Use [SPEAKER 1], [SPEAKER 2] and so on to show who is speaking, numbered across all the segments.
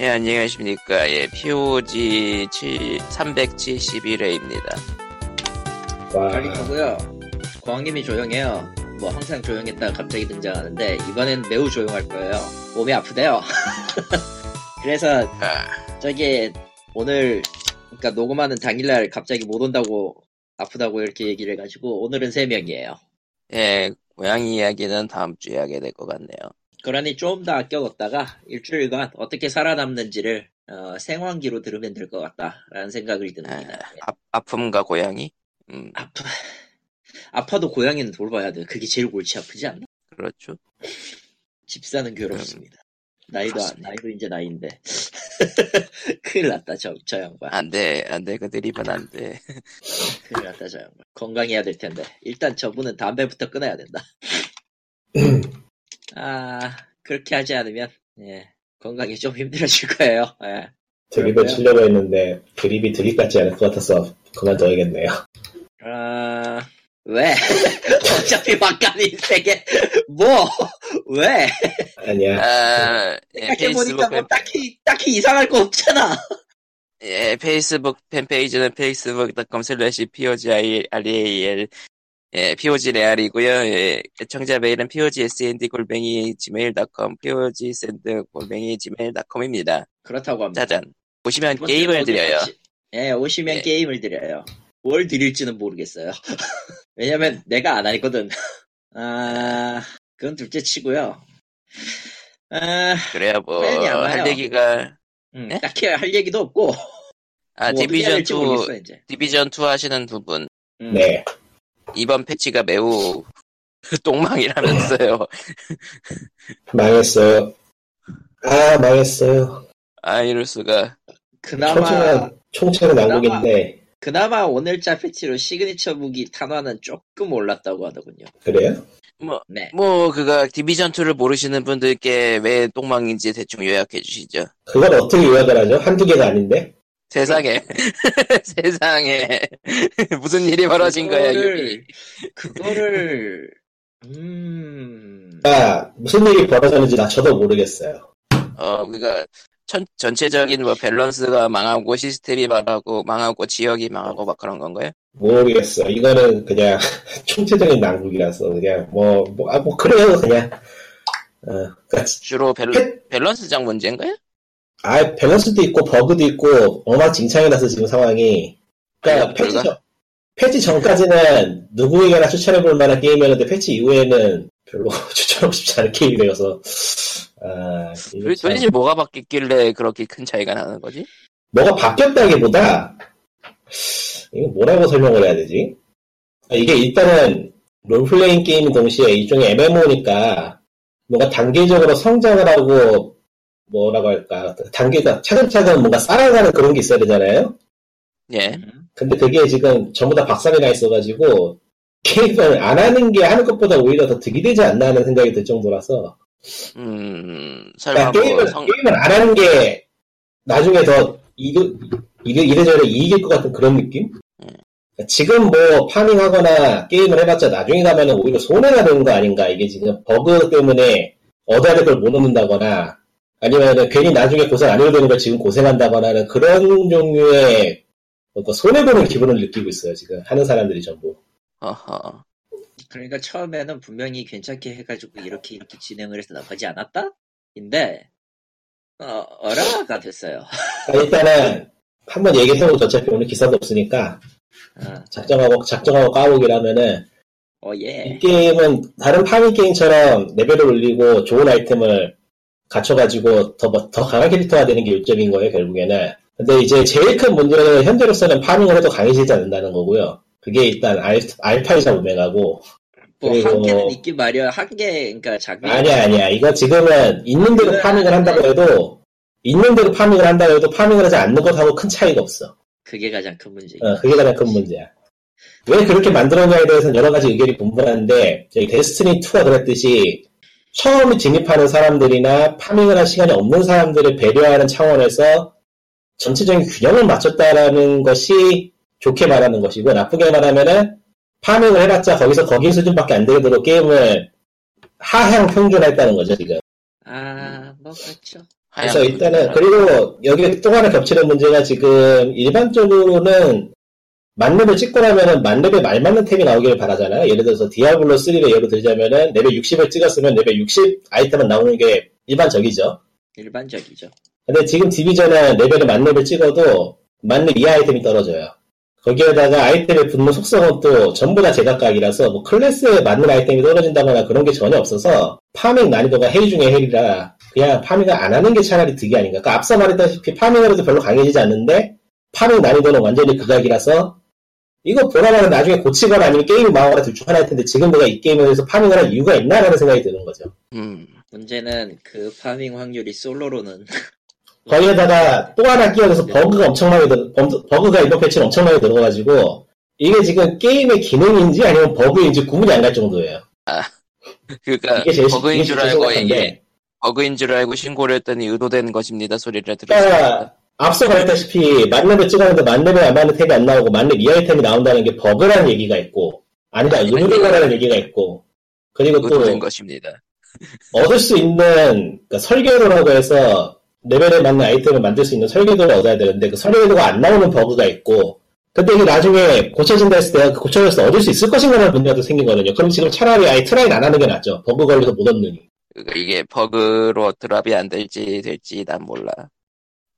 [SPEAKER 1] 예, 안녕하십니까. 예, POG 7, 371회입니다.
[SPEAKER 2] 와,
[SPEAKER 3] 걸리고요. 광님이 조용해요. 뭐 항상 조용했다가 갑자기 등장하는데 이번엔 매우 조용할 거예요. 몸이 아프대요. 그래서 저기 오늘 그러니까 녹음하는 당일날 갑자기 못 온다고 아프다고 이렇게 얘기를 해가지고 오늘은 세 명이에요.
[SPEAKER 1] 예, 고양이 이야기는 다음 주에 하게 될 것 같네요.
[SPEAKER 3] 그러니 좀 더 아껴뒀다가 일주일간 어떻게 살아남는지를 어, 생황기로 들으면 될 것 같다라는 생각이 듭니다.
[SPEAKER 1] 아, 아픔과 고양이? 음,
[SPEAKER 3] 아파 아파도 고양이는 돌봐야 돼. 그게 제일 골치 아프지 않나?
[SPEAKER 1] 그렇죠.
[SPEAKER 3] 집사는 괴롭습니다. 나이도 안-
[SPEAKER 1] 음, 그렇습니다.
[SPEAKER 3] 나이도 이제 나이인데 큰일 났다 저, 저 양반
[SPEAKER 1] 안 돼, 안 돼. 그 드립은 안 돼.
[SPEAKER 3] 큰일 났다 저 양반 건강해야 될 텐데 일단 저분은 담배부터 끊어야 된다
[SPEAKER 1] 음.
[SPEAKER 3] 아 그렇게 하지 않으면 예 건강이 좀 힘들어질 거예요 예
[SPEAKER 2] 드립을
[SPEAKER 3] 그런데요?
[SPEAKER 2] 치려고 했는데 드립이 드립 같지 않을 것 같아서 그만둬야겠네요.
[SPEAKER 3] 아, 왜 어차피 막간 인생에 뭐왜
[SPEAKER 2] 아니야.
[SPEAKER 1] 아, 예,
[SPEAKER 3] 이렇게 보니까
[SPEAKER 1] 페이스북,
[SPEAKER 3] 뭐
[SPEAKER 1] 팬,
[SPEAKER 3] 딱히 딱히 이상할 거 없잖아
[SPEAKER 1] 예, 페이스북 팬페이지는 facebook.com slash POGREAL, E 예, POGREAL이고요. 예, 청자 메일은 POGSND 골뱅이 gmail.com, POGSND 골뱅이 gmail.com입니다.
[SPEAKER 3] 그렇다고 합니다
[SPEAKER 1] 짜잔. 보시면 게임을 드려요.
[SPEAKER 3] 예, 오시면
[SPEAKER 1] 예.
[SPEAKER 3] 게임을 드려요. 뭘 드릴지는 모르겠어요. 왜냐면 내가 안 하거든. 아, 그건 둘째 치고요. 아,
[SPEAKER 1] 그래야
[SPEAKER 3] 사연이 안 와요.
[SPEAKER 1] 뭐할 얘기가
[SPEAKER 3] 음,
[SPEAKER 1] 예?
[SPEAKER 3] 딱히 할 얘기도 없고.
[SPEAKER 1] 아
[SPEAKER 3] 뭐 어떻게
[SPEAKER 1] 디비전
[SPEAKER 3] 해야
[SPEAKER 1] 2
[SPEAKER 3] 될지 모르겠어, 이제.
[SPEAKER 1] 디비전 2 하시는 두 분
[SPEAKER 3] 음,
[SPEAKER 2] 네.
[SPEAKER 1] 이번 패치가 매우 똥망이라면서요.
[SPEAKER 2] 망했어요. 아, 망했어요.
[SPEAKER 1] 아 이럴 수가.
[SPEAKER 3] 그나마,
[SPEAKER 2] 총체는, 총체는
[SPEAKER 3] 그나마-
[SPEAKER 2] 왕국인데.
[SPEAKER 3] 그나마 오늘자 패치로 시그니처 무기 탄화는 조금 올랐다고 하더군요.
[SPEAKER 2] 그래요?
[SPEAKER 3] 네.
[SPEAKER 1] 뭐 그가 디비전 2를 모르시는 분들께 왜 똥망인지 대충 요약해 주시죠.
[SPEAKER 2] 그걸 어떻게 요약을 하죠? 한두 개가 아닌데?
[SPEAKER 1] 세상에 세상에 무슨 일이 벌어진 거야 유비.
[SPEAKER 3] 그거를, 그거를, 음,
[SPEAKER 2] 아, 무슨 일이 벌어졌는지 나 저도 모르겠어요.
[SPEAKER 1] 어 그가 천, 전체적인 뭐 밸런스가 망하고 시스템이 망하고 망하고 지역이 망하고 막 그런 건가요?
[SPEAKER 2] 모르겠어. 이거는 그냥 총체적인 난국이라서 그냥 뭐, 뭐, 아, 뭐 그래요, 그냥. 어, 그러니까
[SPEAKER 1] 주로 밸,
[SPEAKER 2] 헷!
[SPEAKER 1] 밸런스장 문제인가요?
[SPEAKER 2] 아, 밸런스도 있고 버그도 있고 엉망진창이라서 지금 상황이. 그러니까
[SPEAKER 1] 아니요,
[SPEAKER 2] 패치,
[SPEAKER 1] 별거.
[SPEAKER 2] 전, 패치 전까지는 누구에게나 추천해 볼 만한 게임이었는데 패치 이후에는 별로 추천하고 싶지 않은 게임이 되어서 아, 이게
[SPEAKER 1] 도-
[SPEAKER 2] 참-
[SPEAKER 1] 도대체 뭐가 바뀌길래 그렇게 큰 차이가 나는 거지?
[SPEAKER 2] 뭐가 바뀌었다기보다 이거 뭐라고 설명을 해야 되지? 아, 이게 일단은 롤플레잉 게임 동시에 일종의 MMO니까 뭔가 단계적으로 성장을 하고 뭐라고 할까 단계가 차근차근 뭔가 쌓아가는 그런 게 있어야 되잖아요.
[SPEAKER 1] 예.
[SPEAKER 2] 근데 그게 지금 전부 다 박살이 나 있어가지고 게임을 안 하는 게 하는 것보다 오히려 더 득이 되지 않나 하는 생각이 들 정도라서
[SPEAKER 1] 음,
[SPEAKER 2] 그러니까
[SPEAKER 1] 설마 뭐
[SPEAKER 2] 게임을,
[SPEAKER 1] 성,
[SPEAKER 2] 게임을 안 하는 게 나중에 더 이래, 이래, 이래저래 이익일 것 같은 그런 느낌?
[SPEAKER 1] 음.
[SPEAKER 2] 그러니까 지금 뭐 파밍하거나 게임을 해봤자 나중에 가면 은 오히려 손해가 되는 거 아닌가 이게 지금 버그 때문에 얻어야 될 걸 못 얻는다거나 아니면 괜히 나중에 고생 안 해도 되는 걸 지금 고생한다거나 하는 그런 종류의 뭔가 손해보는 기분을 느끼고 있어요 지금 하는 사람들이 전부
[SPEAKER 1] 어허.
[SPEAKER 3] 그러니까 처음에는 분명히 괜찮게 해가지고 이렇게 이렇게 진행을 해서 나쁘지 않았다? 인데, 어, 어라가 됐어요.
[SPEAKER 2] 그러니까 일단은 한번 얘기해보고 어차피 오늘 기사도 없으니까
[SPEAKER 3] 어,
[SPEAKER 2] 작정하고 작정하고 까보기라면은
[SPEAKER 3] 어, 예.
[SPEAKER 2] 이 게임은 다른 파밍 게임처럼 레벨을 올리고 좋은 아이템을 갖춰가지고 더, 뭐- 더 강한 캐릭터가 되는 게 요점인 거예요, 결국에는. 근데 이제 제일 큰 문제는 현재로서는 파밍을 해도 강해지지 않는다는 거고요. 그게 일단 알, 알파이자 오메가고.
[SPEAKER 3] 뭐,
[SPEAKER 2] 그리고- 어.
[SPEAKER 3] 한 개는 있기 마련, 한 개, 그러니까 작년.
[SPEAKER 2] 아니야, 아니야. 이거 지금은 있는 대로
[SPEAKER 3] 그래.
[SPEAKER 2] 파밍을 한다고 해도, 있는 대로 파밍을 한다고 해도 파밍을 하지 않는 것하고 큰 차이가 없어.
[SPEAKER 3] 그게 가장 큰 문제입니다.
[SPEAKER 2] 어, 그게 가장 큰 문제야. 왜 그렇게 만들었냐에 대해서는 여러 가지 의견이 분분한데, 저희 데스티니 2가 그랬듯이, 처음 진입하는 사람들이나 파밍을 할 시간이 없는 사람들을 배려하는 차원에서 전체적인 균형을 맞췄다라는 것이 좋게 말하는 것이고, 나쁘게 말하면은, 파밍을 해봤자 거기서 거기 수준밖에 안 되도록 게임을 하향 평준화했다는 거죠, 지금.
[SPEAKER 3] 아, 뭐, 그렇죠.
[SPEAKER 1] 하얀
[SPEAKER 2] 그래서
[SPEAKER 1] 부분.
[SPEAKER 2] 일단은 그리고 여기 또 하나 겹치는 문제가 지금 일반적으로는 만렙을 찍고 나면은 만렙에 말 맞는 템이 나오기를 바라잖아요. 예를 들어서 디아블로 3를 예로 들자면은 레벨 60을 찍었으면 레벨 60 아이템은 나오는 게 일반적이죠.
[SPEAKER 3] 일반적이죠.
[SPEAKER 2] 근데 지금 디비전은 레벨을 만렙을 찍어도 만렙 이하 아이템이 떨어져요. 거기에다가 아이템의 분모 속성은 또 전부 다 제각각이라서 뭐 클래스에 맞는 아이템이 떨어진다거나 그런 게 전혀 없어서 파밍 난이도가 헤이 중에 헤이라 그냥 파밍을 안 하는 게 차라리 득이 아닌가. 그러니까 앞서 말했다시피 파밍을 해도 별로 강해지지 않는데 파밍 난이도는 완전히 극악이라서 이거 보라마는 나중에 고치거나 아니면 게임 망하거나 둘 중 하나일 텐데 지금 내가 이 게임을 해서 파밍을 할 이유가 있나라는 생각이 드는 거죠.
[SPEAKER 1] 음.
[SPEAKER 3] 문제는 그 파밍 확률이 솔로로는
[SPEAKER 2] 거기에다가 또 하나 끼워져서 버그가 엄청나게 들, 범- 버그가 이번 패치는 엄청나게 들어가지고 이게 지금 게임의 기능인지 아니면 버그인지 구분이 안 갈 정도예요.
[SPEAKER 1] 그러니까
[SPEAKER 2] 이게 제일
[SPEAKER 1] 버그인
[SPEAKER 2] 이게
[SPEAKER 1] 줄
[SPEAKER 2] 제일
[SPEAKER 1] 알고
[SPEAKER 2] 심각한데.
[SPEAKER 1] 이게 버그인 줄 알고 신고를 했더니 의도된 것입니다 소리를 들었습니다.
[SPEAKER 2] 그러니까 앞서 말했다시피 만렙을 찍었는데 만렙에 안 맞는 템이 안 나오고 만렙 이하의 템이 나온다는 게 버그라는 얘기가 있고 아니다 의도된 거라는 얘기가 있고 그리고 또
[SPEAKER 1] 의도된 것입니다.
[SPEAKER 2] 얻을 수 있는 그 설계도라고 해서 레벨에 맞는 아이템을 만들 수 있는 설계도를 얻어야 되는데 그 설계도가 안 나오는 버그가 있고 근데 이게 나중에 고쳐진다 했을 때 고쳐져서 얻을 수 있을 것인가라는 문제가 또 생기거든요. 그럼 지금 차라리 아예 트라이 안 하는 게 낫죠. 버그 걸려서 못 얻느니.
[SPEAKER 1] 그러니까 이게 버그로 드랍이 안 될지 될지 난 몰라.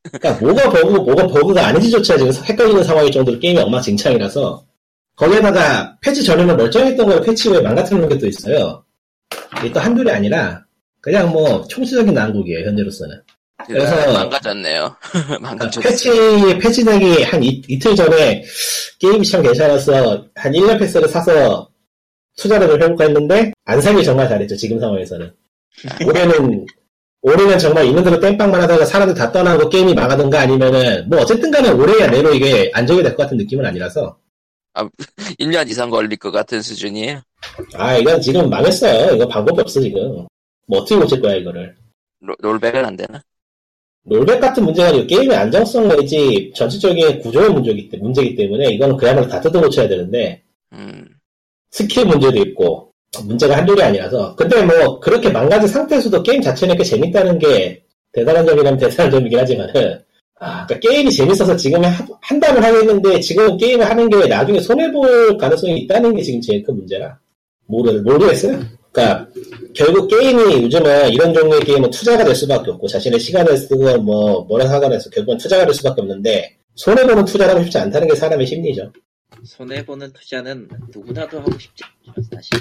[SPEAKER 2] 그러니까 뭐가 버그고 뭐가 버그가 아닌지조차 지금 헷갈리는 상황일 정도로 게임이 엉망진창이라서 거기에다가 패치 전에는 멀쩡했던 걸 패치 후에 망가뜨리는 게 또 있어요. 이게 또 한둘이 아니라 그냥 뭐 총체적인 난국이에요 현재로서는.
[SPEAKER 1] 그래서
[SPEAKER 2] 그래서-
[SPEAKER 1] 망가졌네요.
[SPEAKER 2] 그러니까
[SPEAKER 1] 망가졌어요.
[SPEAKER 2] 패치, 패치되기 한 이, 이틀 전에 게임이 참 괜찮아서 한 1년 패스를 사서 투자를 좀 해볼까 했는데 안 사길 정말 잘했죠, 지금 상황에서는. 올해는, 올해는 정말 있는 대로 땜빵만 하다가 사람들 다 떠나고 게임이 망하든가 아니면은 뭐 어쨌든 간에 올해야 내로 이게 안정이 될 것 같은 느낌은 아니라서
[SPEAKER 1] 1년 이상 걸릴 것 같은 수준이에요.
[SPEAKER 2] 아, 이건 지금 망했어요. 이거 방법이 없어, 지금. 뭐 어떻게 고칠 거야, 이거를.
[SPEAKER 1] 롤- 롤백은 안 되나?
[SPEAKER 2] 롤백 같은 문제가 아니고 게임의 안정성 내지 전체적인 구조의 문제이기, 때- 문제이기 때문에 이거는 그야말로 다 뜯어 고쳐야 되는데
[SPEAKER 1] 음.
[SPEAKER 2] 스킬 문제도 있고 문제가 한둘이 아니라서 근데 뭐 그렇게 망가진 상태에서도 게임 자체는 꽤 재밌다는 게 대단한 점이라면 대단한 점이긴 하지만은 아, 그러니까 게임이 재밌어서 지금 하- 한다면 하겠는데 지금 게임을 하는 게 나중에 손해볼 가능성이 있다는 게 지금 제일 큰 문제라 모르, 모르겠어요 그러니까 결국 게임이 요즘은 이런 종류의 게임은 투자가 될 수밖에 없고 자신의 시간을 쓰고 뭐 뭐라 상관해서 결국은 투자가 될 수밖에 없는데 손해보는 투자라고 쉽지 않다는 게 사람의 심리죠
[SPEAKER 3] 손해보는 투자는 누구나도 하고 싶지 않죠, 사실.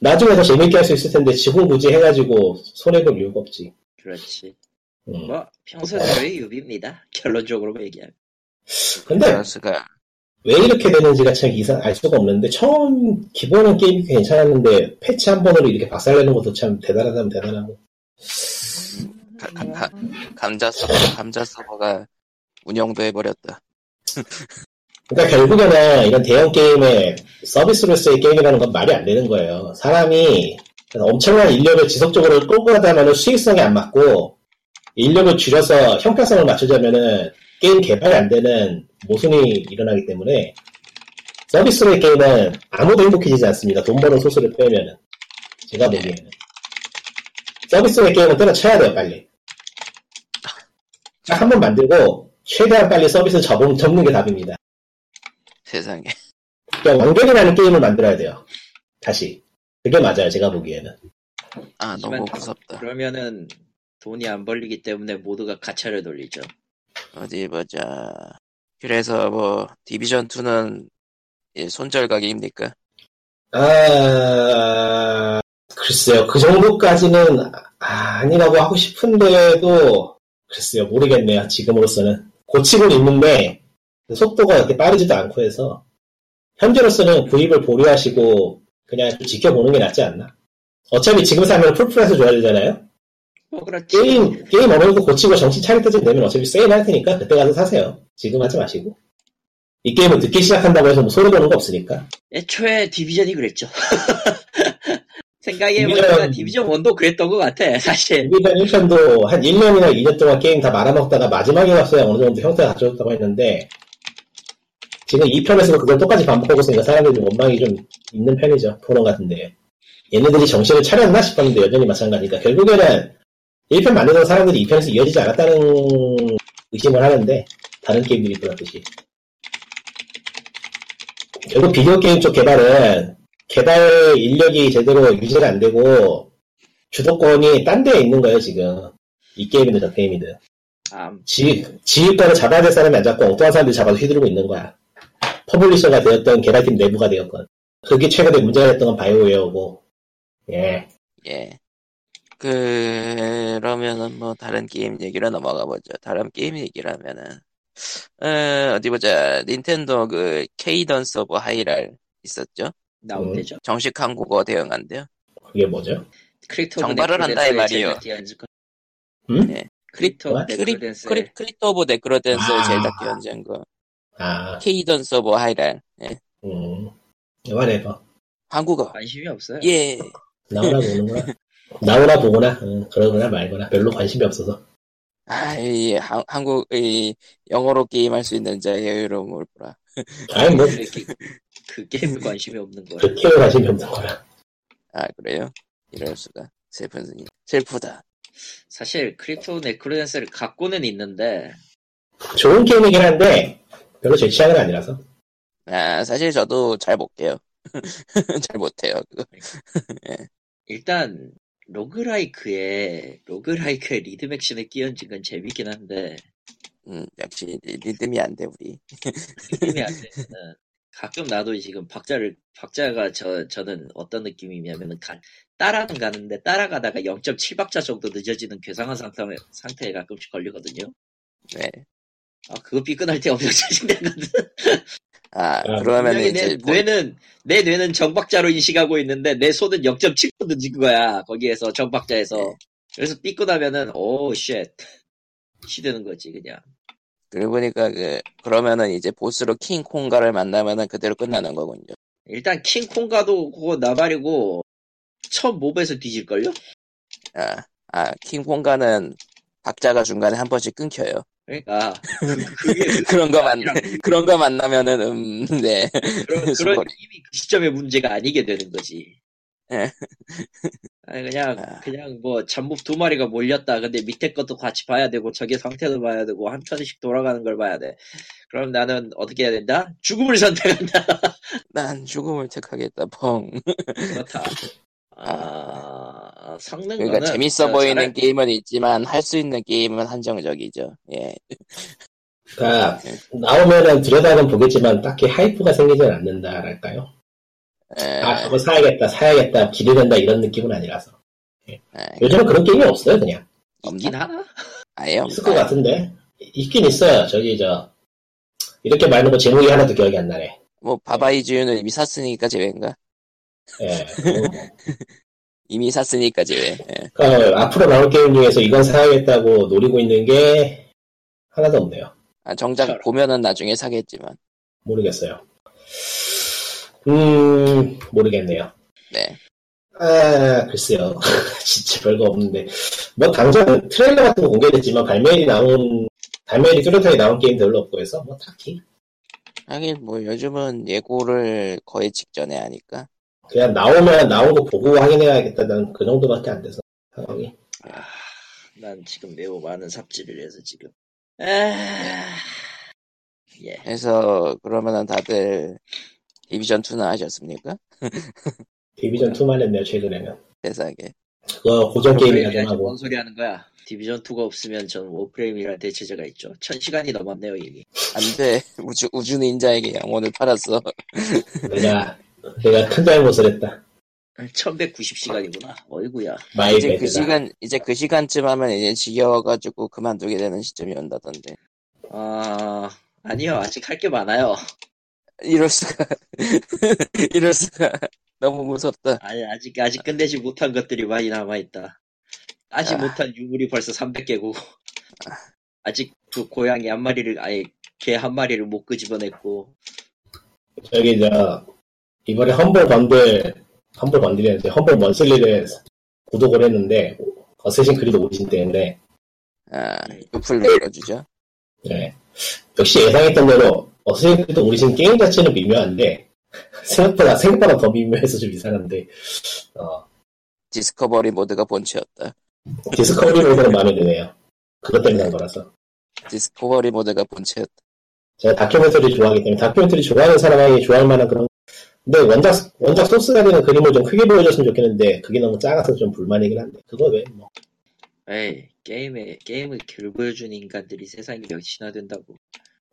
[SPEAKER 2] 나중에 더 재밌게 할 수 있을 텐데 지금 굳이 해가지고 손해볼 이유가 없지.
[SPEAKER 3] 그렇지.
[SPEAKER 2] 음.
[SPEAKER 3] 뭐 평소대로의 유비입니다. 결론적으로 뭐 얘기하면.
[SPEAKER 1] 음.
[SPEAKER 2] 근데
[SPEAKER 1] 밸런스가
[SPEAKER 2] 왜 이렇게 되는지가 참 이상 알 수가 없는데 처음 기본은 게임이 괜찮았는데 패치 한 번으로 이렇게 박살내는 것도 참 대단하다면 대단하고
[SPEAKER 1] 가- 감, 감- 감자 서버 감자 서버가 운영도 해버렸다.
[SPEAKER 2] 그러니까 결국에는 이런 대형 게임의 서비스로서의 게임이라는 건 말이 안 되는 거예요 사람이 엄청난 인력을 지속적으로 끌고 가다면 수익성이 안 맞고 인력을 줄여서 형평성을 맞추자면은 게임 개발이 안 되는 모순이 일어나기 때문에 서비스로의 게임은 아무도 행복해지지 않습니다. 돈 버는 소수를 빼면은. 제가 보기에는. 서비스로의 게임은 때려쳐야 돼요, 빨리. 딱 한 번 만들고, 최대한 빨리 서비스 접음, 접는 게 답입니다.
[SPEAKER 1] 세상에.
[SPEAKER 2] 그러니까 완결이라는 게임을 만들어야 돼요. 다시. 그게 맞아요, 제가 보기에는.
[SPEAKER 1] 아 너무
[SPEAKER 3] 하지만
[SPEAKER 1] 무섭다.
[SPEAKER 3] 그러면은 돈이 안 벌리기 때문에 모두가 가차를 돌리죠.
[SPEAKER 1] 어디 보자. 그래서 뭐 디비전 2는 손절각입니까?
[SPEAKER 2] 아, 글쎄요. 그 정도까지는 아, 니라고 하고 싶은데도, 글쎄요. 모르겠네요. 지금으로서는. 고치고 있는데, 속도가 그렇게 빠르지도 않고 해서, 현재로서는 구입을 보류하시고, 그냥 좀 지켜보는 게 낫지 않나. 어차피 지금 사면 풀프라서 줘야 되잖아요?
[SPEAKER 3] 뭐 그렇지.
[SPEAKER 2] 게임, 게임 어느 정도 고치고 정신 차릴 때쯤 되면 어차피 세일할 테니까 그때 가서 사세요. 지금 하지 마시고. 이 게임을 늦게 시작한다고 해서 뭐 소리 보는 거 없으니까.
[SPEAKER 3] 애초에 디비전이 그랬죠. 생각해보니까
[SPEAKER 2] 디비전-
[SPEAKER 3] 디비전 1도 그랬던 것 같아, 사실.
[SPEAKER 2] 일단 1편도 한 1년이나 2년 동안 게임 다 말아먹다가 마지막에 왔어야 어느 정도 형태가 갖춰졌다고 했는데 지금 2편에서도 그걸 똑같이 반복하고 있으니까 사람들이 좀 원망이 좀 있는 편이죠. 토론 같은데. 얘네들이 정신을 차렸나 싶었는데 여전히 마찬가지니까 결국에는 1편 만드는 사람들이 2편에서 이어지지 않았다는 의심을 하는데 다른 게임들이 그렇듯이 결국 비디오 게임 쪽 개발은 개발 인력이 제대로 유지가 안 되고 주도권이 딴 데에 있는 거예요 지금 이 게임이든 저 게임이든
[SPEAKER 3] 아,
[SPEAKER 2] 지, 지휘권을 잡아야 될 사람이 안 잡고 엉뚱한 사람들이 잡아서 휘두르고 있는 거야. 퍼블리셔가 되었던 개발팀 내부가 되었건. 그게 최근에 문제가 됐던 건 바이오웨어고. 예.
[SPEAKER 1] 예. 그러면은 뭐 다른 게임 얘기로 넘어가 보죠. 다른 게임 얘기라면은 어, 어디 보자. 닌텐도 그 케이던스 오브 하이랄 있었죠.
[SPEAKER 3] 나오면
[SPEAKER 2] 음.
[SPEAKER 3] 되죠.
[SPEAKER 1] 정식 한국어 대응한대요.
[SPEAKER 2] 그게 뭐죠?
[SPEAKER 3] 크립토
[SPEAKER 1] 정발을 한다, 이 말이에요.
[SPEAKER 2] 음?
[SPEAKER 1] 네.
[SPEAKER 3] 크립토
[SPEAKER 2] 뭐야?
[SPEAKER 1] 크립
[SPEAKER 3] 데크로댄스
[SPEAKER 1] 크립 크립토 오브 데크로댄스를
[SPEAKER 2] 아.
[SPEAKER 1] 제일 다 끼얹은 거.
[SPEAKER 2] 아,
[SPEAKER 1] 케이던스 오브 하이랄. 예.
[SPEAKER 2] 음. whatever.
[SPEAKER 1] 한국어.
[SPEAKER 3] 관심이 없어요.
[SPEAKER 1] 예.
[SPEAKER 2] 나오나 보는구나. 나오나 보거나, 음, 그러거나 말거나. 별로 관심이 없어서.
[SPEAKER 1] 아, 이 한- 한국 이 영어로 게임할 수 있는 자 여유로움을 보라.
[SPEAKER 2] 아니, 뭐,
[SPEAKER 3] 이렇게 그
[SPEAKER 1] 예.
[SPEAKER 3] 게임에 관심이 없는 거야.
[SPEAKER 2] 그렇게 관심이 없는 거라.
[SPEAKER 1] 아 그래요? 이럴 수가. 슬픈 슬프다.
[SPEAKER 3] 사실 크립토 데크로댄스를 갖고는 있는데
[SPEAKER 2] 좋은 게임이긴 한데, 별로 제 취향은 아니라서.
[SPEAKER 1] 아, 사실 저도 잘 못 깨요. 잘 못해요. 그거.
[SPEAKER 3] 일단 로그라이크에 로그라이크에 리드맥션을 끼얹은 건 재밌긴 한데
[SPEAKER 1] 음, 역시 리- 리듬이 안 돼, 우리.
[SPEAKER 3] 느낌이 안 돼. 어. 가끔 나도 지금 박자를 박자가 저 저는 어떤 느낌이냐면은 가, 따라는 가는데 따라가다가 0.7박자 정도 늦어지는 괴상한 상태 상태에 가끔씩 걸리거든요.
[SPEAKER 1] 네.
[SPEAKER 3] 아 그거 삐끗할 때 엄청 짜증나거든.
[SPEAKER 1] 아,
[SPEAKER 2] 아,
[SPEAKER 1] 그러면
[SPEAKER 3] 분명히 내
[SPEAKER 1] 이제 뭐 본-
[SPEAKER 3] 뇌는 내 뇌는 정박자로 인식하고 있는데 내 손은 0.7도 늦은 거야 거기에서 정박자에서
[SPEAKER 1] 네.
[SPEAKER 3] 그래서 삐끗하면은 오쉣 시되는 거지 그냥
[SPEAKER 1] 그러고 보니까 그 그러면은 이제 보스로 킹 콩가를 만나면은 그대로 끝나는 거군요.
[SPEAKER 3] 일단 킹콩가도 그거 나발이고 처음 몹에서 뒤질걸요?
[SPEAKER 1] 아, 아, 킹 콩가는 박자가 중간에 한 번씩 끊겨요.
[SPEAKER 3] 그러니까 그, 게
[SPEAKER 1] 그런 거 만, 그런 거 만나면은 음, 네.
[SPEAKER 3] 그런, 그런
[SPEAKER 1] 수월해.
[SPEAKER 3] 이미 그 시점의 문제가 아니게 되는 거지.
[SPEAKER 1] 예.
[SPEAKER 3] 아니, 그냥
[SPEAKER 1] 아.
[SPEAKER 3] 그냥 뭐 잠복 두 마리가 몰렸다. 근데 밑에 것도 같이 봐야 되고 저게 상태도 봐야 되고 한 턴씩 돌아가는 걸 봐야 돼. 그럼 나는 어떻게 해야 된다? 죽음을 선택한다.
[SPEAKER 1] 난 죽음을 택하겠다. 펑.
[SPEAKER 3] 그렇다. 아, 성능
[SPEAKER 1] 그러니까
[SPEAKER 3] 거는
[SPEAKER 1] 재밌어 보이는
[SPEAKER 3] 잘할-
[SPEAKER 1] 게임은 있지만 할 수 있는 게임은 한정적이죠. 예. 음,
[SPEAKER 2] 그니까, 나오면은 들여다는 보겠지만, 딱히 하이프가 생기진 않는다랄까요?
[SPEAKER 1] 에,
[SPEAKER 2] 아, 그거 사야겠다, 사야겠다, 기대된다, 이런 느낌은 아니라서.
[SPEAKER 1] 에,
[SPEAKER 2] 요즘은 그런 게임이 없어요, 그냥.
[SPEAKER 3] 있긴 하나?
[SPEAKER 1] 아예
[SPEAKER 2] 있을
[SPEAKER 1] 없어요.
[SPEAKER 2] 것 같은데. 이- 있긴 있어요. 저기, 저, 이렇게 말하는 거 제목이 하나도 기억이 안 나네.
[SPEAKER 1] 뭐 바바이 주유는 이미 샀으니까 제외인가?
[SPEAKER 2] 예.
[SPEAKER 1] 이미 샀으니까 제외. 예.
[SPEAKER 2] 그러니까 앞으로 나올 게임 중에서 이건 사야겠다고 노리고 있는 게 하나도 없네요.
[SPEAKER 1] 아, 정작
[SPEAKER 3] 저런.
[SPEAKER 1] 보면은 나중에 사겠지만.
[SPEAKER 2] 모르겠어요. 음, 모르겠네요.
[SPEAKER 1] 네.
[SPEAKER 2] 아, 글쎄요. 진짜 별거 없는데. 뭐, 당장 트레일러 같은 거 공개됐지만, 발매일이 나온, 발매일이 뚜렷하게 나온 게임 별로 없고 해서, 뭐, 딱히.
[SPEAKER 1] 하긴 뭐 요즘은 예고를 거의 직전에 하니까.
[SPEAKER 2] 그냥 나오면 나온 거 보고 확인해야겠다. 난 그 정도밖에 안 돼서 상황이.
[SPEAKER 3] 아, 난 지금 매우 많은 삽질을 해서 지금. 아, 예.
[SPEAKER 1] 그래서 그러면은 다들 디비전 2나 하셨습니까?
[SPEAKER 2] 디비전 2만 했네요 최근에는.
[SPEAKER 1] 대사게.
[SPEAKER 2] 그거 고전 게임이라 좀
[SPEAKER 3] 워프레임이라지 뭔
[SPEAKER 2] 하고.
[SPEAKER 3] 소리 하는 거야? 디비전 2가 없으면 전 워프레임이라는 대체제가 있죠. 천 시간이 넘었네요 이미.
[SPEAKER 1] 안돼 우주 우주 닌자에게 영혼을 팔았어.
[SPEAKER 2] 내가 내가 큰 잘못을 했다.
[SPEAKER 3] 1190시간이구나. 어이구야.
[SPEAKER 2] 마이
[SPEAKER 1] 이제 그
[SPEAKER 2] 배드다.
[SPEAKER 1] 시간 이제 그 시간쯤 하면 이제 지겨워가지고 그만두게 되는 시점이 온다던데.
[SPEAKER 3] 아 아니요 아직 할 게 많아요.
[SPEAKER 1] 이럴 수가. 이럴 수가. 너무 무섭다.
[SPEAKER 3] 아니, 아직 아직 끝내지 못한 것들이 많이 남아 있다. 따지
[SPEAKER 1] 아.
[SPEAKER 3] 못한 유물이 벌써 300개고 아직 그 고양이 한 마리를 아예 개 한 마리를 못 끄집어냈고
[SPEAKER 2] 저기 저 이번에 험블 번들 험블 번들이었는데 험블 먼슬리를 구독을 했는데 어쌔신 크리드 오리진 때문에
[SPEAKER 1] 아, 유플
[SPEAKER 2] 네.
[SPEAKER 1] 내려주죠.
[SPEAKER 2] 예. 역시 예상했던 대로 어쌔신 크리드 오리진 게임 자체는 미묘한데 생각보다 생각보다 더 미묘해서 좀 이상한데 어,
[SPEAKER 1] 디스커버리 모드가 본체였다.
[SPEAKER 2] 디스커버리 모드는 마음에 드네요. 그것 때문에 한 거라서.
[SPEAKER 1] 디스커버리 모드가 본체였다.
[SPEAKER 2] 제가 다큐멘터리 좋아하기 때문에 다큐멘터리 좋아하는 사람에게 좋아할 만한 그런. 근데 원작, 원작 소스가 되는 그림을 좀 크게 보여줬으면 좋겠는데, 그게 너무 작아서 좀 불만이긴 한데, 그거 왜, 뭐.
[SPEAKER 3] 에이 게임에 게임을 결보여준 인간들이 세상에 몇이나 된다고.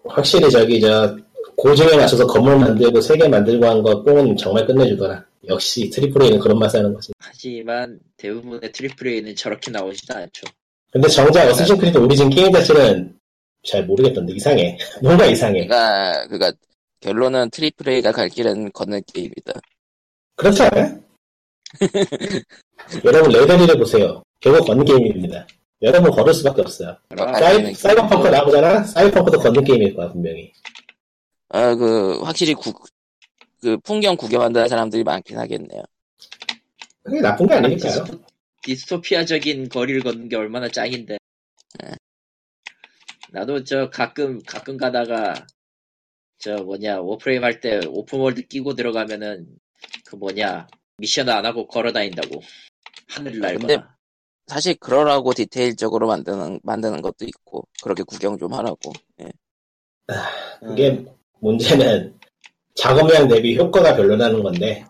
[SPEAKER 2] 확실히 저기, 저, 고증에 맞춰서 건물 만들고 세계 만들고 한 거 뽕은 정말 끝내주더라. 역시 트리플 A는 그런 맛을 하는 거지.
[SPEAKER 3] 하지만 대부분의 트리플 A는 저렇게 나오지도 않죠.
[SPEAKER 2] 근데
[SPEAKER 3] 네.
[SPEAKER 2] 정작 어쌔신 크리드 오리진 게임 자체는 잘 모르겠던데 이상해. 뭔가 이상해.
[SPEAKER 1] 그러니까 그가 결론은 트리플 A가 갈 길은 걷는 게임이다.
[SPEAKER 2] 그렇지 않아요? 여러분 레벨리를 보세요. 결국 걷는 게임입니다. 여러분 걸을 수밖에 없어요.
[SPEAKER 1] 그러니까
[SPEAKER 3] 아,
[SPEAKER 1] 갈
[SPEAKER 2] 사이,
[SPEAKER 1] 길은
[SPEAKER 2] 사이버 펑크
[SPEAKER 1] 걷는
[SPEAKER 2] 나오잖아? 사이버 펑크도 걷는 게임일 거야 분명히.
[SPEAKER 1] 아, 그, 확실히 구, 그, 풍경 구경한다는 사람들이 많긴 하겠네요.
[SPEAKER 2] 그게 나쁜
[SPEAKER 1] 네,
[SPEAKER 2] 게 아니니까요.
[SPEAKER 3] 디스토, 디스토피아적인 거리를 걷는 게 얼마나 짱인데. 네. 나도 저 가끔 가끔 가다가 저 뭐냐 워프레임 할 때 오픈월드 끼고 들어가면은 그 뭐냐 미션 안 하고 걸어 다닌다고 하늘을
[SPEAKER 1] 근데
[SPEAKER 3] 날거나
[SPEAKER 1] 사실 그러라고 디테일적으로 만드는, 만드는 것도 있고, 그렇게 구경 좀 하라고. 예.
[SPEAKER 2] 그게 문제는 작업량 대비 효과가 별로라는 건데.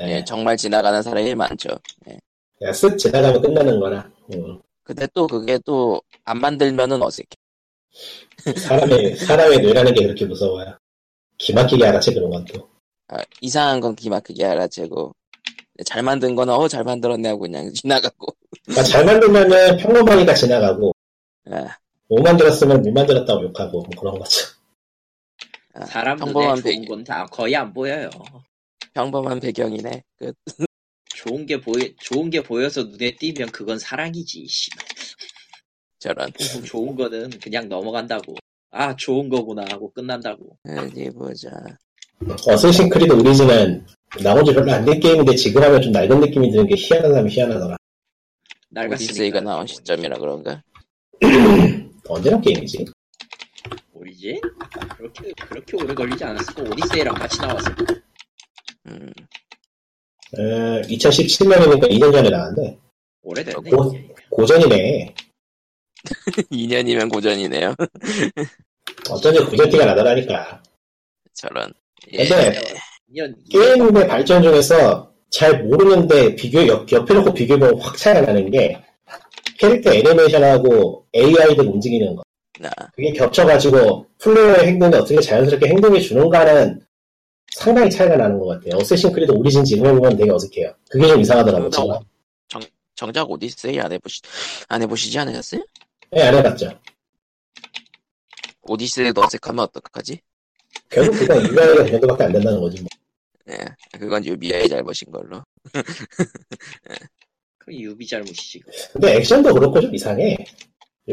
[SPEAKER 1] 예,
[SPEAKER 2] 예.
[SPEAKER 1] 정말 지나가는 사람이 많죠. 예.
[SPEAKER 2] 그냥 쓱 지나가면 끝나는 거라. 음.
[SPEAKER 1] 근데 또 그게 또, 안 만들면은 어색해.
[SPEAKER 2] 사람의 사람의 뇌라는 게 그렇게 무서워요. 기막히게 알아채 그런 건 또.
[SPEAKER 1] 아, 이상한 건 기막히게 알아채고, 잘 만든 거는, 어, 잘 만들었네 하고 그냥 지나가고.
[SPEAKER 2] 그러니까 잘 만들면은 평범하니까 지나가고
[SPEAKER 1] 예.
[SPEAKER 2] 못 만들었으면 못 만들었다고 욕하고 뭐 그런 거죠.
[SPEAKER 1] 아,
[SPEAKER 3] 사람 눈에
[SPEAKER 1] 평범한
[SPEAKER 3] 좋은
[SPEAKER 1] 배경,
[SPEAKER 3] 건 다 거의 안 보여요.
[SPEAKER 1] 평범한 배경이네. 끝.
[SPEAKER 3] 좋은 게 보이 좋은 게 보여서 눈에 띄면 그건 사랑이지. 씨.
[SPEAKER 1] 저런.
[SPEAKER 3] 좋은 거는 그냥 넘어간다고. 아 좋은 거구나 하고 끝난다고.
[SPEAKER 1] 어디 보자.
[SPEAKER 2] 어쌔신 크리드 오리지는 나온 지 별로 안 된 게임인데 지금 하면 좀 낡은 느낌이 드는 게 희한하다면 희한하더라.
[SPEAKER 3] 낡았으니까.
[SPEAKER 1] 오디세이가 나온 시점이라 그런가?
[SPEAKER 2] 언제나 게임이지.
[SPEAKER 3] 오리지? 그렇게 그렇게 오래 걸리지 않았을 거 오디세이랑 같이 나왔을 거.
[SPEAKER 1] 음.
[SPEAKER 2] 어, 2017년이니까 2년 전에 나왔네.
[SPEAKER 3] 오래됐네.
[SPEAKER 2] 어? 고전이네.
[SPEAKER 1] 2년이면 고전이네요.
[SPEAKER 2] 어쩐지 고전티가 나더라니까.
[SPEAKER 1] 저런. 예.
[SPEAKER 2] 근데
[SPEAKER 3] 2년
[SPEAKER 2] 게임의 발전 중에서 잘 모르는데 비교 옆, 옆에 놓고 비교해보면 확 차이가 나는 게 캐릭터 애니메이션하고 AI들 움직이는 거.
[SPEAKER 1] 나.
[SPEAKER 2] 그게 겹쳐가지고 플레이어의 행동이 어떻게 자연스럽게 행동해 주는가는 상당히 차이가 나는 것 같아요. 어쌔신 크리드 오리진 지금 보면 되게 어색해요. 그게 좀 이상하더라고요. 제가.
[SPEAKER 1] 정, 정작 오디세이 안 해보시, 안 해보시지 않으셨어요?
[SPEAKER 2] 예, 안 해봤죠.
[SPEAKER 1] 오디세이도 어색하면 어떡하지?
[SPEAKER 2] 결국 그건 인간이가 그 정도밖에 안 된다는 거지. 뭐.
[SPEAKER 1] 예. 그건 유비아의 잘못인 걸로.
[SPEAKER 3] 그 유비 잘못이지. 그거.
[SPEAKER 2] 근데 액션도 그렇고 좀 이상해.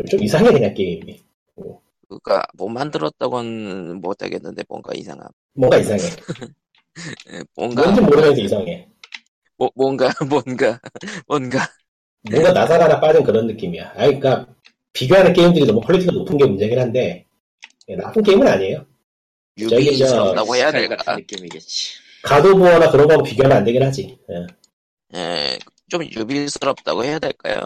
[SPEAKER 2] 좀 이상해 그냥 게임이.
[SPEAKER 1] 그니까, 그러니까 못 만들었다고는 못하겠는데, 뭔가 이상함.
[SPEAKER 2] 뭔가 이상해.
[SPEAKER 1] 예, 뭔가,
[SPEAKER 2] 뭔지 모르면서 이상해.
[SPEAKER 1] 뭐- 뭔가, 뭔가, 뭔가.
[SPEAKER 2] 뭔가 나사가나 빠진 그런 느낌이야. 아, 그러니까 비교하는 게임들이 너무 퀄리티가 높은 게 문제긴 한데 예, 나쁜 게임은 아니에요.
[SPEAKER 1] 유비스럽다고 해야
[SPEAKER 3] 스칼
[SPEAKER 1] 될까?
[SPEAKER 3] 같은 느낌이겠지.
[SPEAKER 2] 가도부어나 그런 거하고 비교하면 안 되긴 하지. 예.
[SPEAKER 1] 예. 좀 유비스럽다고 해야 될까요?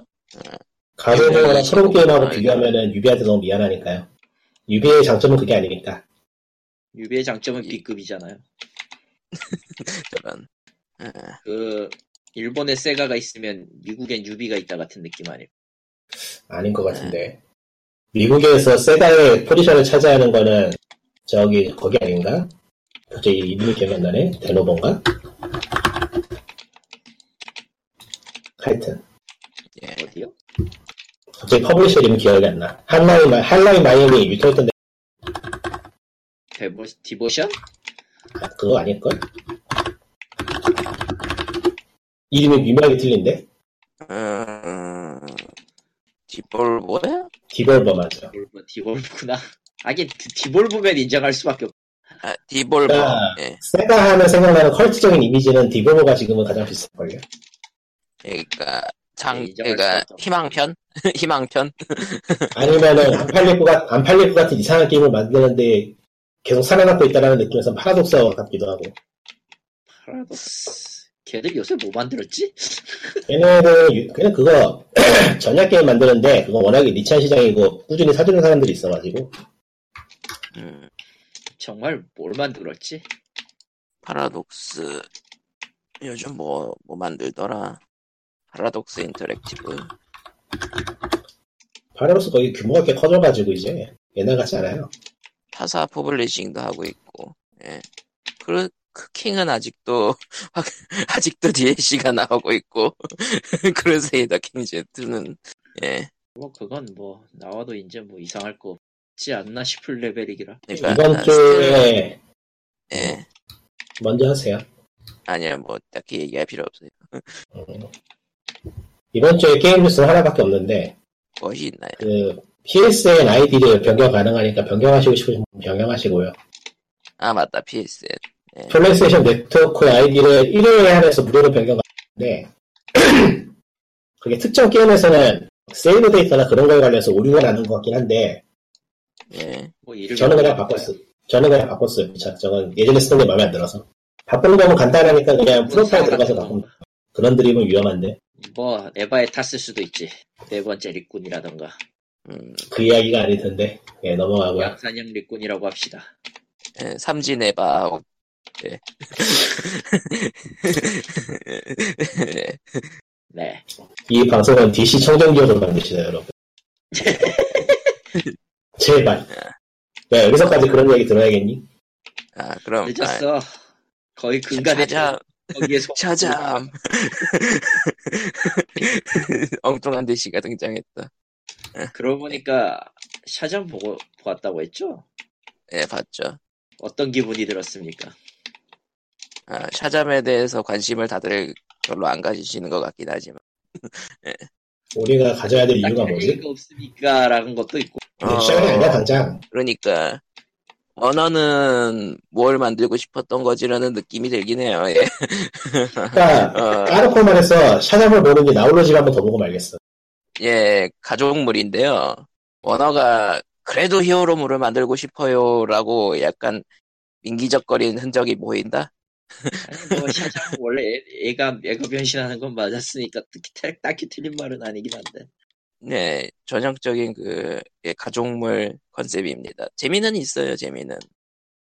[SPEAKER 2] 가도부어나 그런 게임하고
[SPEAKER 1] 아,
[SPEAKER 2] 비교하면은 유비한테 너무 미안하니까요. 유비의 장점은 그게 아니니까.
[SPEAKER 3] 유비의 장점은
[SPEAKER 1] 예.
[SPEAKER 3] B급이잖아요.
[SPEAKER 1] 저런. 예.
[SPEAKER 3] 그 일본에 세가가 있으면 미국엔 유비가 있다 같은 느낌 아니에요?
[SPEAKER 2] 아닌 것 같은데. 미국에서 세가의 포지션을 차지하는 거는 저기 거기 아닌가? 갑자기 이름이 기억이 안 나네. 데노본가? 하여튼
[SPEAKER 1] 예.
[SPEAKER 3] 어디요?
[SPEAKER 2] 갑자기 퍼블리셔 이름 이 기억이 안 나. 한라인 마- 한라인 마이애미 유토했던 데
[SPEAKER 3] 데보, 디보션?
[SPEAKER 2] 그거 아닐 걸? 이름이 미묘하게 틀린데
[SPEAKER 1] 음, 뒷볼 뭐야?
[SPEAKER 2] 디벌버 맞아.
[SPEAKER 3] 디볼브, 디볼브구나. 하긴 디- 디볼브면 인정할 수밖에 없.
[SPEAKER 1] 아, 디볼버.
[SPEAKER 2] 아.
[SPEAKER 1] 예.
[SPEAKER 2] 세가 하면 생각나는 컬트적인 이미지는 디벌버가 지금은 가장 비슷한 걸요.
[SPEAKER 1] 그러니까 장,
[SPEAKER 3] 네, 인정할
[SPEAKER 1] 그러니까
[SPEAKER 3] 수 없죠.
[SPEAKER 1] 희망편, 희망편.
[SPEAKER 2] 아니면은 안 팔릴 것 같, 안 팔릴 것 같은 이상한 게임을 만드는데 계속 살아남고 있다라는 느낌에서 파라독스와 같기도 하고.
[SPEAKER 3] 파라독스. 걔들 요새 뭐 만들었지?
[SPEAKER 2] 얘네들 유- 그냥 그거 전략 게임 만드는데 그거 워낙에 니치한 시장이고 꾸준히 사주는 사람들이 있어가지고
[SPEAKER 1] 음,
[SPEAKER 3] 정말 뭘 만들었지?
[SPEAKER 1] 파라독스. 요즘 뭐, 뭐 만들더라. 파라독스 인터랙티브.
[SPEAKER 2] 파라로스 거의 규모가 꽤 커져가지고 이제 옛날 같지 않아요.
[SPEAKER 1] 타사 퍼블리싱도 하고 있고, 예. 그, 크킹은 아직도, 아직도 DLC가 나오고 있고, 크루세이더 킹제트는, 예.
[SPEAKER 3] 뭐 그건 뭐 나와도 이제 뭐 이상할 거 없지 않나 싶을 레벨이기라.
[SPEAKER 1] 그러니까
[SPEAKER 2] 이번
[SPEAKER 1] 난 스팀-
[SPEAKER 2] 주에 음.
[SPEAKER 1] 예.
[SPEAKER 2] 먼저 하세요.
[SPEAKER 1] 아니야, 뭐, 딱히 얘기할 필요 없어요.
[SPEAKER 2] 음. 이번 주에 게임 뉴스 하나밖에 없는데
[SPEAKER 1] 무엇이 있나요?
[SPEAKER 2] 그 PSN 아이디를 변경 가능하니까 변경하시고 싶으시면 변경하시고요.
[SPEAKER 1] 아, 맞다, PSN.
[SPEAKER 2] 플레이스테이션 네트워크 아이디를 1회에 한해서 무료로 변경하는데 그게 특정 게임에서는 세이브 데이터나 그런 거에 관련해서 오류가 나는 것 같긴 한데
[SPEAKER 1] 예.
[SPEAKER 3] 뭐 이를
[SPEAKER 2] 저는 그냥 바꿨어요. 저는 그냥 바꿨어요. 저, 저건 예전에 쓰던 게 마음에 안 들어서 바꾸는 거면 간단하니까 그냥 프로파일 들어가서 바꾸는 거. 그런 드립은 위험한데
[SPEAKER 3] 뭐 에바에 탔을 수도 있지. 네 번째 리꾼이라던가
[SPEAKER 1] 음,
[SPEAKER 2] 그 이야기가 아닐 텐데 예 넘어가고요.
[SPEAKER 3] 양산형 리꾼이라고 합시다.
[SPEAKER 1] 예, 삼진에바, 예. 예.
[SPEAKER 3] 네.
[SPEAKER 2] 이 방송은 DC 청정기업으로 만드시네요 여러분. 제발. 야 여기서까지 그런 얘기 들어야겠니?
[SPEAKER 1] 아, 그럼.
[SPEAKER 3] 늦었어. 거의
[SPEAKER 1] 아,
[SPEAKER 3] 근간에
[SPEAKER 1] 찾아,
[SPEAKER 3] 거기에 속-
[SPEAKER 2] 음.
[SPEAKER 1] 찾아. 엉뚱한 대시가 등장했다.
[SPEAKER 3] 아, 그러고 보니까 샤잠 보고 보았다고 했죠?
[SPEAKER 1] 예, 봤죠.
[SPEAKER 3] 어떤 기분이 들었습니까?
[SPEAKER 2] 그
[SPEAKER 1] 아, 샤잠에 대해서 관심을 다들 별로 안 가지시는 것 같긴 하지만.
[SPEAKER 2] 우리가 가져야 될 이유가
[SPEAKER 3] 딱히
[SPEAKER 2] 뭐지?
[SPEAKER 3] 의미가 없으니까라는 것도 있고
[SPEAKER 1] 어,
[SPEAKER 2] 시간이 네, 아니야 당장
[SPEAKER 1] 그러니까 언어는 뭘 만들고 싶었던 거지라는 느낌이 들긴 해요. 예.
[SPEAKER 2] 그러니까
[SPEAKER 1] 어,
[SPEAKER 2] 까놓고 말해서 샤잠을 보는 게 나홀로집 한번 더 보고 말겠어
[SPEAKER 1] 예, 가족물인데요. 언어가 그래도 히어로물을 만들고 싶어요라고 약간 민기적거리는 흔적이 보인다.
[SPEAKER 3] 아니 뭐 샤잠 원래 애- 애가 애가 변신하는 건 맞았으니까 특히 태- 딱히 틀린 말은 아니긴 한데
[SPEAKER 1] 네, 전형적인 그 예, 가족물 컨셉입니다. 재미는 있어요, 재미는.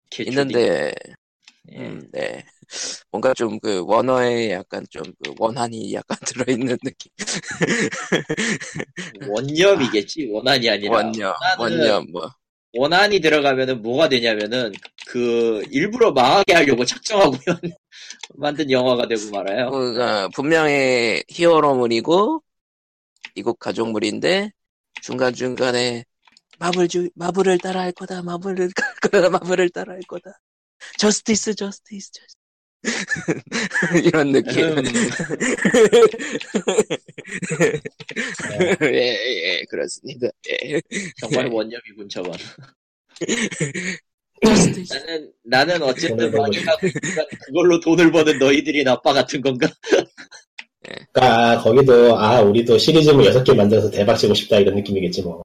[SPEAKER 3] 개초딩.
[SPEAKER 1] 있는데
[SPEAKER 3] 예.
[SPEAKER 1] 음, 네. 뭔가 좀 그 원어에 약간 좀 그 원한이 약간 들어있는 느낌.
[SPEAKER 3] 원념이겠지 원한이 아니라
[SPEAKER 1] 원념, 원념, 뭐.
[SPEAKER 3] 원한, 이 들어가면은 뭐가 되냐면은 그 일부러 망하게 하려고 작정하고 만든 영화가 되고 말아요
[SPEAKER 1] 그러니까 분명히 히어로물이고, 미국 가족물인데, 중간중간에 마블 주, 마블을 따라할 거다, 마블을, 갈 거다, 마블을 따라할 거다. 저스티스, 저스티스, 저스티스. 이런
[SPEAKER 3] 음.
[SPEAKER 1] 느낌.
[SPEAKER 2] 예.
[SPEAKER 1] 예, 예, 예, 그렇습니다. 예.
[SPEAKER 3] 정말 원념이군 저건
[SPEAKER 1] 저스티스.
[SPEAKER 3] 나는
[SPEAKER 1] 예.
[SPEAKER 3] 나는 어쨌든
[SPEAKER 2] 돈을 벌고
[SPEAKER 3] 망해가고 있지만 그걸로 돈을 버는 너희들이 나빠 같은 건가
[SPEAKER 2] 그러니까 거기도 아 우리도 시리즈물 6개 만들어서 대박 치고 싶다 이런 느낌이겠지 뭐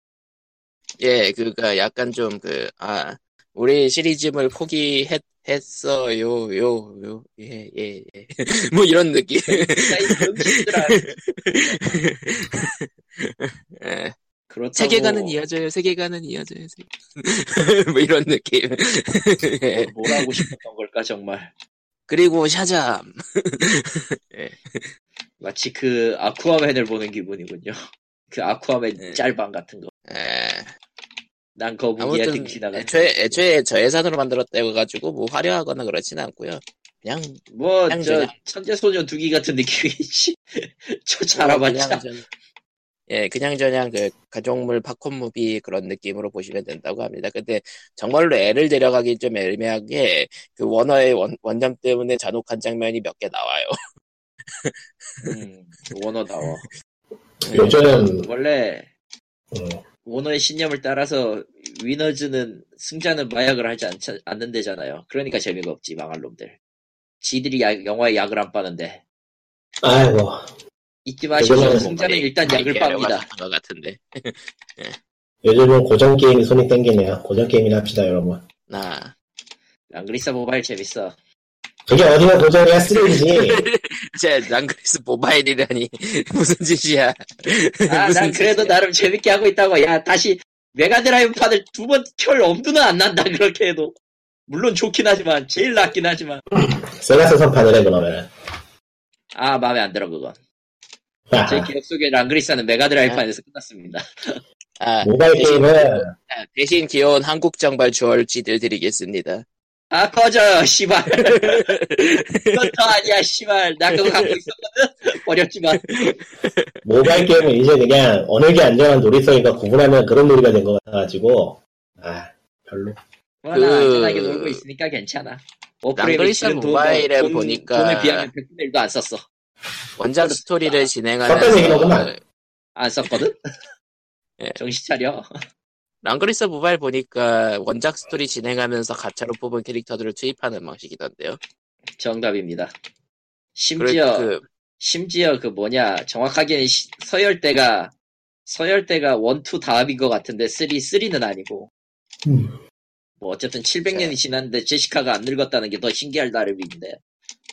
[SPEAKER 1] 예, 그러니까 약간 좀 그, 아, 우리 시리즈물 포기했, 했어요, 요, 요, 예, 예, 예. 뭐 이런 느낌.
[SPEAKER 3] 진짜 이 음식들아
[SPEAKER 1] 예.
[SPEAKER 3] 그렇다고
[SPEAKER 1] 세계관은 이어져요, 세계관은 이어져요, 세계- 뭐 이런 느낌. 예.
[SPEAKER 3] 뭐 뭘 하고 싶었던 걸까 정말
[SPEAKER 1] 그리고 샤잠.
[SPEAKER 3] 마치 그 아쿠아맨을 보는 기분이군요 그 아쿠아맨
[SPEAKER 1] 네.
[SPEAKER 3] 짤방 같은
[SPEAKER 1] 예.
[SPEAKER 3] 거난 거북이야
[SPEAKER 1] 아무튼, 예.
[SPEAKER 3] 등 지나가
[SPEAKER 1] 애초에, 애초에 저예산으로 만들었다고 해가지고, 뭐 화려하거나 그렇진 않고요 그냥, 그냥
[SPEAKER 3] 뭐저
[SPEAKER 1] 그냥.
[SPEAKER 3] 천재소년 두기 같은 느낌이지 저
[SPEAKER 1] 그냥
[SPEAKER 3] 자라봤자
[SPEAKER 1] 전- 예, 그냥 저냥 그 가족물 팝콘 무비 그런 느낌으로 보시면 된다고 합니다. 근데 정말로 애를 데려가기 좀 애매하게 그 원어의 원, 원점 때문에 잔혹한 장면이 몇 개 나와요.
[SPEAKER 3] 음, 원어다워
[SPEAKER 1] 음.
[SPEAKER 2] 요즘
[SPEAKER 3] 원래
[SPEAKER 2] 음,
[SPEAKER 3] 원어의 신념을 따라서 위너즈는 승자는 마약을 하지 않, 않는 데잖아요 그러니까 재미가 없지 망할 놈들 지들이 야- 영화에 약을 안 빠는데
[SPEAKER 2] 아이고
[SPEAKER 3] 잊지 마시고
[SPEAKER 2] 그거는
[SPEAKER 3] 승자는 일단 약을 빱니다
[SPEAKER 1] 것 같은데.
[SPEAKER 2] 요즘은 고정 게임이 손이
[SPEAKER 1] 아,
[SPEAKER 2] 땡기네요 고정 게임이나 합시다 여러분
[SPEAKER 1] 나
[SPEAKER 3] 랑그리사 모바일 재밌어.
[SPEAKER 2] 그게 어디가 도전이야 쓰레기지.
[SPEAKER 1] 난 그래서 모바일이라니 무슨 짓이야?
[SPEAKER 3] 아, 난 그래도 나름 재밌게 하고 있다고. 야, 다시 메가드라이브 판을 두 번 켤 엄두는 안 난다, 그렇게 해도. 물론 좋긴 하지만, 제일 낫긴 하지만.
[SPEAKER 2] 세가스 선판을 해 그러면은.
[SPEAKER 3] 아, 마음에 안 들어, 그거.
[SPEAKER 2] 아,
[SPEAKER 3] 제 기억 속에 랑그리스는 메가드라이브 판에서 끝났습니다.
[SPEAKER 1] 아,
[SPEAKER 2] 모바일
[SPEAKER 1] 대신,
[SPEAKER 2] 게임은
[SPEAKER 1] 아, 대신 귀여운 한국 정발 주얼지들 드리겠습니다.
[SPEAKER 3] 아, 꺼져요, 씨발. 이건 더 아니야, 씨발. 나 그거 갖고 있었거든? 버렸지만.
[SPEAKER 2] 모바일 게임은 이제 그냥 어느 게 안전한 놀이터인가 구분하는 그런 놀이가 된 것 같아가지고 아 별로.
[SPEAKER 3] 아, 그러나
[SPEAKER 1] 그-
[SPEAKER 3] 안전하게 놀고 있으니까 괜찮아. 오프레임이
[SPEAKER 1] 랑그리스
[SPEAKER 3] 지금 돈-
[SPEAKER 1] 모바일에
[SPEAKER 3] 돈-
[SPEAKER 1] 보니까-
[SPEAKER 3] 돈에 비하면 100분의 1도 안 썼어.
[SPEAKER 1] 원작 스토리를
[SPEAKER 2] 섞여서 얘기하는구나.
[SPEAKER 1] 진행하는 그
[SPEAKER 3] 안 썼거든?
[SPEAKER 1] 예.
[SPEAKER 3] 정신 차려.
[SPEAKER 1] 랑그리스 모바일 보니까 원작 스토리 진행하면서 가차로 뽑은 캐릭터들을 투입하는 방식이던데요.
[SPEAKER 3] 정답입니다. 심지어
[SPEAKER 1] 그리고 그
[SPEAKER 3] 심지어 그 뭐냐 정확하게는 시- 서열대가 서열대가 원투 다음인 것 같은데 쓰리 쓰리는 아니고 뭐 어쨌든 700년이 지났는데 제시카가 안 늙었다는 게 더 신기할 나름인데
[SPEAKER 1] 자,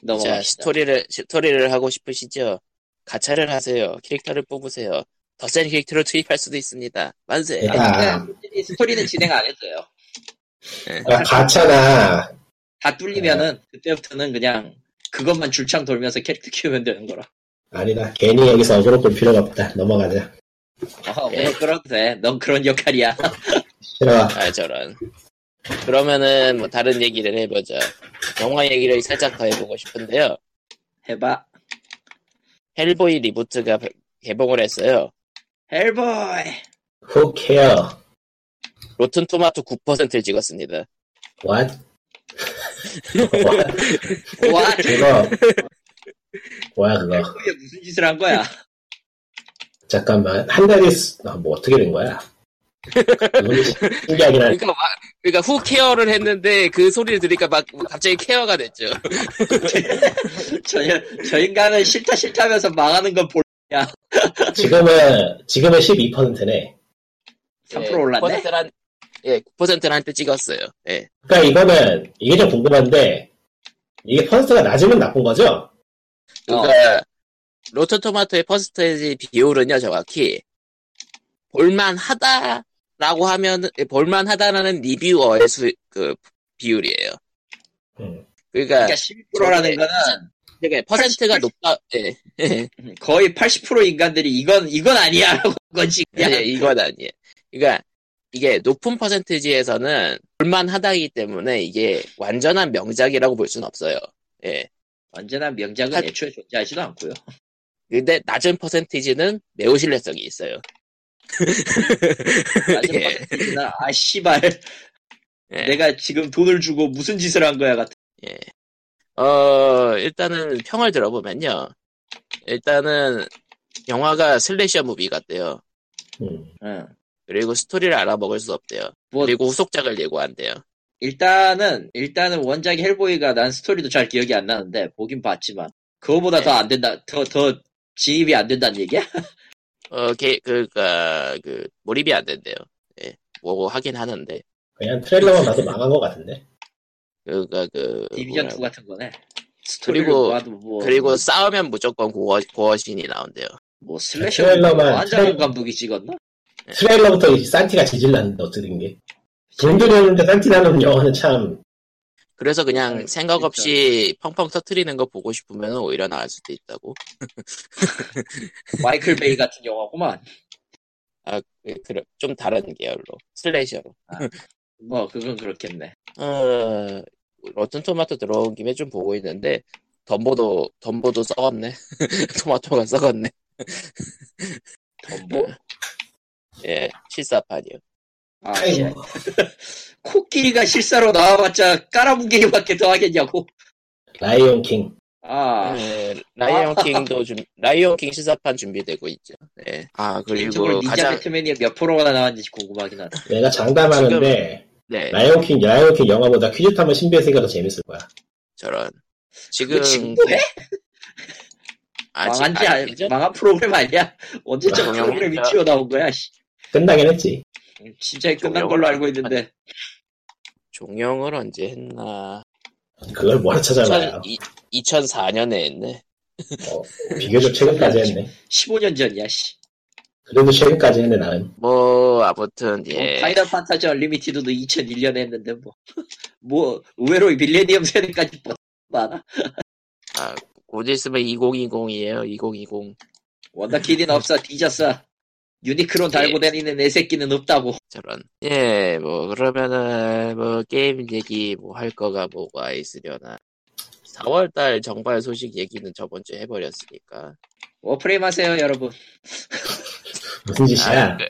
[SPEAKER 3] 넘어갑시다.
[SPEAKER 1] 스토리를, 스토리를 하고 싶으시죠? 가차를 하세요. 캐릭터를 뽑으세요. 더 센 캐릭터를 투입할 수도 있습니다. 만세.
[SPEAKER 2] 야. 아.
[SPEAKER 3] 스토리- 스토리는 진행 안 했어요.
[SPEAKER 2] 그러니까 가차나
[SPEAKER 3] 다 뚫리면은 그때부터는 그냥 그것만 줄창 돌면서 캐릭터 키우면 되는 거라.
[SPEAKER 2] 아니다 괜히 여기서 어그로 끌 필요가 없다 넘어가자.
[SPEAKER 3] 어,
[SPEAKER 1] 예.
[SPEAKER 3] 뭐 그런 돼. 넌 그런 역할이야.
[SPEAKER 2] 싫어.
[SPEAKER 1] 아, 저런. 그러면은, 뭐, 다른 얘기를 해보자. 영화 얘기를 살짝 더 해보고 싶은데요.
[SPEAKER 3] 해봐.
[SPEAKER 1] 헬보이 리부트가 개- 개봉을 했어요.
[SPEAKER 3] 헬보이.
[SPEAKER 2] Who care?
[SPEAKER 1] 로튼 토마토 9%를 찍었습니다.
[SPEAKER 2] What? What?
[SPEAKER 3] 와,
[SPEAKER 2] 그거 뭐야 그거?
[SPEAKER 3] 헬보이 무슨 짓을 한 거야?
[SPEAKER 2] 잠깐만 한 달이 쓰- 아, 뭐 어떻게 된 거야? 우리 신기하긴 한
[SPEAKER 1] 그러니까, 막, 그러니까 후 케어를 했는데 그 소리를 들으니까 막 갑자기 케어가 됐죠.
[SPEAKER 3] 저, 저 인간은 싫다 싫다 하면서 망하는 건 볼,
[SPEAKER 2] 지금은 지금은 12%네.
[SPEAKER 3] 3% 올랐네?
[SPEAKER 1] 9%를 한, 예, 9%를 한때 찍었어요. 예.
[SPEAKER 2] 그러니까 이거는 이게 좀 궁금한데 이게 퍼센트가 낮으면 나쁜 거죠?
[SPEAKER 1] 그러니까 로토토마토의 퍼스테이지 비율은요 정확히 볼만하다라고 하면 볼만하다라는 리뷰어의 수, 그 비율이에요.
[SPEAKER 2] 음.
[SPEAKER 1] 그러니까
[SPEAKER 3] 그러니까 12%라는
[SPEAKER 1] 저게-
[SPEAKER 3] 거는
[SPEAKER 1] 이게 퍼센트가
[SPEAKER 3] 80%?
[SPEAKER 1] 높다. 예,
[SPEAKER 3] 거의 80% 인간들이 이건, 이건 아니야. 라고 한 거지. 그냥.
[SPEAKER 1] 예, 이건 아니에요. 그러니까 이게 높은 퍼센트지에서는 볼만하다기 때문에 이게 완전한 명작이라고 볼 수는 없어요. 예.
[SPEAKER 3] 언제나 명작은
[SPEAKER 1] 한-
[SPEAKER 3] 애초에 존재하지도 않고요.
[SPEAKER 1] 근데 낮은 퍼센티지는 매우 신뢰성이 있어요.
[SPEAKER 3] 완전
[SPEAKER 1] 예.
[SPEAKER 3] 퍼센티지나, 아, 씨발.
[SPEAKER 1] 예.
[SPEAKER 3] 내가 지금 돈을 주고 무슨 짓을 한 거야 같은.
[SPEAKER 1] 어, 일단은 평을 들어보면요. 일단은 영화가 슬래셔 무비 같대요.
[SPEAKER 2] 음.
[SPEAKER 3] 응.
[SPEAKER 1] 그리고 스토리를 알아먹을 수 없대요.
[SPEAKER 3] 예. 뭐-
[SPEAKER 1] 그리고 후속작을 예고한대요.
[SPEAKER 3] 일단은, 일단은 원작 헬보이가 난 스토리도 잘 기억이 안 나는데, 보긴 봤지만, 그거보다
[SPEAKER 1] 예.
[SPEAKER 3] 더 안 된다, 더, 더 진입이 안 된다는 얘기야?
[SPEAKER 1] 어, 게, 그니까, 그, 몰입이 안 된대요. 예, 뭐 하긴 하는데.
[SPEAKER 2] 그냥 트레일러만 봐도 망한 것 같은데.
[SPEAKER 1] 그니까, 그,
[SPEAKER 3] 디비전
[SPEAKER 1] 뭐라-
[SPEAKER 3] 2 같은 거네. 스토리를
[SPEAKER 1] 그리고-
[SPEAKER 3] 봐도 뭐,
[SPEAKER 1] 그리고 싸우면 무조건 고어, 고어신이 나온대요.
[SPEAKER 3] 뭐 슬래셔
[SPEAKER 2] 트레일러만-
[SPEAKER 3] 한장훈
[SPEAKER 2] 트레일-
[SPEAKER 3] 감독이 찍었나?
[SPEAKER 2] 트레일러부터 이 산티가 지질 났는데 어떻게 게. 돈 들였는데 산티 나는 영화는 참
[SPEAKER 1] 그래서
[SPEAKER 3] 아,
[SPEAKER 1] 그냥 생각 없이 펑펑 터트리는 거 보고 싶으면 오히려 나을 수도 있다고.
[SPEAKER 3] 마이클 베이 같은 영화구만.
[SPEAKER 1] 예, 그래, 좀 다른 계열로. 슬래셔로.
[SPEAKER 3] 뭐 그건 그렇겠네.
[SPEAKER 1] 어, 로튼 토마토 들어온 김에 좀 보고 있는데 덤보도 덤보도 썩었네. 토마토가 썩었네.
[SPEAKER 3] 덤보?
[SPEAKER 1] 예, 실사판이요.
[SPEAKER 3] 아,
[SPEAKER 2] 아이고.
[SPEAKER 3] 예. 코끼리가 실사로 나와봤자 깔아뭉개기밖에 더 하겠냐고.
[SPEAKER 2] 라이온 킹.
[SPEAKER 3] 아,
[SPEAKER 1] 예, 라이언 킹도 준 라이언 킹 실사판 준비되고 있죠. 예. 아
[SPEAKER 3] 개인적으로
[SPEAKER 1] 그리고
[SPEAKER 3] 닌자
[SPEAKER 1] 가장
[SPEAKER 3] 배트맨이 몇 프로가 나왔는지 궁금하긴 하다.
[SPEAKER 2] 내가 장담하는데
[SPEAKER 1] 네
[SPEAKER 2] 라이온 킹 라이온 킹 영화보다 퀴즈 타면 신비의 세계가 더 재밌을 거야.
[SPEAKER 1] 저런
[SPEAKER 3] 그거
[SPEAKER 1] 지금
[SPEAKER 3] 지금 뭐해?
[SPEAKER 1] 아직
[SPEAKER 3] 망한 지 알,
[SPEAKER 1] 아니죠?
[SPEAKER 3] 망한 프로그램 아니야? 언제쯤
[SPEAKER 1] 망한
[SPEAKER 3] 프로그램이
[SPEAKER 1] 거야.
[SPEAKER 3] 튀어나온 거야? 씨.
[SPEAKER 2] 끝나긴 했지.
[SPEAKER 3] 진짜
[SPEAKER 1] 영화
[SPEAKER 3] 끝난 걸로 알고 있는데
[SPEAKER 1] 종영을 언제 했나?
[SPEAKER 2] 그걸 뭐라 찾아봐요.
[SPEAKER 1] 2004년에 했네.
[SPEAKER 2] 어, 비교적 최근까지 했네.
[SPEAKER 3] 15년 전이야, 씨.
[SPEAKER 2] 그래도 최근까지 했네 나는.
[SPEAKER 1] 뭐 아무튼
[SPEAKER 3] 뭐
[SPEAKER 1] 예.
[SPEAKER 3] 파이널 판타지 얼리미티드도 2001년에 했는데 뭐. 뭐 의외로 밀레니엄 세대까지 뻗- 많아.
[SPEAKER 1] 곧 있으면 2020이에요. 2020.
[SPEAKER 3] 원더키드는 없어, 뒤졌어. 유니크론
[SPEAKER 2] 예.
[SPEAKER 3] 달고 다니는 애 새끼는 없다고.
[SPEAKER 1] 저런. 예, 뭐 그러면은 뭐 게임 얘기 뭐 할 거가 뭐가 있으려나. 4월달 정발 소식 얘기는 저번 주에 해버렸으니까.
[SPEAKER 3] 워프레임 하세요, 여러분.
[SPEAKER 2] 무슨 짓이야?
[SPEAKER 1] 아, 그-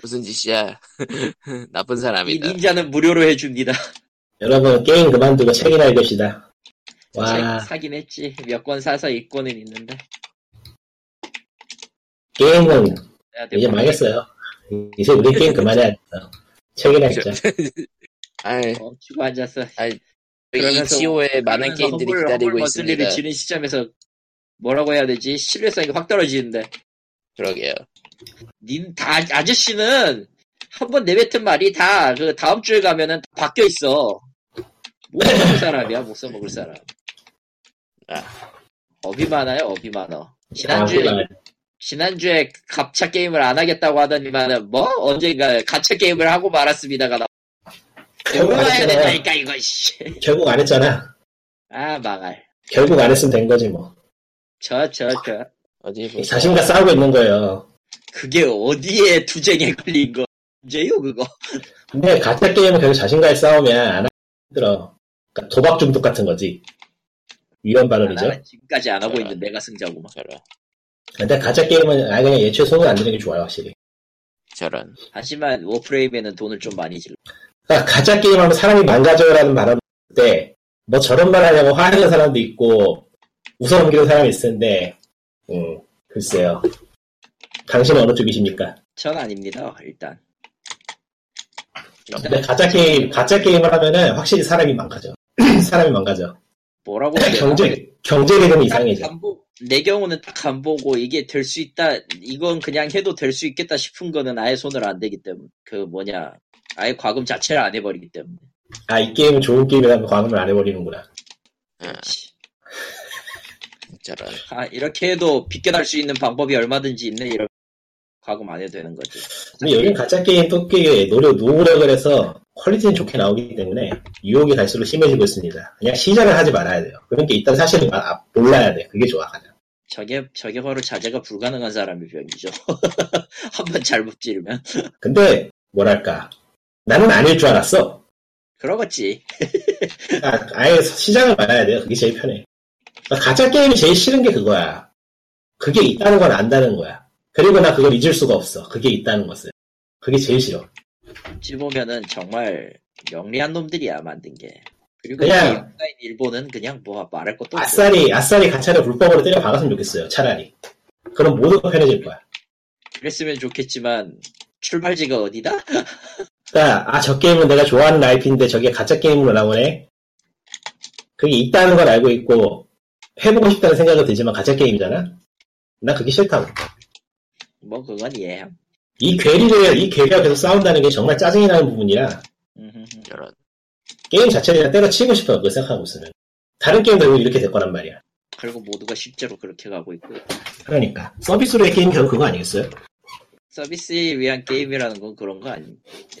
[SPEAKER 1] 무슨 짓이야? 나쁜
[SPEAKER 3] 이
[SPEAKER 1] 사람이다.
[SPEAKER 3] 닌자는 무료로 해줍니다.
[SPEAKER 2] 여러분 게임 그만두고 책이나 읽읍시다. 와
[SPEAKER 3] 사, 사긴 했지. 몇 권 사서 입고는 있는데.
[SPEAKER 2] 게임은
[SPEAKER 3] 내가
[SPEAKER 2] 이제
[SPEAKER 3] 내고
[SPEAKER 2] 망했어요. 이제 우리 게임 그만해야 돼. 책이나 읽자.
[SPEAKER 1] 아이,
[SPEAKER 3] 멈추고 앉았어. 그러면서-
[SPEAKER 1] 이치오의 많은
[SPEAKER 3] 그러면서
[SPEAKER 1] 게임들이
[SPEAKER 3] 험불-
[SPEAKER 1] 기다리고
[SPEAKER 3] 험불 머슬리를
[SPEAKER 1] 있습니다.
[SPEAKER 3] 지는 시점에서 뭐라고 해야 되지? 신뢰성이 확 떨어지는데.
[SPEAKER 1] 그러게요.
[SPEAKER 3] 닌, 다, 아저씨는 한 번 내뱉은 말이 다, 그, 다음 주에 가면은 다 바뀌어 있어. 못 써먹을 사람이야, 못 써먹을 사람. 업이 많아요, 업이 많아. 지난주에,
[SPEAKER 2] 아,
[SPEAKER 3] 지난주에 갑차 게임을 안 하겠다고 하더니만은, 뭐? 언젠가 가차 게임을 하고 말았습니다가 나,
[SPEAKER 2] 결국 안
[SPEAKER 3] 들어가야
[SPEAKER 2] 했잖아.
[SPEAKER 3] 된다니까, 이거, 씨.
[SPEAKER 2] 결국 안 했잖아.
[SPEAKER 3] 아, 망할.
[SPEAKER 2] 결국 안 했으면 된 거지 뭐.
[SPEAKER 3] 저, 저, 저.
[SPEAKER 1] 어디 보자.
[SPEAKER 2] 자신과 싸우고 있는 거예요.
[SPEAKER 3] 그게 어디에 투쟁에 걸린 거. 언제요, 그거?
[SPEAKER 2] 근데 가짜 게임은 결국 자신과의 싸움이야. 안 하기 힘들어. 그러니까 도박 중독 같은 거지. 위험 발언이죠.
[SPEAKER 3] 아, 나는 지금까지 안 하고 있는 내가 승자구만.
[SPEAKER 1] 저런,
[SPEAKER 2] 근데 가짜 게임은 아예 그냥 예초에 손을 안 드는 게 좋아요 확실히.
[SPEAKER 1] 저런.
[SPEAKER 3] 하지만 워프레임에는 돈을 좀 많이 질러.
[SPEAKER 2] 그러니까 가짜 게임하면 사람이 망가져요라는 말을 때뭐 저런 말 하냐고 화내는 사람도 있고 웃어넘기는 사람이 있을 텐데 음 글쎄요. 당신은 어느 쪽이십니까?
[SPEAKER 3] 전 아닙니다, 일단.
[SPEAKER 2] 근데 가짜 게임 가짜 게임을 하면은 확실히 사람이 망가져. 사람이 망가져.
[SPEAKER 3] 뭐라고 해야 되나?
[SPEAKER 2] 경제 경제력이
[SPEAKER 3] 딱
[SPEAKER 2] 이상해져.
[SPEAKER 3] 안 보- 내 경우는 딱 안 보고 이게 될 수 있다, 이건 그냥 해도 될 수 있겠다 싶은 거는 아예 손을 안 대기 때문에 그 뭐냐, 아예 과금 자체를 안 해버리기 때문에.
[SPEAKER 2] 아 이 게임은 좋은 게임이라면 과금을 안 해버리는구나.
[SPEAKER 3] 그렇지.
[SPEAKER 1] 아, 저런.
[SPEAKER 3] 아 이렇게 해도 빗겨날 수 있는 방법이 얼마든지 있네 이런 과금 안 해도 되는 거지.
[SPEAKER 2] 근데 여긴 가짜 게임 뽑기에 노력 노력을 해서 퀄리티는 좋게 나오기 때문에 유혹이 갈수록 심해지고 있습니다. 그냥 시작을 하지 말아야 돼요. 그런 게 일단 사실은 마- 아, 몰라야 돼. 그게 좋아 가장.
[SPEAKER 3] 저게 저게 바로 자제가 불가능한 사람의 병이죠. 한 번 잘못 찌르면
[SPEAKER 2] 근데 뭐랄까 나는 아닐 줄 알았어.
[SPEAKER 3] 그러겠지.
[SPEAKER 2] 아, 아예 시작을 말아야 돼요. 그게 제일 편해. 그러니까 가짜 게임이 제일 싫은 게 그거야. 그게 있다는 걸 안다는 거야. 그리고 나 그걸 잊을 수가 없어. 그게 있다는 것을. 그게 제일 싫어.
[SPEAKER 3] 어찌 보면은 정말 영리한 놈들이야 만든 게. 그리고
[SPEAKER 2] 그냥-
[SPEAKER 3] 이 인간 일본은 그냥 뭐 말할 것도 없고
[SPEAKER 2] 아싸리 아싸리 가차를 불법으로 때려 박았으면 좋겠어요. 차라리. 그럼 모든 거 편해질 거야.
[SPEAKER 3] 그랬으면 좋겠지만 출발지가 어디다?
[SPEAKER 2] 그러니까 아저 게임은 내가 좋아하는 IP인데 저게 가짜 게임으로 나오네. 그게 있다는 걸 알고 있고 해보고 싶다는 생각은 들지만 가짜 게임이잖아. 난 그게 싫다고.
[SPEAKER 3] 뭐 그건 이해.
[SPEAKER 2] 이 괴리를 이 괴리와 계속 싸운다는 게 정말 짜증이 나는 부분이라
[SPEAKER 1] 저런.
[SPEAKER 2] 게임 자체를 그냥 때려치고 싶어요. 그걸 생각하고 있으면 다른 게임도 결국 이렇게 될 거란 말이야.
[SPEAKER 3] 그리고 모두가 실제로 그렇게 가고 있고
[SPEAKER 2] 그러니까 서비스로의 게임 결국 그거 아니겠어요?
[SPEAKER 3] 서비스에 위한 게임이라는 건 그런 거 아니.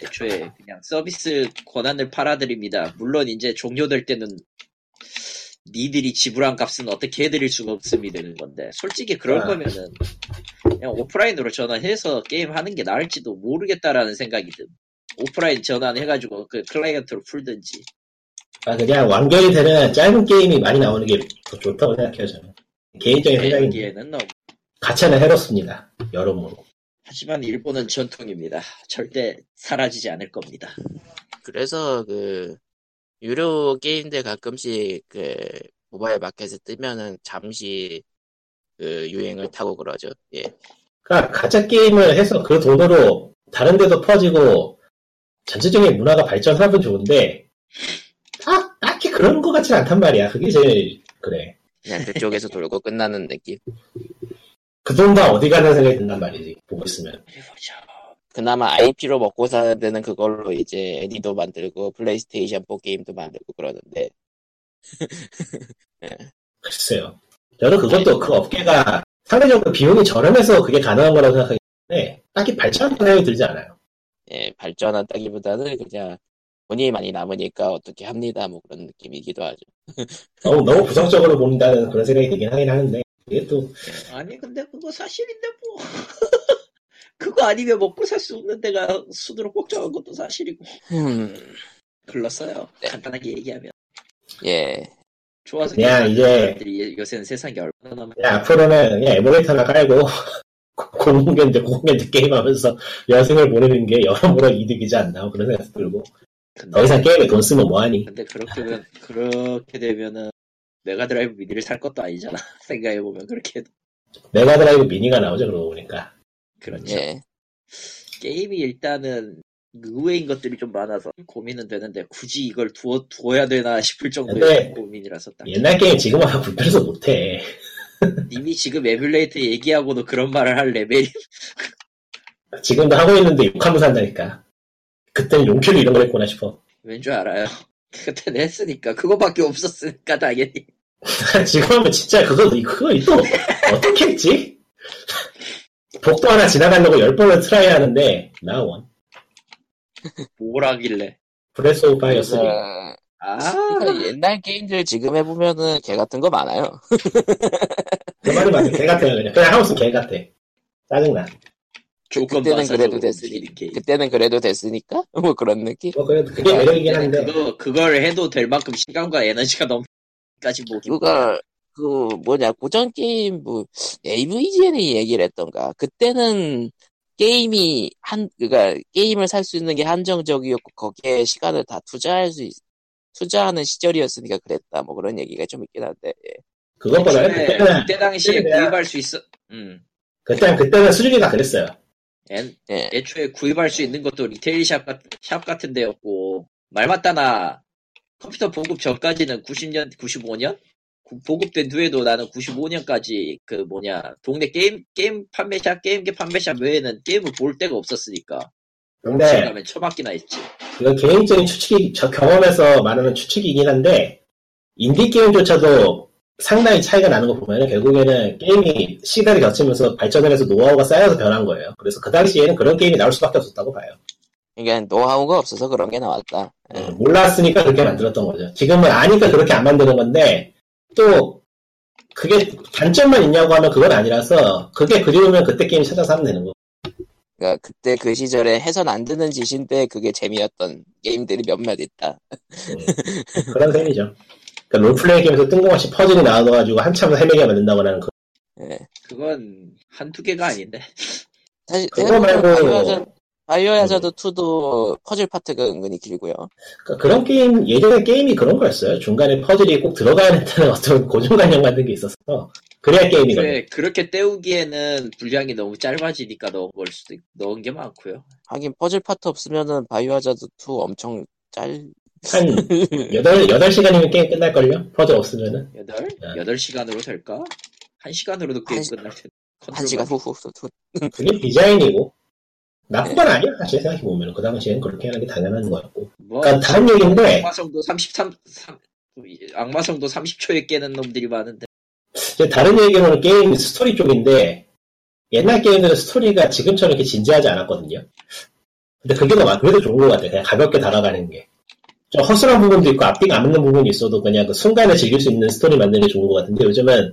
[SPEAKER 3] 애초에 그냥 서비스 권한을 팔아드립니다. 물론 이제 종료될 때는 니들이 지불한 값은 어떻게 해드릴 수가 없음이 되는 건데 솔직히 그럴
[SPEAKER 2] 아.
[SPEAKER 3] 거면은 그냥 오프라인으로 전환해서 게임 하는 게 나을지도 모르겠다라는 생각이 든. 오프라인 전환해가지고 그 클라이언트로 풀든지.
[SPEAKER 2] 아 그냥 완결이 되는 짧은 게임이 많이 나오는 게 더 좋다고 생각해요 저는. 개인적인 생각인데
[SPEAKER 3] 여기에는 너무.
[SPEAKER 2] 가차는 해롭습니다. 여러모로.
[SPEAKER 3] 하지만 일본은 전통입니다. 절대 사라지지 않을 겁니다.
[SPEAKER 1] 그래서 그 유료 게임들 가끔씩 그 모바일 마켓에 뜨면은 잠시 그 유행을 타고 그러죠. 예.
[SPEAKER 2] 그러니까 가짜 게임을 해서 그 돈으로 다른 데도 퍼지고 전체적인 문화가 발전하면 좋은데 다 딱히 그런 것 같진 않단 말이야. 그게 제일 그래.
[SPEAKER 1] 그냥 그쪽에서 돌고 끝나는 느낌.
[SPEAKER 2] 그 돈 다 어디 가는 생각이 든단 말이지. 보고 있으면.
[SPEAKER 3] 그리 보자.
[SPEAKER 1] 그나마 IP로 먹고 사는 데는 그걸로 이제 애니도 만들고 플레이스테이션 4 게임도 만들고 그러는데
[SPEAKER 2] 글쎄요. 저는 그것도 그 업계가 상대적으로 비용이 저렴해서 그게 가능한 거라고 생각하기 때문에 딱히 발전한 생각이 들지 않아요.
[SPEAKER 1] 예, 발전한다기보다는 그냥 돈이 많이 남으니까 어떻게 합니다 뭐 그런 느낌이기도 하죠.
[SPEAKER 2] 너무, 너무 부정적으로 본다는 그런 생각이 들긴 하긴 하는데 이게 또
[SPEAKER 3] 아니 근데 그거 사실인데 뭐 그거 아니면 먹고 살 수 없는 데가 수두로 걱정한 것도 사실이고
[SPEAKER 1] 음,
[SPEAKER 3] 글렀어요
[SPEAKER 1] 네.
[SPEAKER 3] 간단하게 얘기하면
[SPEAKER 1] 예,
[SPEAKER 3] 좋아서
[SPEAKER 2] 그냥 이제
[SPEAKER 3] 사람들이 요새는 세상이 얼마나 남아
[SPEAKER 2] 그냥 예, 앞으로는 그냥 에뮬레이터나 깔고 공공연대 공공연대 게임하면서 여생을 보내는 게 여러모로 이득이지 않나 그런 생각도 들고
[SPEAKER 3] 근데,
[SPEAKER 2] 더 이상 게임에 돈 쓰면 뭐하니
[SPEAKER 3] 근데 그렇게 되면 그렇게 되면은 메가드라이브 미니를 살 것도 아니잖아 생각해보면 그렇게 해도
[SPEAKER 2] 메가드라이브 미니가 나오죠 그러고 보니까 네.
[SPEAKER 3] 그렇죠
[SPEAKER 1] 예.
[SPEAKER 3] 게임이 일단은 의외인 것들이 좀 많아서 고민은 되는데 굳이 이걸 두어, 두어야 되나 싶을 정도의
[SPEAKER 2] 근데 예.
[SPEAKER 3] 고민이라서 딱
[SPEAKER 2] 옛날 게임 지금은 불편해서 못해
[SPEAKER 3] 이미 지금 에뮬레이터 얘기하고도 그런 말을 할 레벨이
[SPEAKER 2] 지금도 하고 있는데 욕하면서 한다니까 그때는 용필이 이런 걸 했구나 싶어
[SPEAKER 3] 왠 줄 알아요 그때는 했으니까 그거밖에 없었으니까 당연히
[SPEAKER 2] 지금 하면 진짜 그거 그거 또 어떻게 했지? 복도 하나 지나가려고 열 번을 트라이 하는데 나원
[SPEAKER 3] 뭘 하길래
[SPEAKER 2] 브레스 오브 파이어
[SPEAKER 1] 네.
[SPEAKER 2] 3
[SPEAKER 1] 그래서
[SPEAKER 3] 아
[SPEAKER 1] 그러니까 옛날 게임들 지금 해보면은 개 같은 거 많아요.
[SPEAKER 2] 그 말이 맞아. 개 같아요, 그냥. 그냥 하우스 개 같아. 짜증나.
[SPEAKER 3] 조건
[SPEAKER 1] 그때는
[SPEAKER 3] 봐서
[SPEAKER 1] 그래도
[SPEAKER 3] 조금
[SPEAKER 1] 됐으니.
[SPEAKER 3] 이렇게.
[SPEAKER 1] 그때는 그래도 됐으니까 뭐 그런 느낌.
[SPEAKER 2] 뭐, 그래도 그게 매력이긴
[SPEAKER 3] 그때는
[SPEAKER 2] 한데.
[SPEAKER 3] 그거 그걸 해도 될 만큼 시간과 에너지가 넘까지 뭐
[SPEAKER 1] 누가 그 뭐냐 고전 게임 뭐 AVGN이 얘기를 했던가. 그때는 게임이 한 그러니까 게임을 살 수 있는 게 한정적이었고 거기에 시간을 다 투자할 수 있, 투자하는 시절이었으니까 그랬다. 뭐 그런 얘기가 좀 있긴 한데. 예.
[SPEAKER 2] 그것보다
[SPEAKER 3] 애초에
[SPEAKER 2] 그때는,
[SPEAKER 3] 그때 당시에
[SPEAKER 2] 그때는
[SPEAKER 3] 구입할 수 있어 음
[SPEAKER 2] 그때는, 그때는 수준이가 그랬어요.
[SPEAKER 3] 엔-
[SPEAKER 1] 예.
[SPEAKER 3] 애초에 구입할 수 있는 것도 리테일 샵, 같, 샵 같은 데였고 말 맞다나 컴퓨터 보급 전까지는 90년 95년 보급된 후에도 나는 95년까지 그 뭐냐 동네 게임 게임 판매샵 게임기 판매샵 외에는 게임을 볼 데가 없었으니까
[SPEAKER 1] 네.
[SPEAKER 3] 지금
[SPEAKER 2] 근데,
[SPEAKER 3] 가면 처박기나 했지
[SPEAKER 2] 이거 네. 개인적인 추측이, 저 경험에서 말하는 추측이긴 한데, 인디게임조차도 상당히 차이가 나는 거 보면은 결국에는 게임이 시대를 거치면서 발전을 해서 노하우가 쌓여서 변한 거예요. 그래서 그 당시에는 그런 게임이 나올 수밖에 없었다고 봐요.
[SPEAKER 1] 그러니까 노하우가 없어서 그런 게 나왔다. 예.
[SPEAKER 2] 음, 몰랐으니까 그렇게 만들었던 거죠. 지금은 아니까 그렇게 안 만드는 건데, 또, 그게 단점만 있냐고 하면 그건 아니라서, 그게 그리우면 그때 게임 찾아서 하면 되는 거.
[SPEAKER 1] 그러니까 그때 그 시절에 해선 안 되는 짓인데 그게 재미였던 게임들이 몇몇 있다.
[SPEAKER 2] 그런 셈이죠. 그러니까 롤플레이 게임에서 뜬금없이 퍼즐이 나와가지고 한참 헤매게 만든다거나 하는 그, 거.
[SPEAKER 1] 예.
[SPEAKER 3] 그건 한두 개가 아닌데
[SPEAKER 1] 사실
[SPEAKER 2] 그거
[SPEAKER 1] 생각해보면
[SPEAKER 2] 말고-
[SPEAKER 1] 바이오 하자드, 바이오 하자드 2도 퍼즐 파트가 은근히 길고요.
[SPEAKER 2] 그러니까 그런 게임, 예전에 게임이 그런 거였어요. 중간에 퍼즐이 꼭 들어가야 된다는 어떤 고정관념 같은 게 있어서, 그래야
[SPEAKER 1] 네.
[SPEAKER 2] 게임이 걸려요.
[SPEAKER 3] 근데 그렇게 때우기에는 분량이 너무 짧아지니까 넣은 걸 수도 있, 넣은 게 많고요
[SPEAKER 1] 하긴 퍼즐 파트 없으면은 바이오 하자드 2 엄청 짤
[SPEAKER 2] 한 8, 8시간이면 게임 끝날걸요? 퍼즐 없으면은.
[SPEAKER 3] 여덟
[SPEAKER 2] 네.
[SPEAKER 3] 여덟 시간으로 될까? 한 시간으로도 게임
[SPEAKER 1] 한 시-
[SPEAKER 3] 끝날 텐데.
[SPEAKER 1] 한시간 후후 후.
[SPEAKER 2] 그게 디자인이고, 나쁜 건 아니야, 사실 생각해보면. 그 당시에는 그렇게 하는 게 당연한 거였고.
[SPEAKER 3] 뭐
[SPEAKER 2] 그러니까 다른 얘기인데,
[SPEAKER 3] 악마성도 33 3, 악마성도 30초에 깨는 놈들이 많은데
[SPEAKER 2] 이제 다른 얘기로는 게임 스토리 쪽인데 옛날 게임들은 스토리가 지금처럼 이렇게 진지하지 않았거든요. 근데 그게 더 많- 그래도 좋은 것 같아. 그냥 가볍게 달아가는 게. 좀 허술한 부분도 있고 앞뒤가 안 맞는 부분이 있어도 그냥 그 순간에 즐길 수 있는 스토리 만드는 게 좋은 것 같은데 요즘은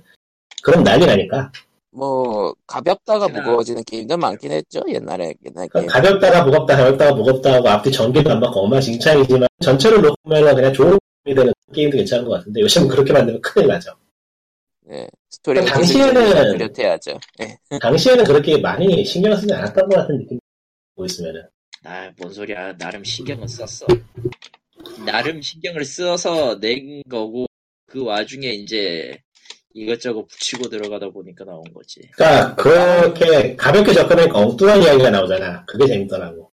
[SPEAKER 2] 그럼 난리 나니까.
[SPEAKER 1] 뭐 가볍다가
[SPEAKER 3] 그냥-
[SPEAKER 1] 무거워지는 게임도 많긴 했죠. 옛날에 옛날
[SPEAKER 2] 그러니까
[SPEAKER 1] 게임.
[SPEAKER 2] 가볍다가 무겁다, 가볍다가 무겁다 하고 앞뒤 전개도 안 맞고 엉망진창이지만 전체를 놓고 보면 그냥 좋은 게임이 되는 게임도 괜찮은 것 같은데 요즘은 그렇게 만들면 큰일 나죠.
[SPEAKER 1] 예. 스토리가
[SPEAKER 2] 그러니까 당시에는-
[SPEAKER 1] 기술적으로 뚜렷해야죠. 예.
[SPEAKER 2] 당시에는 그렇게 많이 신경 쓰지 않았던 것 같은 느낌이 보있으면은
[SPEAKER 3] 아 뭔 소리야 나름 신경은 썼어 나름 신경을 써서 낸 거고 그 와중에 이제 이것저것 붙이고 들어가다 보니까 나온 거지
[SPEAKER 2] 그러니까 그렇게 가볍게 접근하니까 엉뚱한 이야기가 나오잖아. 그게 재밌더라고.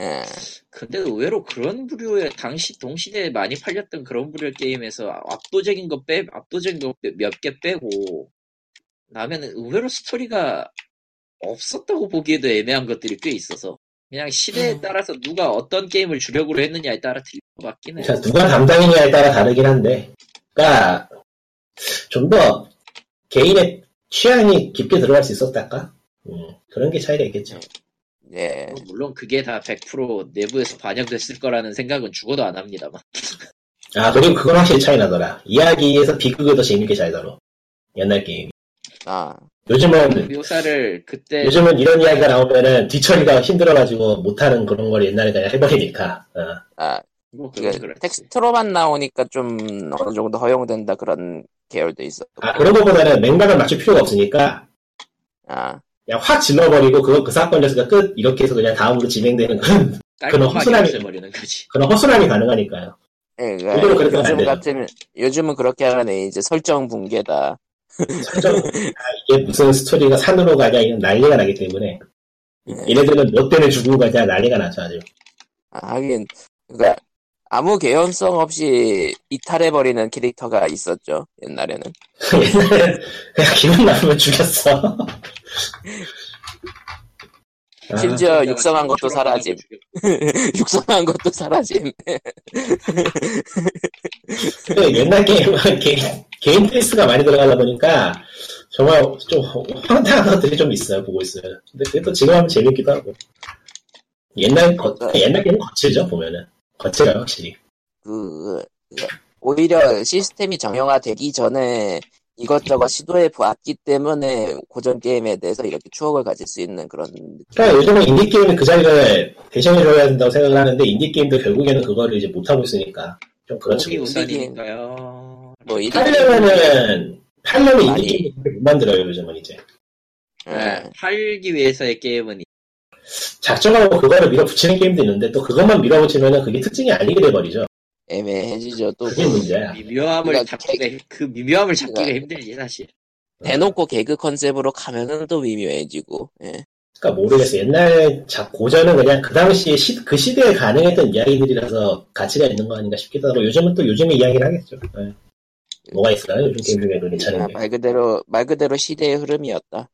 [SPEAKER 1] 예.
[SPEAKER 3] 근데 의외로 그런 부류의 당시 동시대에 많이 팔렸던 그런 부류의 게임에서 압도적인 거 빼, 압도적인 거 몇 개 빼고 나면 의외로 스토리가 없었다고 보기에도 애매한 것들이 꽤 있어서 그냥
[SPEAKER 1] 음.
[SPEAKER 3] 시대에 따라서 누가 어떤 게임을 주력으로 했느냐에 따라 틀릴 것 같긴 해.
[SPEAKER 2] 자, 그러니까 누가 담당이냐에 따라 다르긴 한데, 그러니까 좀 더 개인의 취향이 깊게 들어갈 수 있었달까? 음, 그런 게 차이가 있겠죠.
[SPEAKER 1] 예.
[SPEAKER 3] 뭐 물론 그게 다 100% 내부에서 반영됐을 거라는 생각은 죽어도 안 합니다만.
[SPEAKER 2] 아 그리고 그건 확실히 차이 나더라. 이야기에서 비극을 더 재밌게 잘 다뤄. 옛날 게임.
[SPEAKER 1] 아,
[SPEAKER 2] 요즘은
[SPEAKER 3] 묘사를 그때
[SPEAKER 2] 요즘은 이런 이야기가 나오면은 뒤처리가 힘들어가지고 못하는 그런 걸 옛날에 그냥 해버리니까. 어.
[SPEAKER 1] 아,
[SPEAKER 3] 뭐
[SPEAKER 1] 그
[SPEAKER 3] 그건 그렇지.
[SPEAKER 1] 텍스트로만 나오니까 좀 어느 정도 허용된다 그런 계열도 있어.
[SPEAKER 2] 아 그런 것보다는 맥락을 맞출 필요가 없으니까
[SPEAKER 1] 아,
[SPEAKER 2] 그냥 확 질러버리고 그건 그 사건 됐으니까 끝 이렇게 해서 그냥 다음으로 진행되는 그런
[SPEAKER 3] 깔끔하게
[SPEAKER 2] 허술하게-
[SPEAKER 3] 없애버리는 거지.
[SPEAKER 2] 그런 허술함이 가능하니까요.
[SPEAKER 1] 예, 그
[SPEAKER 2] 의도로 그렇게 하면 안
[SPEAKER 1] 요즘
[SPEAKER 2] 돼요.
[SPEAKER 1] 같은 요즘은 그렇게 하네 이제 설정 붕괴다.
[SPEAKER 2] 설정 아, 이게 무슨 스토리가 산으로 가냐 이런 난리가 나기 때문에 얘네들은 몇 때문에 죽고 가냐 난리가 나죠 아주.
[SPEAKER 1] 아, 하긴 그러니까 아무 개연성 없이 이탈해 버리는 캐릭터가 있었죠 옛날에는.
[SPEAKER 2] 옛날에 그냥 네. 기분 나쁘면 죽였어. 아,
[SPEAKER 1] 심지어 육성한 것도
[SPEAKER 3] 추락하는
[SPEAKER 1] 사라짐,
[SPEAKER 3] 거 죽였고.
[SPEAKER 1] 육성한 것도 사라짐.
[SPEAKER 2] 근데 옛날 게임은 개인, 개인 페이스가 많이 들어가다 보니까 정말 좀 황당한 것들이 좀 있어요 보고 있어요. 근데 그게 또 지금 하면 재밌기도 하고. 옛날 거, 옛날 게임은 거칠죠 보면은 거칠어요 확실히.
[SPEAKER 1] 그 그, 오히려 시스템이 정형화되기 전에 이것저것 시도해 보았기 때문에 고전 게임에 대해서 이렇게 추억을 가질 수 있는 그런
[SPEAKER 2] 그러니까 요즘은 인디 게임이 그 자리를 대신해줘야 된다고 생각을 하는데 인디 게임도 결국에는 그거를 이제 못 하고 있으니까 좀 그렇죠.
[SPEAKER 3] 목이 우산이니까요.
[SPEAKER 1] 뭐 이런
[SPEAKER 2] 하려면은 하려면 인디
[SPEAKER 1] 많이-
[SPEAKER 2] 게임 못 만들어요 요즘은 이제.
[SPEAKER 3] 네,
[SPEAKER 1] 예.
[SPEAKER 3] 팔기 위해서의 게임은
[SPEAKER 2] 작정하고 그거를 밀어붙이는 게임도 있는데 또 그것만 밀어붙이면은 그게 특징이 아니게 돼버리죠.
[SPEAKER 1] 예, 애매해지죠 또
[SPEAKER 2] 그게 문제야.
[SPEAKER 3] 미묘함을
[SPEAKER 1] 그러니까
[SPEAKER 3] 잡기가 힘- 그 미묘함을 잡기가
[SPEAKER 1] 그러니까-
[SPEAKER 3] 힘들지 사실.
[SPEAKER 1] 대놓고 개그 컨셉으로 가면은 또 미묘해지고 예.
[SPEAKER 2] 그러니까 모르겠어. 옛날 작 고전은 그냥 그 당시에 시, 그 시대에 가능했던 이야기들이라서 가치가 있는 거 아닌가 싶기도 하고 요즘은 또 요즘의 이야기를 하겠죠. 예. 뭐가 있을까요? 요즘 게임 중에도
[SPEAKER 1] 아,
[SPEAKER 2] 괜찮은 게.
[SPEAKER 1] 말 그대로 말 그대로 시대의 흐름이었다.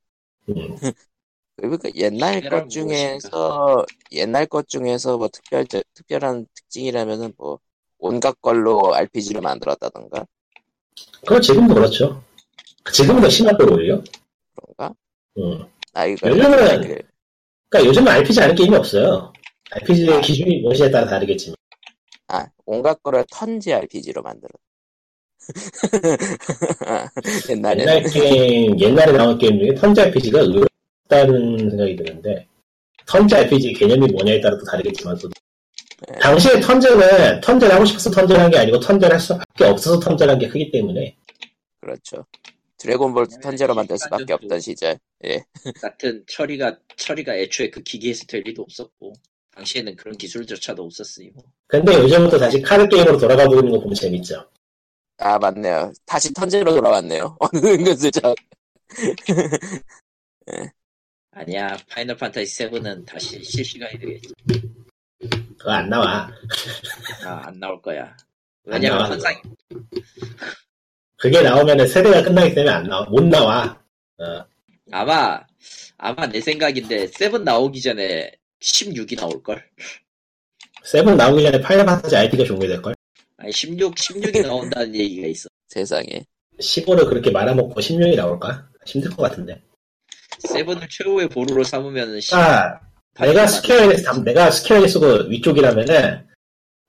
[SPEAKER 2] 음.
[SPEAKER 1] 그리고 그 옛날
[SPEAKER 3] 시대란
[SPEAKER 1] 것 중에서 옛날 것 중에서 뭐 특별 특별한 특징이라면은 뭐 온갖 걸로 RPG를 만들었다던가
[SPEAKER 2] 그건 지금도 그렇죠. 지금은 더 심할 걸 오히려.
[SPEAKER 1] 그런가?
[SPEAKER 2] 음.
[SPEAKER 1] 아 이거
[SPEAKER 2] 요즘은
[SPEAKER 1] 그-
[SPEAKER 2] 그러니까 요즘은 RPG 아닌 게임이 없어요. RPG의 기준이 무엇에 따라 다르겠지만.
[SPEAKER 1] 아, 온갖 거를 턴지 RPG로 만들었다. 옛날에
[SPEAKER 2] 옛날 게임, 옛날에 나온 게임 중에 턴제 RPG가 의외다는 생각이 드는데, 턴제 RPG 개념이 뭐냐에 따라 또 다르겠지만, 또.
[SPEAKER 1] 네.
[SPEAKER 2] 당시에 턴제는, 턴제를 하고 싶어서 턴제를 한 게 아니고, 턴제를 할 수밖에 없어서 턴제를 한 게 크기 때문에,
[SPEAKER 1] 그렇죠. 드래곤볼 턴제로 만들 수밖에
[SPEAKER 3] 시간적으로.
[SPEAKER 1] 없던 시절. 예.
[SPEAKER 3] 같은 처리가 처리가 애초에 그 기기에서 될 리도 없었고 당시에는 그런 기술조차도 없었으니 뭐.
[SPEAKER 2] 근데 요즘은 또 다시 카드 게임으로 돌아가고 있는 거 보면 재밌죠.
[SPEAKER 1] 아, 맞네요. 다시 턴제로 돌아왔네요. 어느 은근슬쩍.
[SPEAKER 3] 아니야 파이널 판타지 7은 다시 실시간이 되겠지.
[SPEAKER 2] 그거 안 나와.
[SPEAKER 3] 아, 안 나올 거야.
[SPEAKER 2] 안
[SPEAKER 3] 왜냐면
[SPEAKER 2] 나와,
[SPEAKER 3] 항상
[SPEAKER 2] 그게 나오면은 세대가 끝나기 때문에 안 나와. 못 나와. 어,
[SPEAKER 3] 아마 아마 내 생각인데 7 나오기 전에 16이 나올 걸.
[SPEAKER 2] 세븐 나오기 전에 파이널 판타지 IP가 종료될걸?
[SPEAKER 3] 아니 16 16이 나온다는 얘기가 있어.
[SPEAKER 1] 세상에.
[SPEAKER 2] 15를 그렇게 말아먹고 16이 나올까? 힘들 것 같은데.
[SPEAKER 3] 7을 최후의 보루로 삼으면 10.
[SPEAKER 2] 아, 내가 스퀘어에서 담- 내가 스퀘어에서 위쪽이라면은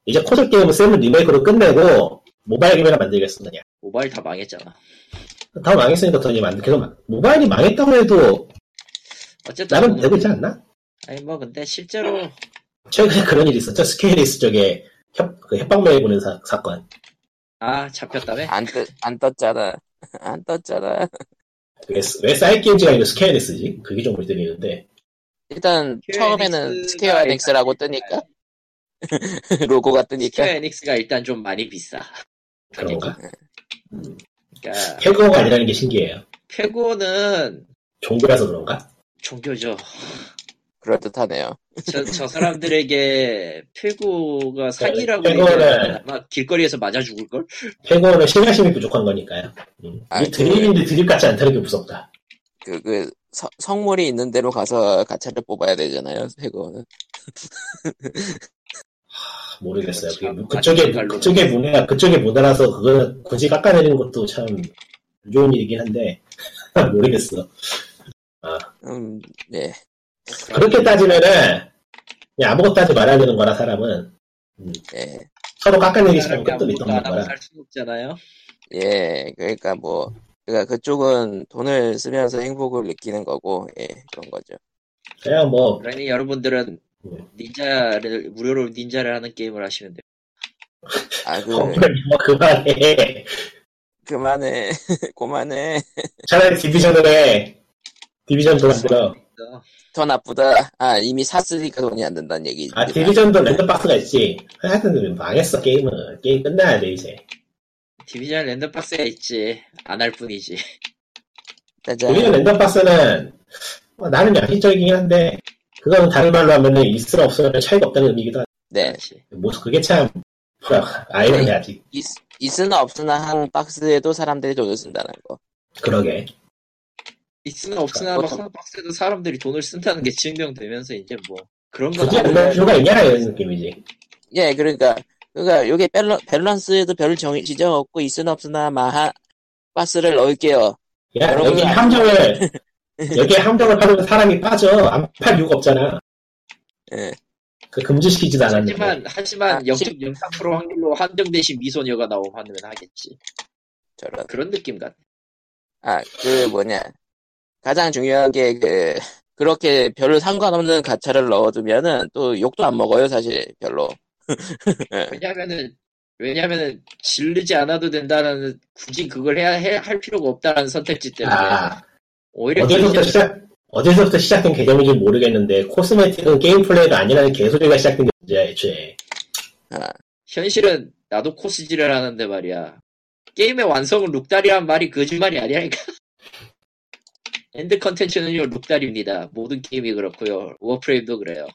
[SPEAKER 2] 이제 코드 게임은 세븐 리메이크로 끝내고 모바일 게임이나 만들겠어 그냥
[SPEAKER 3] 모바일 다 망했잖아.
[SPEAKER 2] 다 망했으니까 더 이제 만 계속 만- 모바일이 망했다고 해도
[SPEAKER 3] 어쨌든
[SPEAKER 2] 나름
[SPEAKER 3] 뭐-
[SPEAKER 2] 되고 있지 않나?
[SPEAKER 3] 아니 뭐 근데 실제로
[SPEAKER 2] 최근에 그런 일이 있었죠 스퀘어리스 쪽에 협, 그 협박매일 보는 사, 사건
[SPEAKER 3] 아 잡혔다며?
[SPEAKER 1] 안, 뜨, 안 떴잖아. 안 떴잖아.
[SPEAKER 2] 왜, 스- 왜 사이게임즈가 아니고 스퀘어리스지? 그게 좀 물들리는데
[SPEAKER 1] 일단,
[SPEAKER 3] 스퀘어
[SPEAKER 1] 처음에는
[SPEAKER 3] 에닉스가
[SPEAKER 1] 스퀘어 에닉스라고
[SPEAKER 3] 일단
[SPEAKER 1] 뜨니까. 로고가
[SPEAKER 3] 스퀘어
[SPEAKER 1] 뜨니까.
[SPEAKER 3] 에닉스가 일단 좀 많이 비싸.
[SPEAKER 2] 그런가?
[SPEAKER 3] 그러니까
[SPEAKER 2] 해고가 아니라는 게 신기해요
[SPEAKER 3] 페고는
[SPEAKER 2] 종교라서 그런가?
[SPEAKER 3] 종교죠.
[SPEAKER 1] 그럴듯하네요.
[SPEAKER 3] 저, 저 사람들에게 페고가
[SPEAKER 2] 네,
[SPEAKER 3] 사기라고
[SPEAKER 2] 페고는-
[SPEAKER 3] 얘기하면 아마 길거리에서 맞아 죽을 걸?
[SPEAKER 2] 해고는 신뢰심이 부족한 거니까요 음.
[SPEAKER 1] 아,
[SPEAKER 2] 이게 드립인데 드립 같지 않다는 게 무섭다
[SPEAKER 1] 그, 그, 서- 성물이 있는 대로 가서 가차를 뽑아야 되잖아요. 그거는
[SPEAKER 2] 모르겠어요. 그게 뭐-
[SPEAKER 3] 그렇죠.
[SPEAKER 2] 그쪽에
[SPEAKER 3] 발로.
[SPEAKER 2] 그쪽에 문화 그쪽에 문화라서 그걸 굳이 깎아내리는 것도 참 안 좋은 일이긴 한데 모르겠어.
[SPEAKER 1] 음, 예.
[SPEAKER 3] 뭐
[SPEAKER 2] 그렇게 따지면은 그냥 아무것도 하지 말아야 되는 거라 사람은
[SPEAKER 1] 예.
[SPEAKER 2] 서로 깎아내기 싫으면 끝도
[SPEAKER 3] 아무것도
[SPEAKER 2] 밑도 없는
[SPEAKER 3] 안 하고
[SPEAKER 2] 거라.
[SPEAKER 3] 살 수는 없잖아요.
[SPEAKER 1] 예, 그러니까 뭐, 그러니까 그쪽은 돈을 쓰면서 행복을 느끼는 거고, 예, 그런 거죠.
[SPEAKER 2] 그냥 뭐
[SPEAKER 3] 그러니 여러분들은
[SPEAKER 2] 네.
[SPEAKER 3] 닌자를 무료로 닌자를 하는 게임을 하시면 돼요.
[SPEAKER 1] 아, 그,
[SPEAKER 2] 정말 뭐 그만해.
[SPEAKER 1] 그만해, 그만해.
[SPEAKER 2] 차라리 디비전을 해. 디비전 돈 들어.
[SPEAKER 3] 그래서
[SPEAKER 1] 더 나쁘다. 아, 이미 샀으니까 돈이 안 된다는 얘기지.
[SPEAKER 2] 아 디비전도 랜덤박스가 있지. 하여튼 망했어 게임은 게임 끝나야 돼 이제.
[SPEAKER 3] 디비전 랜덤박스에 있지 안 할 뿐이지.
[SPEAKER 1] 짜잔.
[SPEAKER 2] 디비전 네. 랜덤박스는 뭐 나는 양심적이긴 한데 그건 다른 말로 하면은 있으나 없으나 차이가 없다는 의미기도 하고
[SPEAKER 1] 네.
[SPEAKER 3] 그렇지.
[SPEAKER 2] 뭐 그게 참 뭐라 아이러니 아직
[SPEAKER 1] 있, 있으나 없으나 한 박스에도 사람들이 돈을 쓴다는 거.
[SPEAKER 2] 그러게.
[SPEAKER 3] 있으나 없으나 막
[SPEAKER 2] 그렇죠.
[SPEAKER 3] 홈박스에도 사람들이 돈을 쓴다는 게 증명되면서 이제 뭐 그런 건
[SPEAKER 2] 굳이
[SPEAKER 3] 아니야.
[SPEAKER 2] 안 나올 필요가 있냐 이런 느낌이지.
[SPEAKER 1] 예, 그러니까, 그러니까 요게 밸런, 밸런스에도 별 정, 지정 없고 있으나 없으나 마하, 박스를 넣을게요.
[SPEAKER 2] 야,
[SPEAKER 1] 여러분,
[SPEAKER 2] 여기
[SPEAKER 1] 아-
[SPEAKER 2] 함정을, 여기 함정을 파면 사람이 빠져. 안 팔 이유가 없잖아.
[SPEAKER 1] 예.
[SPEAKER 2] 그 금지시키지도 않았는데.
[SPEAKER 3] 하지만
[SPEAKER 1] 아,
[SPEAKER 3] 하지만 0.03% 확률로 한정되신 미소녀가 나오면 하면 하겠지.
[SPEAKER 1] 저런.
[SPEAKER 3] 그런 느낌 같아.
[SPEAKER 1] 아, 그 뭐냐. 가장 중요한 게 그, 그렇게 별로 상관없는 가차를 넣어두면은 또 욕도 안 먹어요, 사실, 별로.
[SPEAKER 3] 왜냐면은 왜냐면은 질르지 않아도 된다는 굳이 그걸 해야 해- 할 필요가 없다는 선택지 때문에
[SPEAKER 2] 아,
[SPEAKER 3] 오히려
[SPEAKER 2] 어디서부터 시작, 어디서부터 시작된 개념인지 모르겠는데, 코스메틱은 게임 플레이가 아니라는 개소리가 시작된 게 문제야, 애초에.
[SPEAKER 3] 현실은 나도 코스질을 하는데 말이야. 게임의 완성은 룩다리란 말이 거짓말이 아니라니까. 엔드 컨텐츠는요 룩다리입니다. 모든 게임이 그렇고요. 워프레임도 그래요.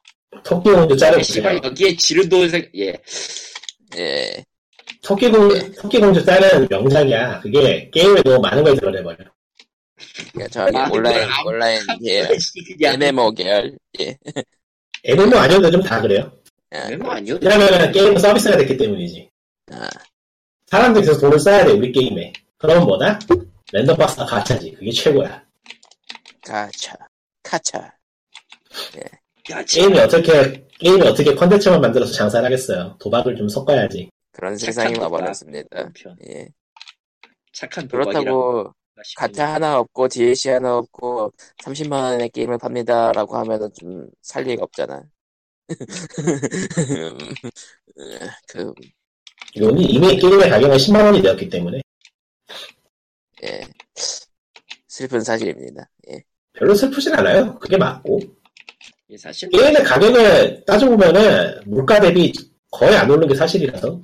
[SPEAKER 2] 토끼공주
[SPEAKER 3] 아, 씨발
[SPEAKER 2] 짜는,
[SPEAKER 3] 여기에 지르도 생 예.
[SPEAKER 1] 예.
[SPEAKER 2] 토끼공, 토끼공주 짜는 명작이야. 그게 게임에 너무 많은 걸 드러내버려.
[SPEAKER 1] 그러니까 저기
[SPEAKER 3] 아,
[SPEAKER 1] 온라인,
[SPEAKER 3] 그걸 안-
[SPEAKER 1] 온라인 예. 계열.
[SPEAKER 3] 그냥
[SPEAKER 1] MMO 계열. 예.
[SPEAKER 2] MMO 아니어도 요즘 다 그래요.
[SPEAKER 1] 아,
[SPEAKER 3] 멤버 아니요?
[SPEAKER 2] 왜냐면 게임은 서비스가 됐기 때문이지.
[SPEAKER 1] 아.
[SPEAKER 2] 사람들이 계속 돈을 써야 돼, 우리 게임에. 그럼 뭐다? 랜덤박스가 가차지. 그게 최고야.
[SPEAKER 1] 가차. 가차.
[SPEAKER 3] 야, 지금
[SPEAKER 2] 게임이 어떻게 게임이 어떻게 컨텐츠만 만들어서 장사를 하겠어요. 도박을 좀 섞어야지.
[SPEAKER 1] 그런
[SPEAKER 3] 착한
[SPEAKER 1] 세상이
[SPEAKER 3] 도박.
[SPEAKER 1] 와버렸습니다.
[SPEAKER 3] 어, 편.
[SPEAKER 1] 예.
[SPEAKER 3] 착한 뭐 도박이라고
[SPEAKER 1] 그렇다고 가차 하나 없고 DLC 하나 없고 30만 원의 게임을 팝니다라고 하면은 좀 살 리가 없잖아. 그
[SPEAKER 2] 이미 이미 게임의 가격은 10만 원이 되었기 때문에
[SPEAKER 1] 예. 슬픈 사실입니다. 예.
[SPEAKER 2] 별로 슬프진 않아요. 그게 맞고
[SPEAKER 3] 이게 예, 사실
[SPEAKER 2] 게임의 가격을 따져보면은 물가 대비 거의 안 오른 게 사실이라서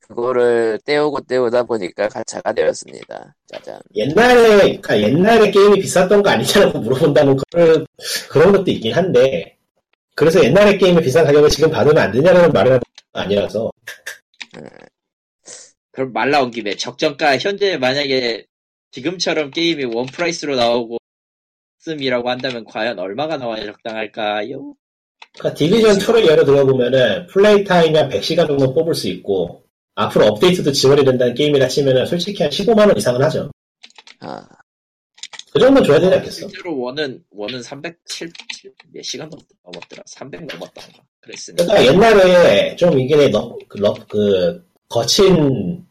[SPEAKER 1] 그거를 때우고 때우다 보니까 가차가 되었습니다. 짜잔.
[SPEAKER 2] 옛날에 그러니까 옛날에 게임이 비쌌던 거 아니냐고 물어본다면 그걸, 그런 것도 있긴 한데 그래서 옛날에 게임의 비싼 가격을 지금 받으면 안 되냐라는 말은 아니라서
[SPEAKER 3] 그럼 말 나온 김에 적정가 현재 만약에 지금처럼 게임이 원 프라이스로 나오고 씀이라고 한다면 과연 얼마가 나와야 적당할까요?
[SPEAKER 2] 그러니까 디비전 2를 예로 들어보면은 플레이 타임이 한 100시간 정도 뽑을 수 있고 앞으로 업데이트도 지원이 된다는 게임이라 치면은 솔직히 한 15만 원 이상은 하죠.
[SPEAKER 1] 아,
[SPEAKER 2] 그 정도 줘야 되지 않겠어?
[SPEAKER 3] 실제로 원은 원은 307 몇 예, 시간 넘- 넘었더라. 300 넘었던가. 그랬으니까
[SPEAKER 2] 그러니까 옛날에 좀 이게 너, 그, 러- 그 거친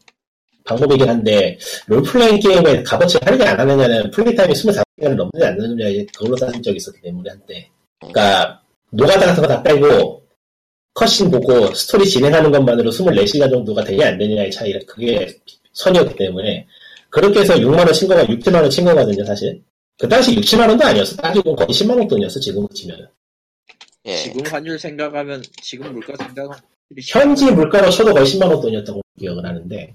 [SPEAKER 2] 방법이긴 한데 롤플레잉 게임에 값어치를 하느냐 안 하느냐는 플레이 타임이 24시간을 넘느냐 안 넘느냐 그걸로 따진 적이 있었기 때문에 한때 그러니까 노가다 같은 거 다 빼고 컷신 보고 스토리 진행하는 것만으로 24시간 정도가 되냐 안 되냐의 차이 그게 선이었기 때문에 그렇게 해서 6만원 친 거가 6, 7만원 친 거거든요 사실 그 당시 6, 7만원도 아니었어 따지고 거의 10만원 돈이었어 지금 치면
[SPEAKER 1] 예.
[SPEAKER 3] 지금 환율 생각하면 지금 물가 생각하면
[SPEAKER 2] 현지 물가로 쳐도 거의 10만 원 돈이었다고 기억을 하는데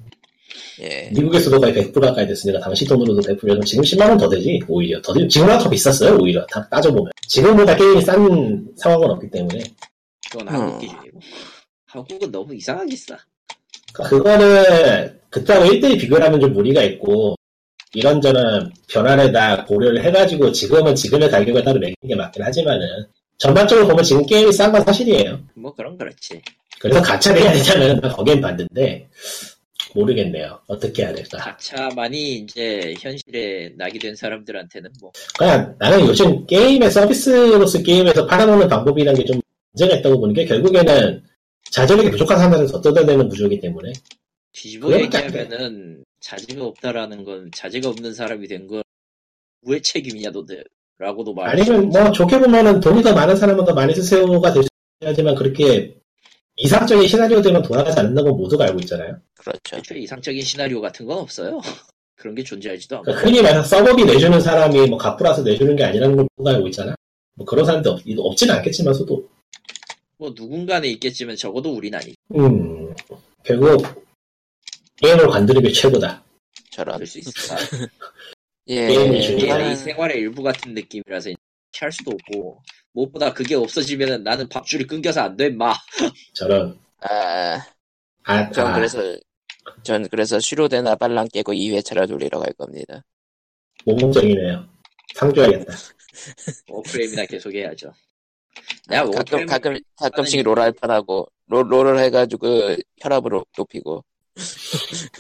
[SPEAKER 1] 예.
[SPEAKER 2] 미국에서도 거의 100불 가까이 됐으니까 당시 돈으로도 100불이면 지금 10만 원 더 되지 오히려 더 되- 지금보다 더 비쌌어요 오히려 다 따져보면 지금보다 게임이 싼 상황은 없기 때문에
[SPEAKER 3] 그건 한국
[SPEAKER 1] 어.
[SPEAKER 3] 기준이고 한국은 너무 이상하게 싸.
[SPEAKER 2] 그거는 그때하고 1대1 비교를 하면 좀 무리가 있고 이런저런 변화를 다 고려를 해가지고 지금은 지금의 가격을 따로 매기는 게 맞긴 하지만은 전반적으로 보면 지금 게임이 싼 건 사실이에요.
[SPEAKER 3] 뭐 그런 그렇지.
[SPEAKER 2] 그래서 가차를 해야 되자면 거긴 반대인데 모르겠네요. 어떻게 해야 될까.
[SPEAKER 3] 가차만이 이제 현실에 낙이 된 사람들한테는 뭐
[SPEAKER 2] 그냥 그러니까 나는 요즘 게임의 서비스로서 게임에서 팔아먹는 방법이라는 게 좀 문제가 있다고 보는 게 결국에는 자전력이 부족한 사람들에서 떠들어내는 구조이기 때문에
[SPEAKER 3] 뒤집어
[SPEAKER 2] 그건
[SPEAKER 3] 얘기하면은 자제가 없다라는 건 자제가 없는 사람이 된 건 왜 책임이냐 너들 라고도 말할 수
[SPEAKER 2] 아니면
[SPEAKER 3] 있지.
[SPEAKER 2] 뭐 좋게 보면은 돈이 더 많은 사람은 더 많이 쓰세요가 될 수 있지만 그렇게 이상적인 시나리오들만 돌아가지 않는다는 건 모두가 알고 있잖아요.
[SPEAKER 1] 그렇죠.
[SPEAKER 3] 애초에 이상적인 시나리오 같은 건 없어요. 그런 게 존재하지도 않고.
[SPEAKER 2] 그러니까 흔히 말해서 서버비 내주는 사람이 뭐 갚으라서 내주는 게 아니라는 걸 모두가 알고 있잖아. 뭐 그런 사람도 없, 없진 않겠지만서도
[SPEAKER 3] 뭐 누군가는 있겠지만 적어도 우린 아니.
[SPEAKER 2] 음 결국 게임을 관두는 게 최고다.
[SPEAKER 1] 저런.
[SPEAKER 3] 그럴 수 있어.
[SPEAKER 1] 예.
[SPEAKER 2] 게임이
[SPEAKER 3] 이게
[SPEAKER 2] 아, 네, 중요한-
[SPEAKER 1] 그거는-
[SPEAKER 3] 이 생활의 일부 같은 느낌이라서 이렇게 할 수도 없고 무엇보다 그게 없어지면은 나는 밥줄이 끊겨서 안 돼, 마.
[SPEAKER 2] 저런
[SPEAKER 1] 아,
[SPEAKER 2] 아,
[SPEAKER 1] 전
[SPEAKER 2] 아
[SPEAKER 1] 그래서 전 그래서 쉬로된 아발랑 깨고 2회차를 돌리러 갈 겁니다.
[SPEAKER 2] 모범적이네요. 상주하겠다.
[SPEAKER 3] 워프레임이나 계속해야죠. 야,
[SPEAKER 1] 아, 가끔
[SPEAKER 3] 워프레임
[SPEAKER 1] 가끔 가끔씩 롤 할판하고 롤 롤을 해가지고 혈압을 높이고
[SPEAKER 3] 왜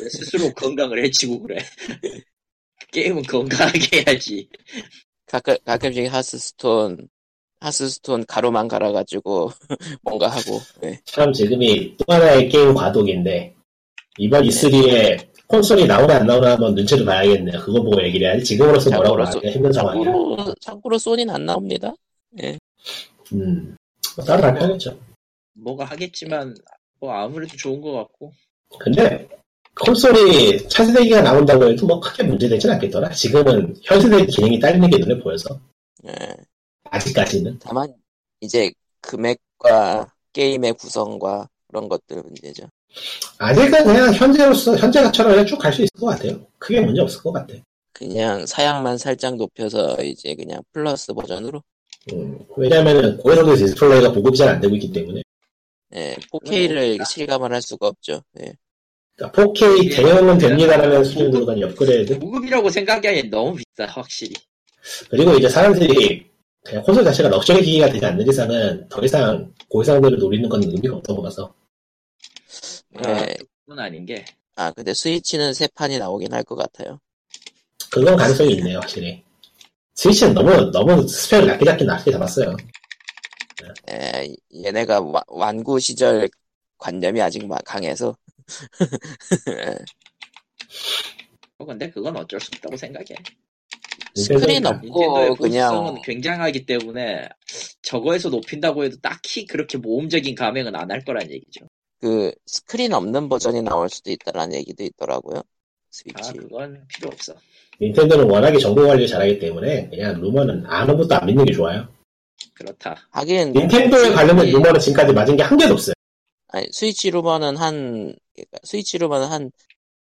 [SPEAKER 3] 스스로 건강을 해치고 그래. 게임은 건강하게 해야지.
[SPEAKER 1] 가끔 가끔씩 하스스톤 하스스톤 가로만 갈아가지고 뭔가 하고 네.
[SPEAKER 2] 참 지금이 또 하나의 게임 과도기인데 이번 E3에 콘솔이 나오나 안 나오나 한번 눈치를 봐야겠네요. 그거 보고 얘기를 해야지. 지금으로서 뭐라고
[SPEAKER 1] 참고로서-
[SPEAKER 2] 말하기 힘든 상황이야.
[SPEAKER 1] 참고로 참고로 소니는 안 나옵니다.
[SPEAKER 2] 음. 뭐 따로 안 하겠죠.
[SPEAKER 3] 뭐가 하겠지만 뭐 아무래도 좋은 것 같고
[SPEAKER 2] 근데 콘솔이 차세대기가 나온다고 해도 뭐 크게 문제되진 않겠더라. 지금은 현세대 기능이 딸리는 게 눈에 보여서
[SPEAKER 1] 예.
[SPEAKER 2] 아직까지는
[SPEAKER 1] 다만 이제 금액과 게임의 구성과 그런 것들 문제죠.
[SPEAKER 2] 아직은 그냥 현재로서 현재처럼 그냥 쭉갈 수 있을 것 같아요. 크게 문제 없을 것 같아.
[SPEAKER 1] 그냥 사양만 살짝 높여서 이제 그냥 플러스 버전으로
[SPEAKER 2] 음. 왜냐면은 고해상도 디스플레이가 보급이 잘 안 되고 있기 때문에
[SPEAKER 1] 예, 4K를
[SPEAKER 3] 그건
[SPEAKER 1] 실감을 할 수가 없죠. 예.
[SPEAKER 2] 그러니까 4K 대형은 됩니다라는 수준으로 간 업그레이드.
[SPEAKER 3] 무급이라고 생각하기엔 너무 비싸 확실히
[SPEAKER 2] 그리고 이제 사람들이 그냥 콘솔 자체가 럭셔리 기기가 되지 않는 이상은 더 이상 고해상도를 노리는 건 의미가 없다고 봐서
[SPEAKER 3] 아,
[SPEAKER 1] 예.
[SPEAKER 3] 그건 아닌 게
[SPEAKER 1] 아 근데 스위치는 세 판이 나오긴 할 것 같아요.
[SPEAKER 2] 그건 가능성이 있네요 확실히 스위치는 너무 너무 스펙을 낮게 잡긴 낮게 잡았어요
[SPEAKER 1] 예, 얘네가 와- 완구 시절 관념이 아직 막 강해서
[SPEAKER 3] 어, 근데 그건 어쩔 수 없다고 생각해
[SPEAKER 1] 스크린
[SPEAKER 2] 그래서
[SPEAKER 1] 없고 그냥
[SPEAKER 3] 보수성은 굉장하기 때문에 저거에서 높인다고 해도 딱히 그렇게 모험적인 감행은 안 할 거란 얘기죠
[SPEAKER 1] 그 스크린 없는 버전이 나올 수도 있다라는 얘기도 있더라고요.
[SPEAKER 3] 아
[SPEAKER 1] 스위치.
[SPEAKER 3] 그건 필요 없어
[SPEAKER 2] 닌텐도는 워낙에 정보 관리를 잘하기 때문에 그냥 루머는 아무것도 안 믿는 게 좋아요
[SPEAKER 3] 그렇다
[SPEAKER 1] 하긴
[SPEAKER 2] 닌텐도에 관련된
[SPEAKER 1] 스위치-
[SPEAKER 2] 루머는 지금까지 맞은 게 한 개도 없어요
[SPEAKER 1] 아니, 스위치 루머는 한 그러니까 스위치 루머는 한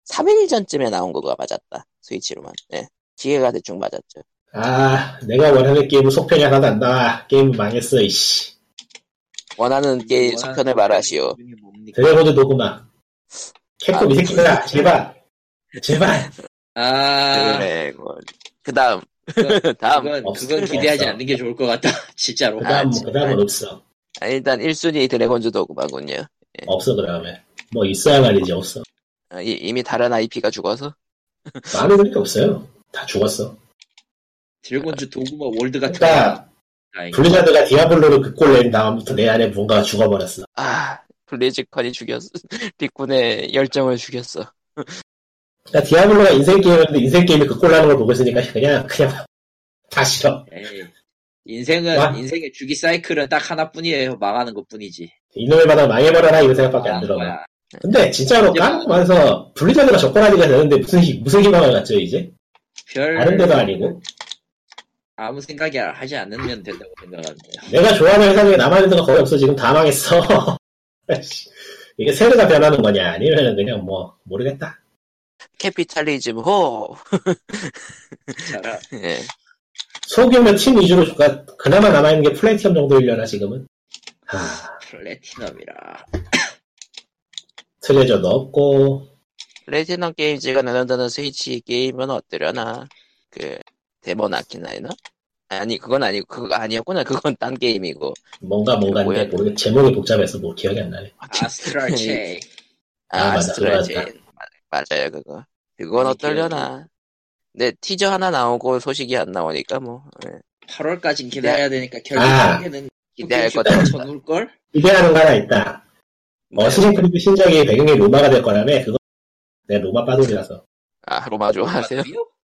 [SPEAKER 1] 3일 전쯤에 나온 거가 맞았다. 스위치 루머. 예. 기회가 대충 맞았죠.
[SPEAKER 2] 아 내가 원하는 게임은 속편이 하나도 안 나와 게임 망했어 이씨
[SPEAKER 1] 원하는 게임
[SPEAKER 3] 원하는
[SPEAKER 1] 속편을 말하시오.
[SPEAKER 3] 이름이 뭡니까?
[SPEAKER 2] 드래곤즈 도그마 캡콤
[SPEAKER 1] 아,
[SPEAKER 2] 이 새끼들아 제발 제발
[SPEAKER 3] 아
[SPEAKER 1] 드래곤. 그 다음. 네. 다음.
[SPEAKER 3] 그건,
[SPEAKER 2] 없어.
[SPEAKER 3] 그건 기대하지 않는 게 좋을 것 같다 진짜로
[SPEAKER 2] 그 다음
[SPEAKER 1] 아,
[SPEAKER 2] 그 다음은 없어
[SPEAKER 1] 아, 일단 1순위 드래곤즈 도구마군요.
[SPEAKER 2] 없어 그다음에 뭐 있어야 말이지 없어
[SPEAKER 1] 아, 이- 이미 다른 IP가 죽어서.
[SPEAKER 2] 많은 그렇게 없어요 다 죽었어
[SPEAKER 3] 드래곤즈 도구마 월드 같은 거
[SPEAKER 2] 그러니까
[SPEAKER 3] 다행히.
[SPEAKER 2] 블리자드가 디아블로를 극골 낸 다음부터 내 안에 뭔가가 죽어버렸어
[SPEAKER 1] 아, 블리즈컨이 죽였어. 빅군의 열정을 죽였어.
[SPEAKER 2] 그러니까 디아블로가 인생 게임인데 인생 게임이 극골 나는 걸 보고 있으니까 그냥 그냥 다 싫어
[SPEAKER 3] 에이, 인생은
[SPEAKER 2] 와.
[SPEAKER 3] 인생의 주기 사이클은 딱 하나뿐이에요. 망하는 것뿐이지.
[SPEAKER 2] 이놈의 바다 망해버려라 이런 생각밖에 안
[SPEAKER 3] 망한
[SPEAKER 2] 들어
[SPEAKER 3] 거야.
[SPEAKER 2] 근데 진짜로 까놓고 와서 블리자드가 접근하기가 되는데 무슨 희- 무슨 희망을 갖죠 이제 다른 데도
[SPEAKER 3] 별
[SPEAKER 2] 아니고
[SPEAKER 3] 아무 생각이 하지 않으면 된다고 생각하는데요.
[SPEAKER 2] 내가 좋아하는 회사 중에 남아있는 데가 거의 없어 지금 다 망했어 아이씨, 이게 세대가 변하는 거냐 아니면 그냥 뭐 모르겠다
[SPEAKER 1] 캐피탈리즘 호!
[SPEAKER 3] 자라
[SPEAKER 1] 예.
[SPEAKER 2] 소규모 팀 위주로 그러니까 그나마 남아있는 게 플래티엄 정도이려나 지금은 하,
[SPEAKER 3] 플래티넘이라
[SPEAKER 2] 트레저도 없고
[SPEAKER 1] 플래티넘 게임즈가 나눈다는 스위치 게임은 어떠려나? 그 데몬 아키나이나? 아니 그건 아니고 그거 아니었구나. 그건 딴 게임이고.
[SPEAKER 2] 뭔가 뭔가인데
[SPEAKER 1] 뭐야?
[SPEAKER 2] 모르겠 제목이 복잡해서 뭐 기억이 안 나네.
[SPEAKER 3] 아스트랄 체인.
[SPEAKER 2] 아,
[SPEAKER 1] 아,
[SPEAKER 2] 맞아.
[SPEAKER 1] 아스트랄
[SPEAKER 2] 그거
[SPEAKER 1] 체인. 맞- 맞아요 그거. 그건
[SPEAKER 3] 아니,
[SPEAKER 1] 어떨려나? 근데 티저 하나 나오고 소식이 안 나오니까 뭐 예.
[SPEAKER 3] 8월까지 기다려야 되니까 결국
[SPEAKER 2] 아.
[SPEAKER 3] 한개는
[SPEAKER 1] 기대할 것도 없다.
[SPEAKER 3] 전울 걸.
[SPEAKER 2] 기대하는 거 하나 있다. 어스링 크리드 신작이 배경이 로마가 될 거라며 그거 내가 로마 빠돌이라서.
[SPEAKER 1] 아 로마 좋아하세요?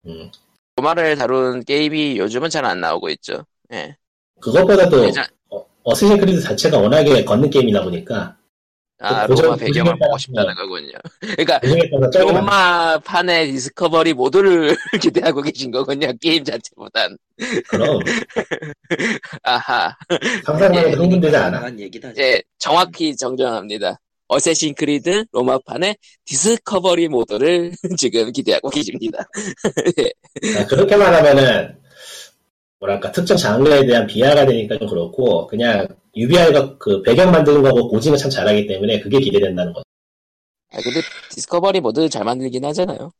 [SPEAKER 2] 음.
[SPEAKER 1] 로마를 다룬 게임이 요즘은 잘 안 나오고 있죠. 예.
[SPEAKER 2] 그것보다도
[SPEAKER 1] 예전-
[SPEAKER 2] 어, 어스링 크리드 자체가 워낙에 걷는 게임이다 보니까
[SPEAKER 1] 아
[SPEAKER 2] 그 고전-
[SPEAKER 1] 로마 배경을
[SPEAKER 2] 고전에
[SPEAKER 1] 보고
[SPEAKER 2] 따라서-
[SPEAKER 1] 싶다는 거군요. 그러니까
[SPEAKER 2] 배경에 따라 쩔이 많아.
[SPEAKER 1] 로마 판의 디스커버리 모드를 기대하고 계신 거군요. 게임 자체보단.
[SPEAKER 2] 그럼
[SPEAKER 1] 아하.
[SPEAKER 2] 상상만
[SPEAKER 1] 예,
[SPEAKER 2] 해도 네, 흥분되지 않아.
[SPEAKER 3] 얘기다.
[SPEAKER 1] 이제 정확히 정정합니다. 어쌔신 크리드 로마판의 디스커버리 모드를 지금 기대하고 계십니다.
[SPEAKER 2] 아, 그렇게 말하면은 뭐랄까 특정 장르에 대한 비하가 되니까 좀 그렇고 그냥 UBI가 그 배경 만드는 거하고 고증을 참 잘하기 때문에 그게 기대된다는 거죠.
[SPEAKER 1] 아, 근데 디스커버리 모드 잘 만들긴 하잖아요.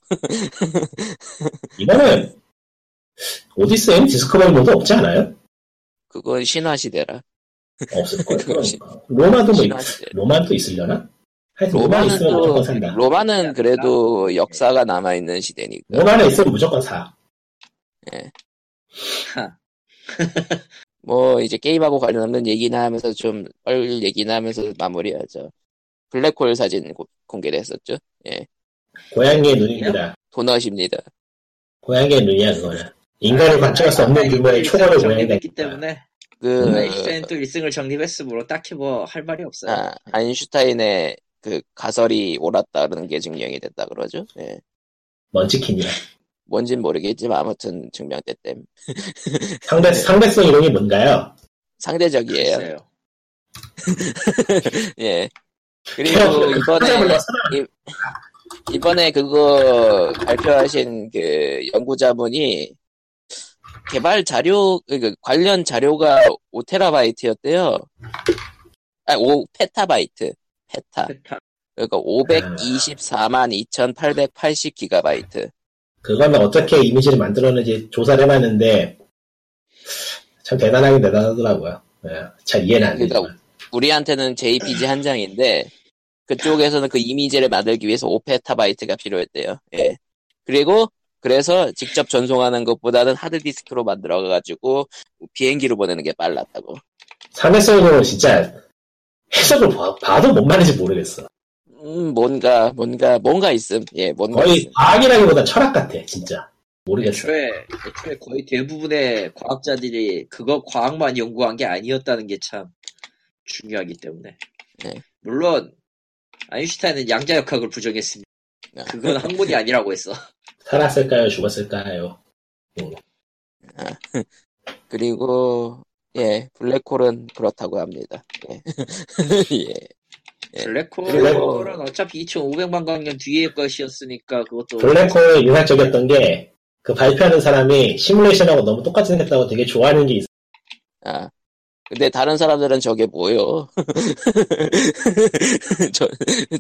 [SPEAKER 2] 이거는 오디세이 디스커버리 모드 없지 않아요?
[SPEAKER 1] 그건 신화시대라.
[SPEAKER 2] 없을 거예요.
[SPEAKER 1] 그건 시-
[SPEAKER 2] 로마도 뭐 있-
[SPEAKER 1] 신화시대.
[SPEAKER 2] 로마도 있으려나? 하여튼 로마
[SPEAKER 1] 로마는
[SPEAKER 2] 있으면
[SPEAKER 1] 또
[SPEAKER 2] 무조건 산다.
[SPEAKER 1] 로마는 그래도 역사가 남아 있는 시대니까.
[SPEAKER 2] 로마는 있으면 무조건 사.
[SPEAKER 1] 뭐 이제 게임하고 관련없는 얘기나 하면서 좀 얼 얘기나 하면서 마무리하죠. 블랙홀 사진 고- 공개됐었죠.
[SPEAKER 2] 고양이의 눈입니다.
[SPEAKER 1] 도넛입니다.
[SPEAKER 2] 고양이의 눈이야 그거는.
[SPEAKER 3] 아,
[SPEAKER 2] 인간을 관찰할 수 없는 규모의 초월의 고양이가
[SPEAKER 3] 기 때문에
[SPEAKER 1] 그
[SPEAKER 3] 아인슈타인 또 1승을 정립했으므로 딱히 뭐 할 말이 없어요.
[SPEAKER 1] 아, 아인슈타인의 그 가설이 옳았다는 게 증명이 됐다 그러죠. 예.
[SPEAKER 2] 어, 먼치킨이야.
[SPEAKER 1] 뭔진 모르겠지만 아무튼 증명됐댐.
[SPEAKER 2] 상대 상대성 이론이 뭔가요?
[SPEAKER 1] 상대적이에요.
[SPEAKER 3] 글쎄요.
[SPEAKER 1] 예. 그리고 이번에 이번에 그거 발표하신 그 연구자분이 개발 자료 그그 관련 자료가 5테라바이트였대요. 아, 5 페타바이트. 페타.
[SPEAKER 3] 페타.
[SPEAKER 1] 그러니까 524만 2,880 기가바이트.
[SPEAKER 2] 그거는 어떻게 이미지를 만들었는지 조사를 해봤는데 참 대단하긴 대단하더라고요. 예, 잘 이해는 안
[SPEAKER 1] 그러니까
[SPEAKER 2] 되지만
[SPEAKER 1] 우리한테는 JPG 한 장인데 그쪽에서는 그 이미지를 만들기 위해서 5페타바이트가 필요했대요. 예. 그리고 그래서 직접 전송하는 것보다는 하드디스크로 만들어가지고 비행기로 보내는 게 빨랐다고.
[SPEAKER 2] 상대성 이론은 진짜 해석을 봐, 봐도 뭔 말인지 모르겠어.
[SPEAKER 1] 음, 뭔가 뭔가 뭔가 있음. 예, 뭔가
[SPEAKER 2] 거의
[SPEAKER 1] 있음.
[SPEAKER 2] 과학이라기보다 철학 같아 진짜 모르겠어.
[SPEAKER 3] 애초에, 애초에 거의 대부분의 과학자들이 그거 과학만 연구한 게 아니었다는 게 참 중요하기 때문에.
[SPEAKER 1] 네.
[SPEAKER 3] 물론, 아인슈타인은 양자역학을 부정했습니다.
[SPEAKER 1] 아.
[SPEAKER 3] 그건 학문이 아니라고 했어.
[SPEAKER 2] 살았을까요? 죽었을까요?
[SPEAKER 1] 그리고 예, 블랙홀은 그렇다고 합니다. 예. 예. 예.
[SPEAKER 3] 블랙홀은 어차피 2500만 광년 뒤의 것이었으니까 그것도
[SPEAKER 2] 블랙홀 인상적이었던 게 그 발표하는 사람이 시뮬레이션하고 너무 똑같이 생겼다고 되게 좋아하는 게 있어.
[SPEAKER 1] 아. 근데 다른 사람들은 저게 뭐요? 저,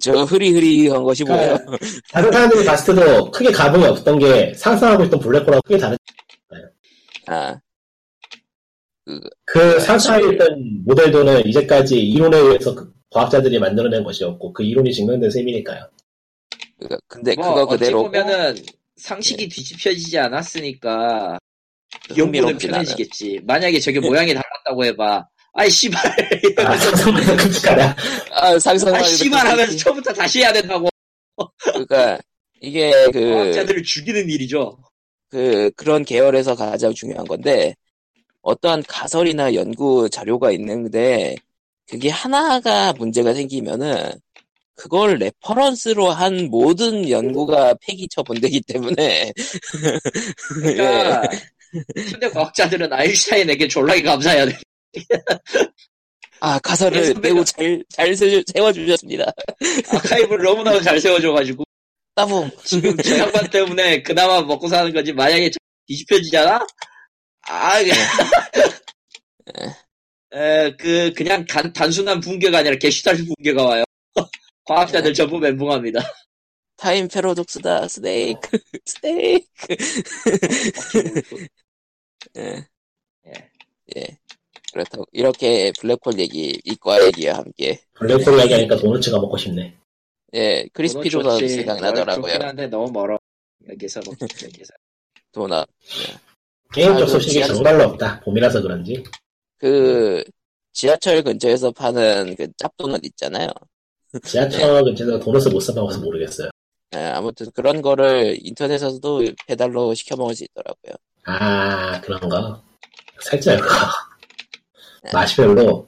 [SPEAKER 1] 저 흐리흐리한 것이 뭐예요?
[SPEAKER 2] 그러니까 다른 사람들이 봤을 때도 크게 감흥이 없던 게 상상하고 있던 블랙홀하고 크게 다른
[SPEAKER 1] 아,
[SPEAKER 2] 그 상상에 있던 모델도는 이제까지 이론에 의해서 그 과학자들이 만들어낸 것이었고 그 이론이 증명된 셈이니까요.
[SPEAKER 1] 그거- 그러니까 근데
[SPEAKER 3] 뭐
[SPEAKER 1] 네, 그거
[SPEAKER 3] 어찌
[SPEAKER 1] 그대로 네.
[SPEAKER 3] 보면은 상식이 뒤집혀지지 않았으니까 연구는
[SPEAKER 1] 흥미롭진 않아.
[SPEAKER 3] 편해지겠지. 만약에 저게 모양이 달랐다고 해봐. 아이 씨발
[SPEAKER 2] 아, 상상보다 끔찍하다.
[SPEAKER 1] 아, 상상만
[SPEAKER 3] 아이
[SPEAKER 1] 해도
[SPEAKER 3] 씨발 하면서
[SPEAKER 1] 그렇지.
[SPEAKER 3] 처음부터 다시 해야 된다고
[SPEAKER 1] 그러니까 이게 그,
[SPEAKER 3] 과학자들을 죽이는 일이죠.
[SPEAKER 1] 그 그런 계열에서 가장 중요한 건데 어떠한 가설이나 연구 자료가 있는데 그게 하나가 문제가 생기면은 그걸 레퍼런스로 한 모든 연구가 폐기 처분되기 때문에 예.
[SPEAKER 3] 그러니까
[SPEAKER 2] 예.
[SPEAKER 3] 현대 과학자들은 아인슈타인에게 졸라게 감사해야 돼.
[SPEAKER 1] 아 가설을
[SPEAKER 3] 그래서
[SPEAKER 1] 매우 잘잘 세워주셨습니다.
[SPEAKER 3] 아카이브를 너무나 잘 세워줘가지고
[SPEAKER 1] 따봉.
[SPEAKER 3] 지금 저 양반 때문에 그나마 먹고 사는 거지. 만약에 저 뒤집혀지잖아? 아,
[SPEAKER 2] 예.
[SPEAKER 3] 에, 그, 그냥
[SPEAKER 2] 예.
[SPEAKER 3] 간- 단순한 붕괴가 아니라 게슈탈트 붕괴가 와요. 과학자들 전부 멘붕합니다.
[SPEAKER 1] 타임 패러독스다 스네이크 스네이크 예.
[SPEAKER 3] 예.
[SPEAKER 1] 예. 그렇다고 이렇게 블랙홀 얘기 이과 얘기와 함께
[SPEAKER 2] 블랙홀 이야기하니까 도넛츠가 먹고 싶네.
[SPEAKER 1] 예 크리스피 도넛 생각나더라고요
[SPEAKER 3] 아, 좋긴 한데 너무 멀어. 여기서 먹 여기서.
[SPEAKER 1] 도넛
[SPEAKER 2] 게임적
[SPEAKER 1] 아이고, 그
[SPEAKER 2] 소식이
[SPEAKER 1] 지하철.
[SPEAKER 2] 정말로 없다. 봄이라서 그런지.
[SPEAKER 3] 음.
[SPEAKER 1] 그 지하철 근처에서 파는 그 짭도넛 있잖아요
[SPEAKER 2] 지하철 근처에서 도넛을 못 사먹어서 모르겠어요.
[SPEAKER 1] 예, 아무튼 그런 거를 인터넷에서도 배달로 시켜 먹을 수 있더라고요
[SPEAKER 2] 아, 그런 거. 살짝 그거.
[SPEAKER 1] 네.
[SPEAKER 2] 맛이 별로.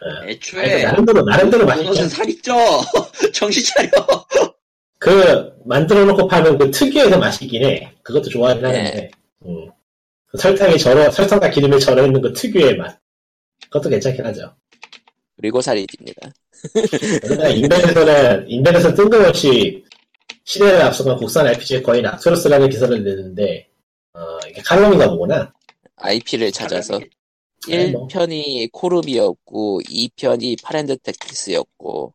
[SPEAKER 2] 아니, 그
[SPEAKER 3] 애초에
[SPEAKER 2] 나름대로, 나름대로
[SPEAKER 1] 네.
[SPEAKER 3] 도넛은
[SPEAKER 2] 맛있죠.
[SPEAKER 3] 살이 쪄. 정신 차려.
[SPEAKER 2] 그, 만들어 놓고 파는 그 특유의 그 맛이 있긴 해. 그것도 좋아하긴
[SPEAKER 1] 네.
[SPEAKER 2] 하는데. 음. 그 설탕이 절어, 설탕과 기름이 절어있는 그 특유의 맛. 그것도 괜찮긴 하죠.
[SPEAKER 1] 그리고 살이 찝니다
[SPEAKER 2] 그러나 그러니까 인벤에서는, 인벤에서 뜬금없이 시대를 앞서간 국산 RPG의 거인 악소르스라는 기사를 냈는데, 어, 이게 칼럼인가 보구나.
[SPEAKER 1] IP를 찾아서
[SPEAKER 3] 예.
[SPEAKER 2] 네, 뭐.
[SPEAKER 1] 1편이 코르비였고 2편이 파랜드 택티스였고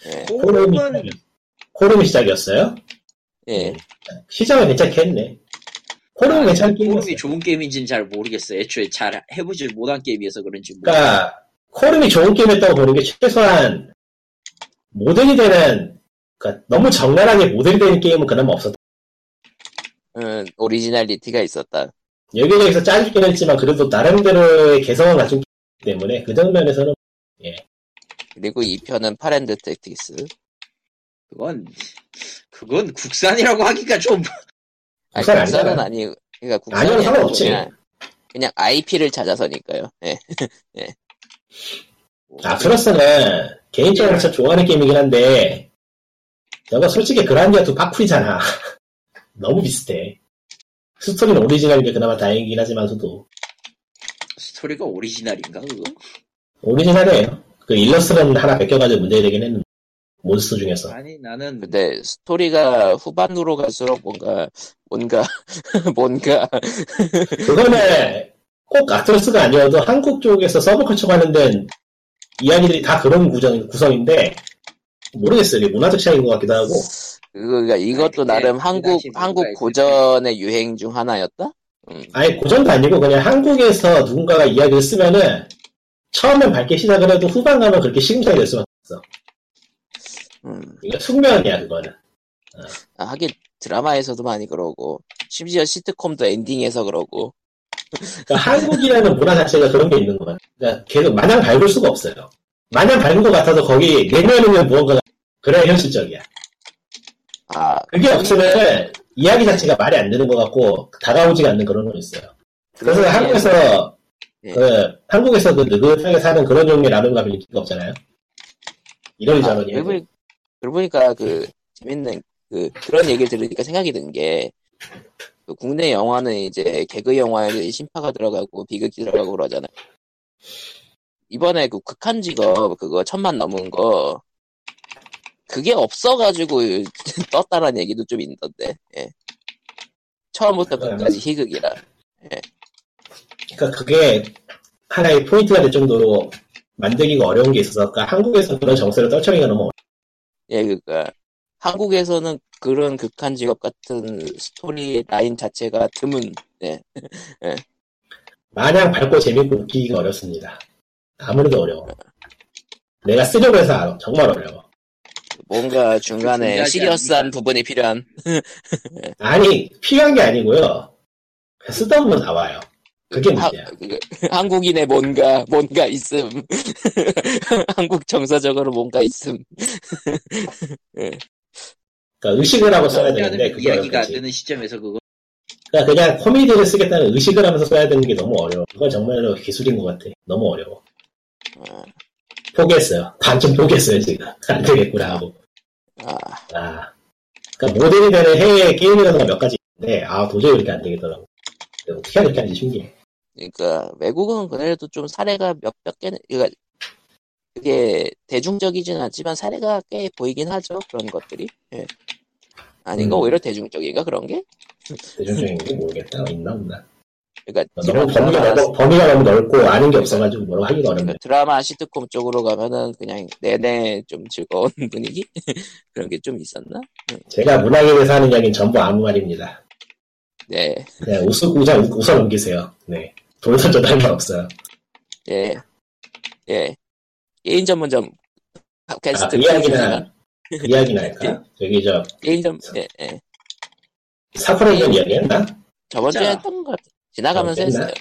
[SPEAKER 3] 그러니까
[SPEAKER 1] 예,
[SPEAKER 2] 코름이,
[SPEAKER 3] 호름은
[SPEAKER 2] 코름이 시작이었어요?
[SPEAKER 1] 예.
[SPEAKER 2] 시작은 괜찮게 했네. 코름은 괜찮긴 했어.
[SPEAKER 3] 호름이 좋은 게임인지는 잘 모르겠어요. 애초에 잘 해보질 못한 게임이어서 그런지 모르겠어요.
[SPEAKER 2] 그러니까 코름이 좋은 게임이었다고 보는 게 최소한 모델이 되는 그러니까 너무 적나라하게 모델이 되는 게임은 그나마 없었다.
[SPEAKER 1] 음, 오리지널리티가 있었다
[SPEAKER 2] 여기저기서 짜주긴 했지만 그래도 나름대로의 개성을 가진 게임이기 때문에 그 장면에서는
[SPEAKER 1] 그리고 2편은 파랜드 택티스
[SPEAKER 3] 그건 그건 국산이라고 하기가 좀
[SPEAKER 1] 아니,
[SPEAKER 2] 국산
[SPEAKER 1] 국산은
[SPEAKER 2] 아니잖아.
[SPEAKER 1] 아니, 그러니까 국산이
[SPEAKER 2] 아니면
[SPEAKER 1] 아니고
[SPEAKER 2] 상관없지. 음.
[SPEAKER 1] 그냥, 그냥 IP를 찾아서니까요. 예.
[SPEAKER 2] 아트러스는 개인적으로 참 좋아하는 게임이긴 한데 내가 솔직히 그란디아도 빠풀이잖아. 너무 비슷해. 스토리는 오리지널인 게 그나마 다행이긴 하지만서도
[SPEAKER 3] 스토리가 오리지널인가 그거?
[SPEAKER 2] 오리지널이에요. 그 일러스트는 하나 벗겨가지고 문제 되긴 했는데 몬스터 중에서
[SPEAKER 3] 아니 나는
[SPEAKER 1] 근데 스토리가 후반으로 갈수록 뭔가 뭔가 뭔가
[SPEAKER 2] 그거는 꼭 아트러스가 아니어도 한국 쪽에서 서브컬처 가는 데는 이야기들이 다 그런 구성, 구성인데 모르겠어요. 이게 문화적 차이인 것 같기도 하고
[SPEAKER 1] 그러니까 이것도
[SPEAKER 3] 그때
[SPEAKER 1] 나름
[SPEAKER 3] 그
[SPEAKER 1] 한국
[SPEAKER 3] 당시 뭔가
[SPEAKER 1] 한국
[SPEAKER 3] 있을
[SPEAKER 1] 고전의 유행 중 하나였다. 음,
[SPEAKER 2] 아예 고전도 아니고 그냥 한국에서 누군가가 이야기를 쓰면은 처음엔 밝게 시작을 해도 후반 가면 그렇게 시금상이 될 수밖에 없어.
[SPEAKER 1] 음.
[SPEAKER 2] 이게 숙면이야 그거는.
[SPEAKER 1] 아, 하긴 드라마에서도 많이 그러고 심지어 시트콤도 엔딩에서 그러고
[SPEAKER 2] 그러니까 한국이라는 문화 자체가 그런 게 있는 거야. 그러니까 계속 마냥 밟을 수가 없어요. 마냥 밟은 것 같아도 거기 내면에는 무언가가 그래야 현실적이야.
[SPEAKER 1] 아
[SPEAKER 2] 그게 없으면 이야기 자체가 말이 안 되는 것 같고 다가오지가 않는 그런 건 있어요. 그래서
[SPEAKER 1] 그러면-
[SPEAKER 2] 한국에서
[SPEAKER 1] 예.
[SPEAKER 2] 그 한국에서 그 느긋하게 사는 그런 종류의 라면과 비는 가 없잖아요. 이런
[SPEAKER 1] 아,
[SPEAKER 2] 저런
[SPEAKER 1] 그러고
[SPEAKER 2] 이
[SPEAKER 1] 보니- 그러고 보니까 그 재밌는 그 그런 얘기를 들으니까 생각이 든 게그 국내 영화는 이제 개그 영화에 심파가 들어가고 비극이 들어가고 그러잖아요. 이번에 그 극한 직업 그거 천만 넘은 거 그게 없어가지고 떴다라는 얘기도 좀 있던데. 예. 처음부터 끝까지 희극이라.
[SPEAKER 2] 그러니까 그게 하나의 포인트가 될 정도로 만들기가 어려운 게 있어서 그러니까 한국에서 그런 정세를 떨쳐내기가 너무 어려워.
[SPEAKER 1] 예, 그러니까 한국에서는 그런 극한 직업 같은 스토리 라인 자체가 드문. 예.
[SPEAKER 2] 마냥 밝고 재밌고 웃기기가 어렵습니다. 아무래도 어려워. 내가 쓰려고 해서 알아. 정말 어려워.
[SPEAKER 1] 뭔가 중간에
[SPEAKER 3] 중요하지
[SPEAKER 1] 시리어스한
[SPEAKER 3] 않습니까?
[SPEAKER 1] 부분이 필요한
[SPEAKER 2] 아니 필요한 게 아니고요. 그냥 쓰다 보면 나와요. 그게
[SPEAKER 1] 하-
[SPEAKER 2] 문제야.
[SPEAKER 1] 그- 한국인의 뭔가 뭔가 있음 한국 정서적으로 뭔가 있음
[SPEAKER 2] 그러니까 의식을 하고 써야 되는데
[SPEAKER 3] 하는
[SPEAKER 2] 네, 그게
[SPEAKER 3] 어, 이야기가 안
[SPEAKER 2] 어렵지.
[SPEAKER 3] 되는 시점에서 그거
[SPEAKER 2] 그러니까 그냥 코미디를 쓰겠다는 의식을 하면서 써야 되는 게 너무 어려워. 그건 정말로 기술인 것 같아. 너무 어려워.
[SPEAKER 1] 아,
[SPEAKER 2] 포기했어요. 반쯤 포기했어요 지금. 안 되겠구나 하고.
[SPEAKER 1] 아,
[SPEAKER 2] 아, 그러니까 모델이 되는 해외 게임이라든가 몇 가지 있는데 아 도저히 이렇게 안 되겠더라고. 근데 어떻게 하는지 하는지 신기해.
[SPEAKER 1] 그러니까 외국은 그래도 좀 사례가 몇몇 개는 그러니까 그게 대중적이진 않지만 사례가 꽤 보이긴 하죠 그런 것들이 예. 아닌가
[SPEAKER 2] 음.
[SPEAKER 1] 오히려 대중적인가 그런 게
[SPEAKER 2] 대중적인 게 모르겠다. 있나 어, 없나.
[SPEAKER 1] 그러니까
[SPEAKER 2] 아, 너무
[SPEAKER 1] 지금
[SPEAKER 2] 범위가
[SPEAKER 1] 드라마-
[SPEAKER 2] 넓어, 범위가 너무 넓고 아는 게 없어가지고 뭐라고 하기가 어렵네.
[SPEAKER 1] 그러니까 드라마 시트콤 쪽으로 가면은 그냥 내내 좀 즐거운 분위기 그런 게 좀 있었나?
[SPEAKER 2] 제가 문학에 대해서 하는 이야기는 전부 아무 말입니다.
[SPEAKER 1] 네,
[SPEAKER 2] 그냥 웃음 그냥 웃- 웃어 넘기세요. 네. 돌선 저도 할말 없어요.
[SPEAKER 1] 예, 예. 게임 전문점
[SPEAKER 2] 아,
[SPEAKER 1] 팟캐스트
[SPEAKER 2] 그
[SPEAKER 1] 팟캐스트가
[SPEAKER 2] 이야기나, 그 이야기나 할까? 저기 저,
[SPEAKER 1] 게임 전 예, 예.
[SPEAKER 2] 사쿠라 이런 이야기 했나?
[SPEAKER 1] 저번 주에
[SPEAKER 3] 자.
[SPEAKER 1] 했던 것 같아. 지나가면서
[SPEAKER 2] 아, 됐나?
[SPEAKER 1] 했어요.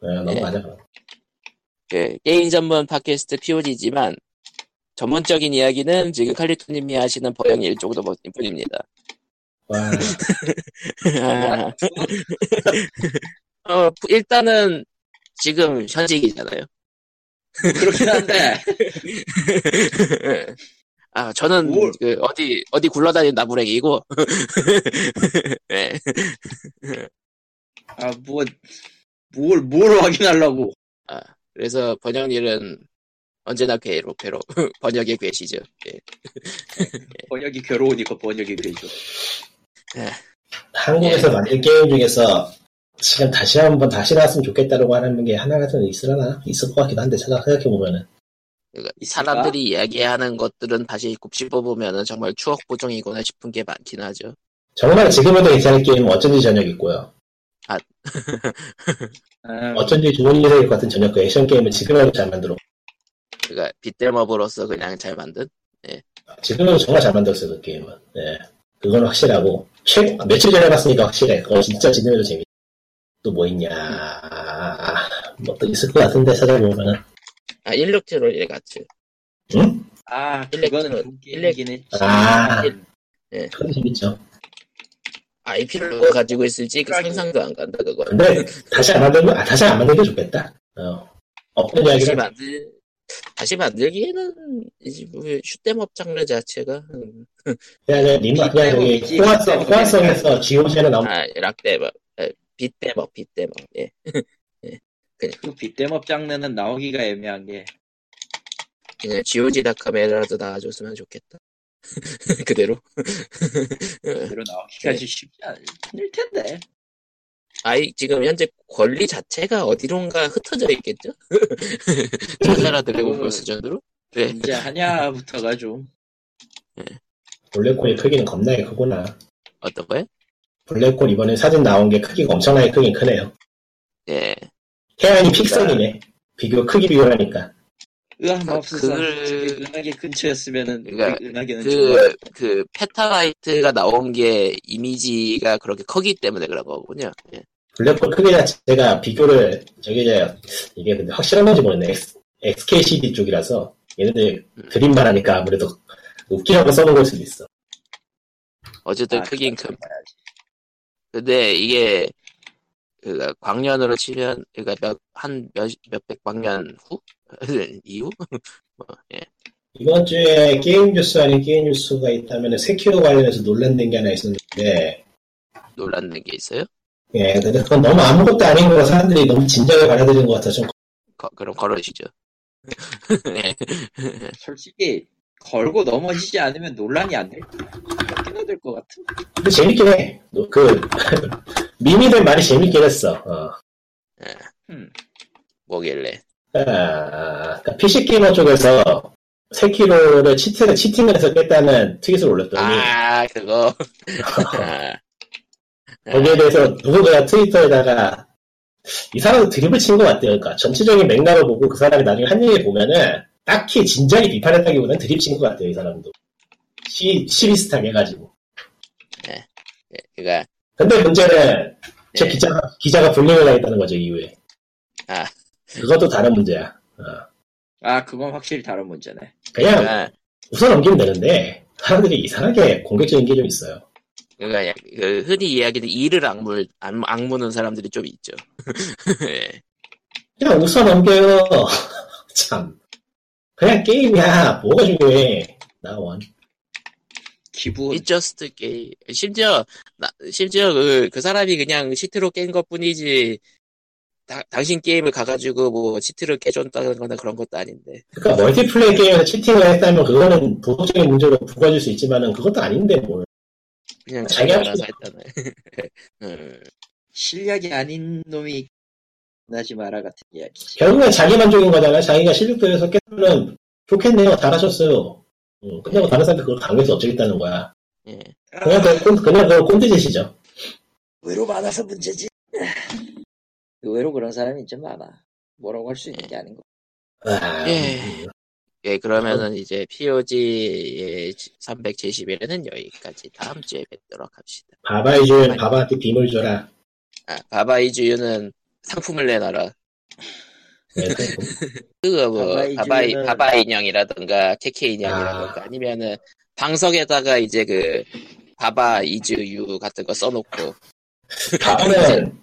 [SPEAKER 2] 어, 너무
[SPEAKER 1] 예.
[SPEAKER 2] 맞아. 그럼.
[SPEAKER 1] 그 게임 전문 팟캐스트 POG지만 전문적인 이야기는 지금 칼리토님이 하시는 버영 일쪽도 뭐, 뿐입니다.
[SPEAKER 2] 와,
[SPEAKER 1] 어, 일단은 지금 현직이잖아요.
[SPEAKER 3] 그렇긴 한데
[SPEAKER 1] 아, 저는
[SPEAKER 3] 뭘.
[SPEAKER 1] 그 어디 어디 굴러다니는 나부랭이고. 예.
[SPEAKER 3] 아뭐뭘뭘 뭘 확인하려고
[SPEAKER 1] 그래서 번역 일은 언제나 괴롭게로 번역의 괴시죠. 예.
[SPEAKER 3] 번역이 괴로우니까 번역이 되죠.
[SPEAKER 2] 한국에서 만든 게임 중에서 지금 다시 한번 다시 나왔으면 좋겠다라고 하는 게 하나라도 있으려나? 있을 것 같기도 한데, 제가 생각해보면은.
[SPEAKER 1] 그러니까
[SPEAKER 3] 있을까?
[SPEAKER 1] 사람들이 이야기하는 것들은 다시 곱씹어 보면은 정말 추억 보정이구나 싶은 게 많긴 하죠.
[SPEAKER 2] 정말 지금에도 괜찮은 게임은 어쩐지 저녁 있고요.
[SPEAKER 3] 음,
[SPEAKER 2] 어쩐지 좋은 일일 것 같은 저녁 그 액션 게임은 지금이라도 잘 만들어.
[SPEAKER 1] 그러니까 빗대머으로서 그냥 잘 만든.
[SPEAKER 2] 지금은 정말 잘 만들었어요, 그 게임은. 예. 그건 확실하고. 최, 며칠 전에 봤으니까 확실해. 그거 진짜 지금에도 재밌 또 뭐 있냐. 뭐 또 있을 것 같은데, 찾아보면은.
[SPEAKER 1] 아, 일렉트로 일 같이.
[SPEAKER 2] 응?
[SPEAKER 3] 아
[SPEAKER 1] 일렉-
[SPEAKER 3] 그거는 일렉이긴 했지.
[SPEAKER 2] 아.
[SPEAKER 1] 예.
[SPEAKER 2] 그건 재밌죠.
[SPEAKER 1] IP를 아, 가지고 있을지 그 상상도 안 간다 그거.
[SPEAKER 2] 근데, 다시 안 만들면, 아, 다시 안 만들면 좋겠다. 어. 없던
[SPEAKER 1] 다시
[SPEAKER 2] 이야기를
[SPEAKER 1] 만들 다시 만들기에는 이제 뭐 슈댐업 장르 자체가 음,
[SPEAKER 2] 그냥 리마 그냥 저기 호환성 호환성에서 GOG에는 나온
[SPEAKER 1] 아 락댐업 빗댐업 빗댐업 예
[SPEAKER 3] 그 빗댐업 장르는 나오기가 애매한 게
[SPEAKER 1] 그냥 GOG.com에라도 나와줬으면 좋겠다 그대로
[SPEAKER 3] 그대로 나오기까지 쉽지 않을 텐데.
[SPEAKER 1] 아이 지금 현재 권리 자체가 어디론가 흩어져 있겠죠 찾아라 드래곤볼 수준으로 네
[SPEAKER 3] 이제 하냐부터가 좀
[SPEAKER 2] 블랙홀의 크기는 겁나게 크구나.
[SPEAKER 1] 어떤 거요
[SPEAKER 2] 블랙홀 이번에 사진 나온 게 크기가 엄청나게 크긴 크네요.
[SPEAKER 1] 예
[SPEAKER 2] 해안이 픽셀이네. 비교 크기 비교하니까
[SPEAKER 3] 의아마없어서
[SPEAKER 1] 그-
[SPEAKER 3] 은하계 근처였으면은
[SPEAKER 1] 그러니까
[SPEAKER 3] 은하계는
[SPEAKER 1] 그, 그, 페타바이트가 나온 게 이미지가 그렇게 크기 때문에 그런 거군요. 예.
[SPEAKER 2] 블랙홀 크기 자체가 비교를 저기 이제 이게 근데 확실한 건지 모르겠네. X, XKCD 쪽이라서 얘네들 그림만 하니까 아무래도 웃기라고 써놓은 걸 수도 있어.
[SPEAKER 3] 아,
[SPEAKER 1] 어쨌든 크긴
[SPEAKER 3] 네.
[SPEAKER 1] 큼. 근데 이게, 그, 광년으로 치면, 그니까 몇, 한 몇, 몇백 광년 후? 이후? 뭐, 예.
[SPEAKER 2] 이번 주에 게임 뉴스 아닌 게임 뉴스가 있다면 세큐로 관련해서 논란된 게 하나 있었는데
[SPEAKER 1] 놀라는 게 있어요?
[SPEAKER 2] 예, 근데 그건 너무 아무것도 아닌 거라 사람들이 너무 진작에 받아들이는 것 같아서 좀
[SPEAKER 1] 거- 그럼 걸으시죠. 예.
[SPEAKER 3] 솔직히 걸고 넘어지지 않으면 논란이 안될 그렇게나 될것 같은.
[SPEAKER 2] 근데 재밌긴 해. 너 그, 미미들 말이 재밌긴 했어. 어.
[SPEAKER 3] 음.
[SPEAKER 1] 뭐길래.
[SPEAKER 2] 아, 예, 그러니까 PC 게이머 쪽에서 세키로를 치팅, 치팅을 해서 깼다는 트윗을 올렸더니
[SPEAKER 1] 아, 그거. 아, 네.
[SPEAKER 2] 거기에 대해서 누군가 트위터에다가 이 사람도 드립을 친 것 같아요. 그러니까 전체적인 맥락을 보고 그 사람이 나중에 한 얘기 보면은 딱히 진작에 비판했다기보다는 드립 친 것 같아요. 이 사람도. 시, 시비스탕 해가지고.
[SPEAKER 1] 예, 그니까,
[SPEAKER 2] 근데 문제는 제
[SPEAKER 1] 예.
[SPEAKER 2] 기자가 기자가 불륜을 당했다는 거죠 이후에.
[SPEAKER 1] 아.
[SPEAKER 2] 그것도 다른 문제야.
[SPEAKER 3] 아 그건 확실히 다른 문제네.
[SPEAKER 2] 그냥
[SPEAKER 1] 그니까,
[SPEAKER 2] 웃어 넘기면 되는데 사람들이 이상하게 공격적인 게 좀 있어요.
[SPEAKER 1] 그니까, 그, 흔히 이야기하는 이를 악물, 악- 악무는 사람들이 좀 있죠. 예.
[SPEAKER 2] 그냥 웃어 넘겨요. 참. 그냥 게임이야. 뭐가 중요해. 나원.
[SPEAKER 3] 기분
[SPEAKER 1] It's just a game. 심지어, 나- 심지어 그, 그 사람이 그냥 시트로 깬 것 뿐이지, 다- 당신 게임을 가가지고 뭐 시트를 깨줬다는 거나 그런 것도 아닌데.
[SPEAKER 2] 그러니까 멀티플레이 게임에서 치팅을 했다면 그거는 도덕적인 문제로 부과질 수 있지만은 그것도 아닌데 뭘.
[SPEAKER 1] 그냥
[SPEAKER 2] 자기
[SPEAKER 1] 자기 알아서
[SPEAKER 2] 합시다.
[SPEAKER 1] 했다네. 음,
[SPEAKER 3] 실력이 아닌 놈이 나지 마라 같은 이야기.
[SPEAKER 2] 결국엔 자기만족인 거잖아요. 자기가 실력들에서 깨면 좋겠네요. 잘하셨어요. 음, 끝내고 다른 사람한테 그걸 강요해서 어쩌겠다는 거야.
[SPEAKER 1] 예.
[SPEAKER 2] 그냥 그걸 꼰, 그냥 그걸 꼰대짓이죠.
[SPEAKER 3] 의외로 많아서 문제지. 의외로 그런 사람이 좀 많아. 뭐라고 할 수 있는 게 아닌 거.
[SPEAKER 2] 아,
[SPEAKER 1] 예.
[SPEAKER 2] 음,
[SPEAKER 1] 예, 그러면은 이제 POG 371에는 여기까지 다음 주에 뵙도록 합시다.
[SPEAKER 2] 바바 이제 바바한테 빔을 줘라.
[SPEAKER 1] 아, 바바이주유는 상품을 내놔라.
[SPEAKER 2] 네,
[SPEAKER 1] 그거 뭐
[SPEAKER 3] 바바이주유는-
[SPEAKER 1] 바바이 바바 인형이라든가 케케 인형이라든가
[SPEAKER 2] 아.
[SPEAKER 1] 아... 니면은 방석에다가 이제 그 바바 이즈유 같은 거 써놓고
[SPEAKER 2] 바바는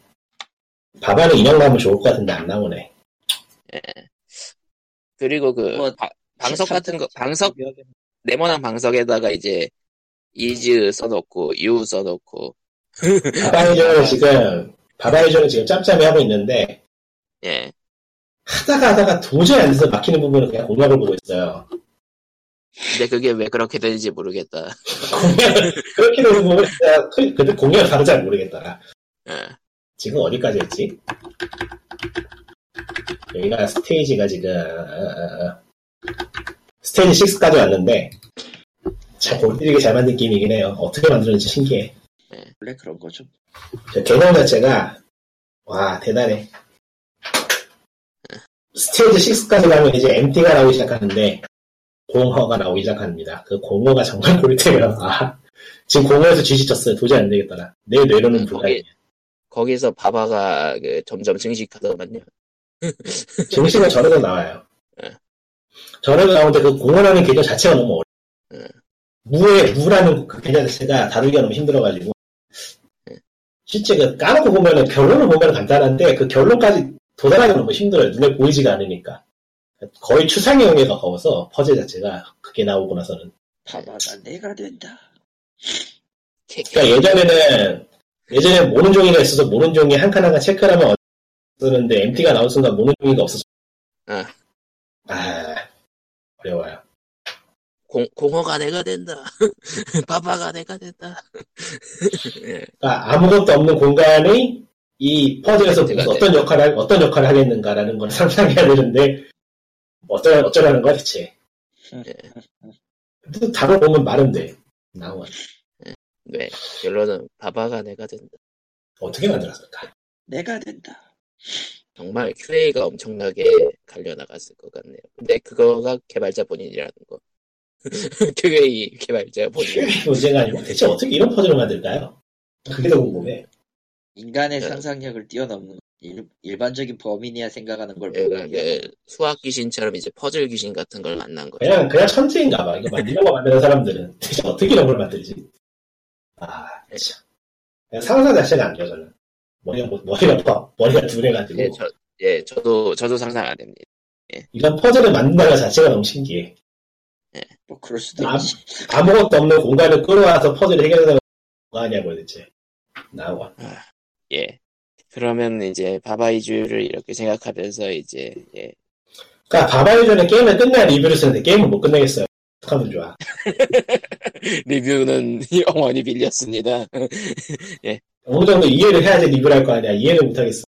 [SPEAKER 2] 바바는 인형 나오면 좋을 것 같은데 안 나오네.
[SPEAKER 1] 그리고 그
[SPEAKER 3] 뭐,
[SPEAKER 1] 바- 방석 같은 거 방석 네모난 방석에다가 이제 이즈 써놓고 유 써놓고
[SPEAKER 2] 바바 이전은 지금 바바 이전은 지금 짬짬이 하고 있는데
[SPEAKER 1] 예
[SPEAKER 2] 하다가 하다가 도저히 안 돼서 막히는 부분은 그냥 공약을 보고 있어요.
[SPEAKER 1] 근데 그게 왜 그렇게 되는지 모르겠다
[SPEAKER 2] 공약을 그렇게 되는 부분은 진짜 그- 근데 공약을 바로 잘 모르겠더라.
[SPEAKER 1] 예.
[SPEAKER 2] 지금 어디까지 했지? 여기가 스테이지가 지금 어, 스테이지 6까지 왔는데 참 골드리게 잘 만든 게임이긴 해요. 어떻게 만들었는지 신기해.
[SPEAKER 3] 원래 그런 거죠.
[SPEAKER 2] 저 개념 자체가 와 대단해. 스테이지 6까지 가면 이제 MT가 나오기 시작하는데 공허가 나오기 시작합니다. 그 공허가 정말 골때려요. 아, 지금 공허에서 쥐시쳤어요. 도저히 안 되겠더라. 내 뇌로는 불가
[SPEAKER 1] 거기 거기서 바바가 그 점점 증식하더만요
[SPEAKER 2] 정시가 저래도 나와요.
[SPEAKER 1] 예.
[SPEAKER 2] 저래도 나오는데 그 공헌하는 개념 자체가 너무 어려워.
[SPEAKER 1] 예.
[SPEAKER 2] 무에 무라는 그 개념 자체가 다루기가 너무 힘들어가지고 실제 그 까놓고 보면은 결론을 보면 간단한데 그 결론까지 도달하기 너무 힘들어요. 눈에 보이지가 않으니까 거의 추상의 영에 가까워서 퍼즐 자체가 그게 나오고 나서는
[SPEAKER 3] 바바가 내가 된다.
[SPEAKER 1] 케케
[SPEAKER 2] 그러니까 예전에는 예전에 모는 종이가 있어서 모는 종이 한 칸 한 칸 체크를 하면 없었는데 MT가 나온 순간 모는 종이가 없어서
[SPEAKER 1] 예.
[SPEAKER 2] 아 어려워요.
[SPEAKER 1] 공, 공허가 내가 된다 바바가 내가 된다 예.
[SPEAKER 2] 그러니까 아무것도 없는 공간이 이 퍼즐에서 무슨
[SPEAKER 1] 제가
[SPEAKER 2] 어떤 역할을 할- 어떤 역할을 하겠는가라는 걸 상상해야 되는데 어쩌 어쩌라는 거야 대체. 또 답을 보면 말은 돼. 나와
[SPEAKER 1] 네 결론은 바바가 내가 된다
[SPEAKER 2] 어떻게 만들었을까?
[SPEAKER 3] 내가 된다.
[SPEAKER 1] 정말 QA가 엄청나게 갈려나갔을 것 같네요 근데 그거가 개발자 본인이라는 거 QA 개발자 본인
[SPEAKER 2] 문제가 아니고 대체 어떻게 이런 퍼즐을 만들까요? 그게 더 궁금해.
[SPEAKER 3] 인간의
[SPEAKER 1] 네.
[SPEAKER 3] 상상력을 뛰어넘는 일, 일반적인 범인이야 생각하는 걸
[SPEAKER 1] 얘가
[SPEAKER 3] 보면
[SPEAKER 1] 이제 수학 귀신처럼 이제 퍼즐 귀신 같은 걸 만난 거죠
[SPEAKER 2] 그냥 그냥 천재인가 봐. 이거 만 이런 거 만드는 사람들은 대체 어떻게 이런 걸 만들지? 아 참. 그냥 상상 자체가 안 돼요 저는. 머리가 뭐- 머리가 아파. 머리가 둔해가지고
[SPEAKER 1] 예, 저, 예, 저도, 저도 상상 안 됩니다.
[SPEAKER 2] 이런 퍼즐을 만든다는 것 자체가 너무 신기해.
[SPEAKER 3] 뭐 그럴 수도
[SPEAKER 2] 남-
[SPEAKER 3] 있지.
[SPEAKER 2] 아무것도 없는 공간을 끌어와서 퍼즐을 해결하는 거 아니냐고 뭐 대체 나와
[SPEAKER 1] 예. 그러면 이제 바바이주를 이렇게 생각하면서 이제, 예.
[SPEAKER 2] 그러니까 바바이 전에 게임을 끝내야 리뷰를 쓰는데 게임을 못 끝내겠어요 어떡하면 좋아
[SPEAKER 1] 리뷰는 영원히 빌렸습니다.
[SPEAKER 2] 어느 정도 이해를 해야지 리뷰를 할 거 아니야 이해를 못하겠어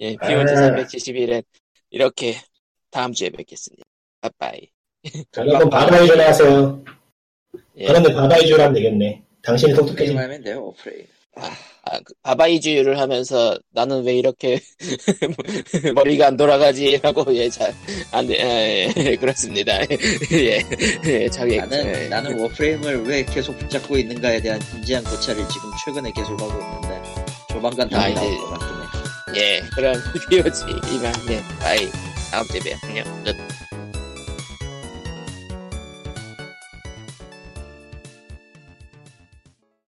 [SPEAKER 1] 예,
[SPEAKER 2] 아.
[SPEAKER 1] POG 371엔 이렇게 다음 주에 뵙겠습니다. 바빠이.
[SPEAKER 2] 그러면 바바이 전에 하세요
[SPEAKER 1] 예.
[SPEAKER 2] 그런데 바바이 전에 하면 되겠네 당신이
[SPEAKER 3] 오프레임
[SPEAKER 2] 똑똑해지
[SPEAKER 3] 하면 돼요. 오프레임.
[SPEAKER 1] 아, 그 바바이주를 하면서 나는 왜 이렇게 머리가 안 돌아가지? 라고, 예, 잘, 안 돼, 예, 예, 예, 그렇습니다. 예, 예, 자기,
[SPEAKER 3] 나는
[SPEAKER 1] 예.
[SPEAKER 3] 나는 워프레임을 왜 계속 붙잡고 있는가에 대한 진지한 고찰을 지금 최근에 계속 하고 있는데 조만간
[SPEAKER 1] 아,
[SPEAKER 3] 답이
[SPEAKER 1] 이제-
[SPEAKER 3] 나올 것 같긴 해.
[SPEAKER 1] 예, 그럼 POG 이만, 예, 바이. 다음 주에 봬요. 안녕. 끝.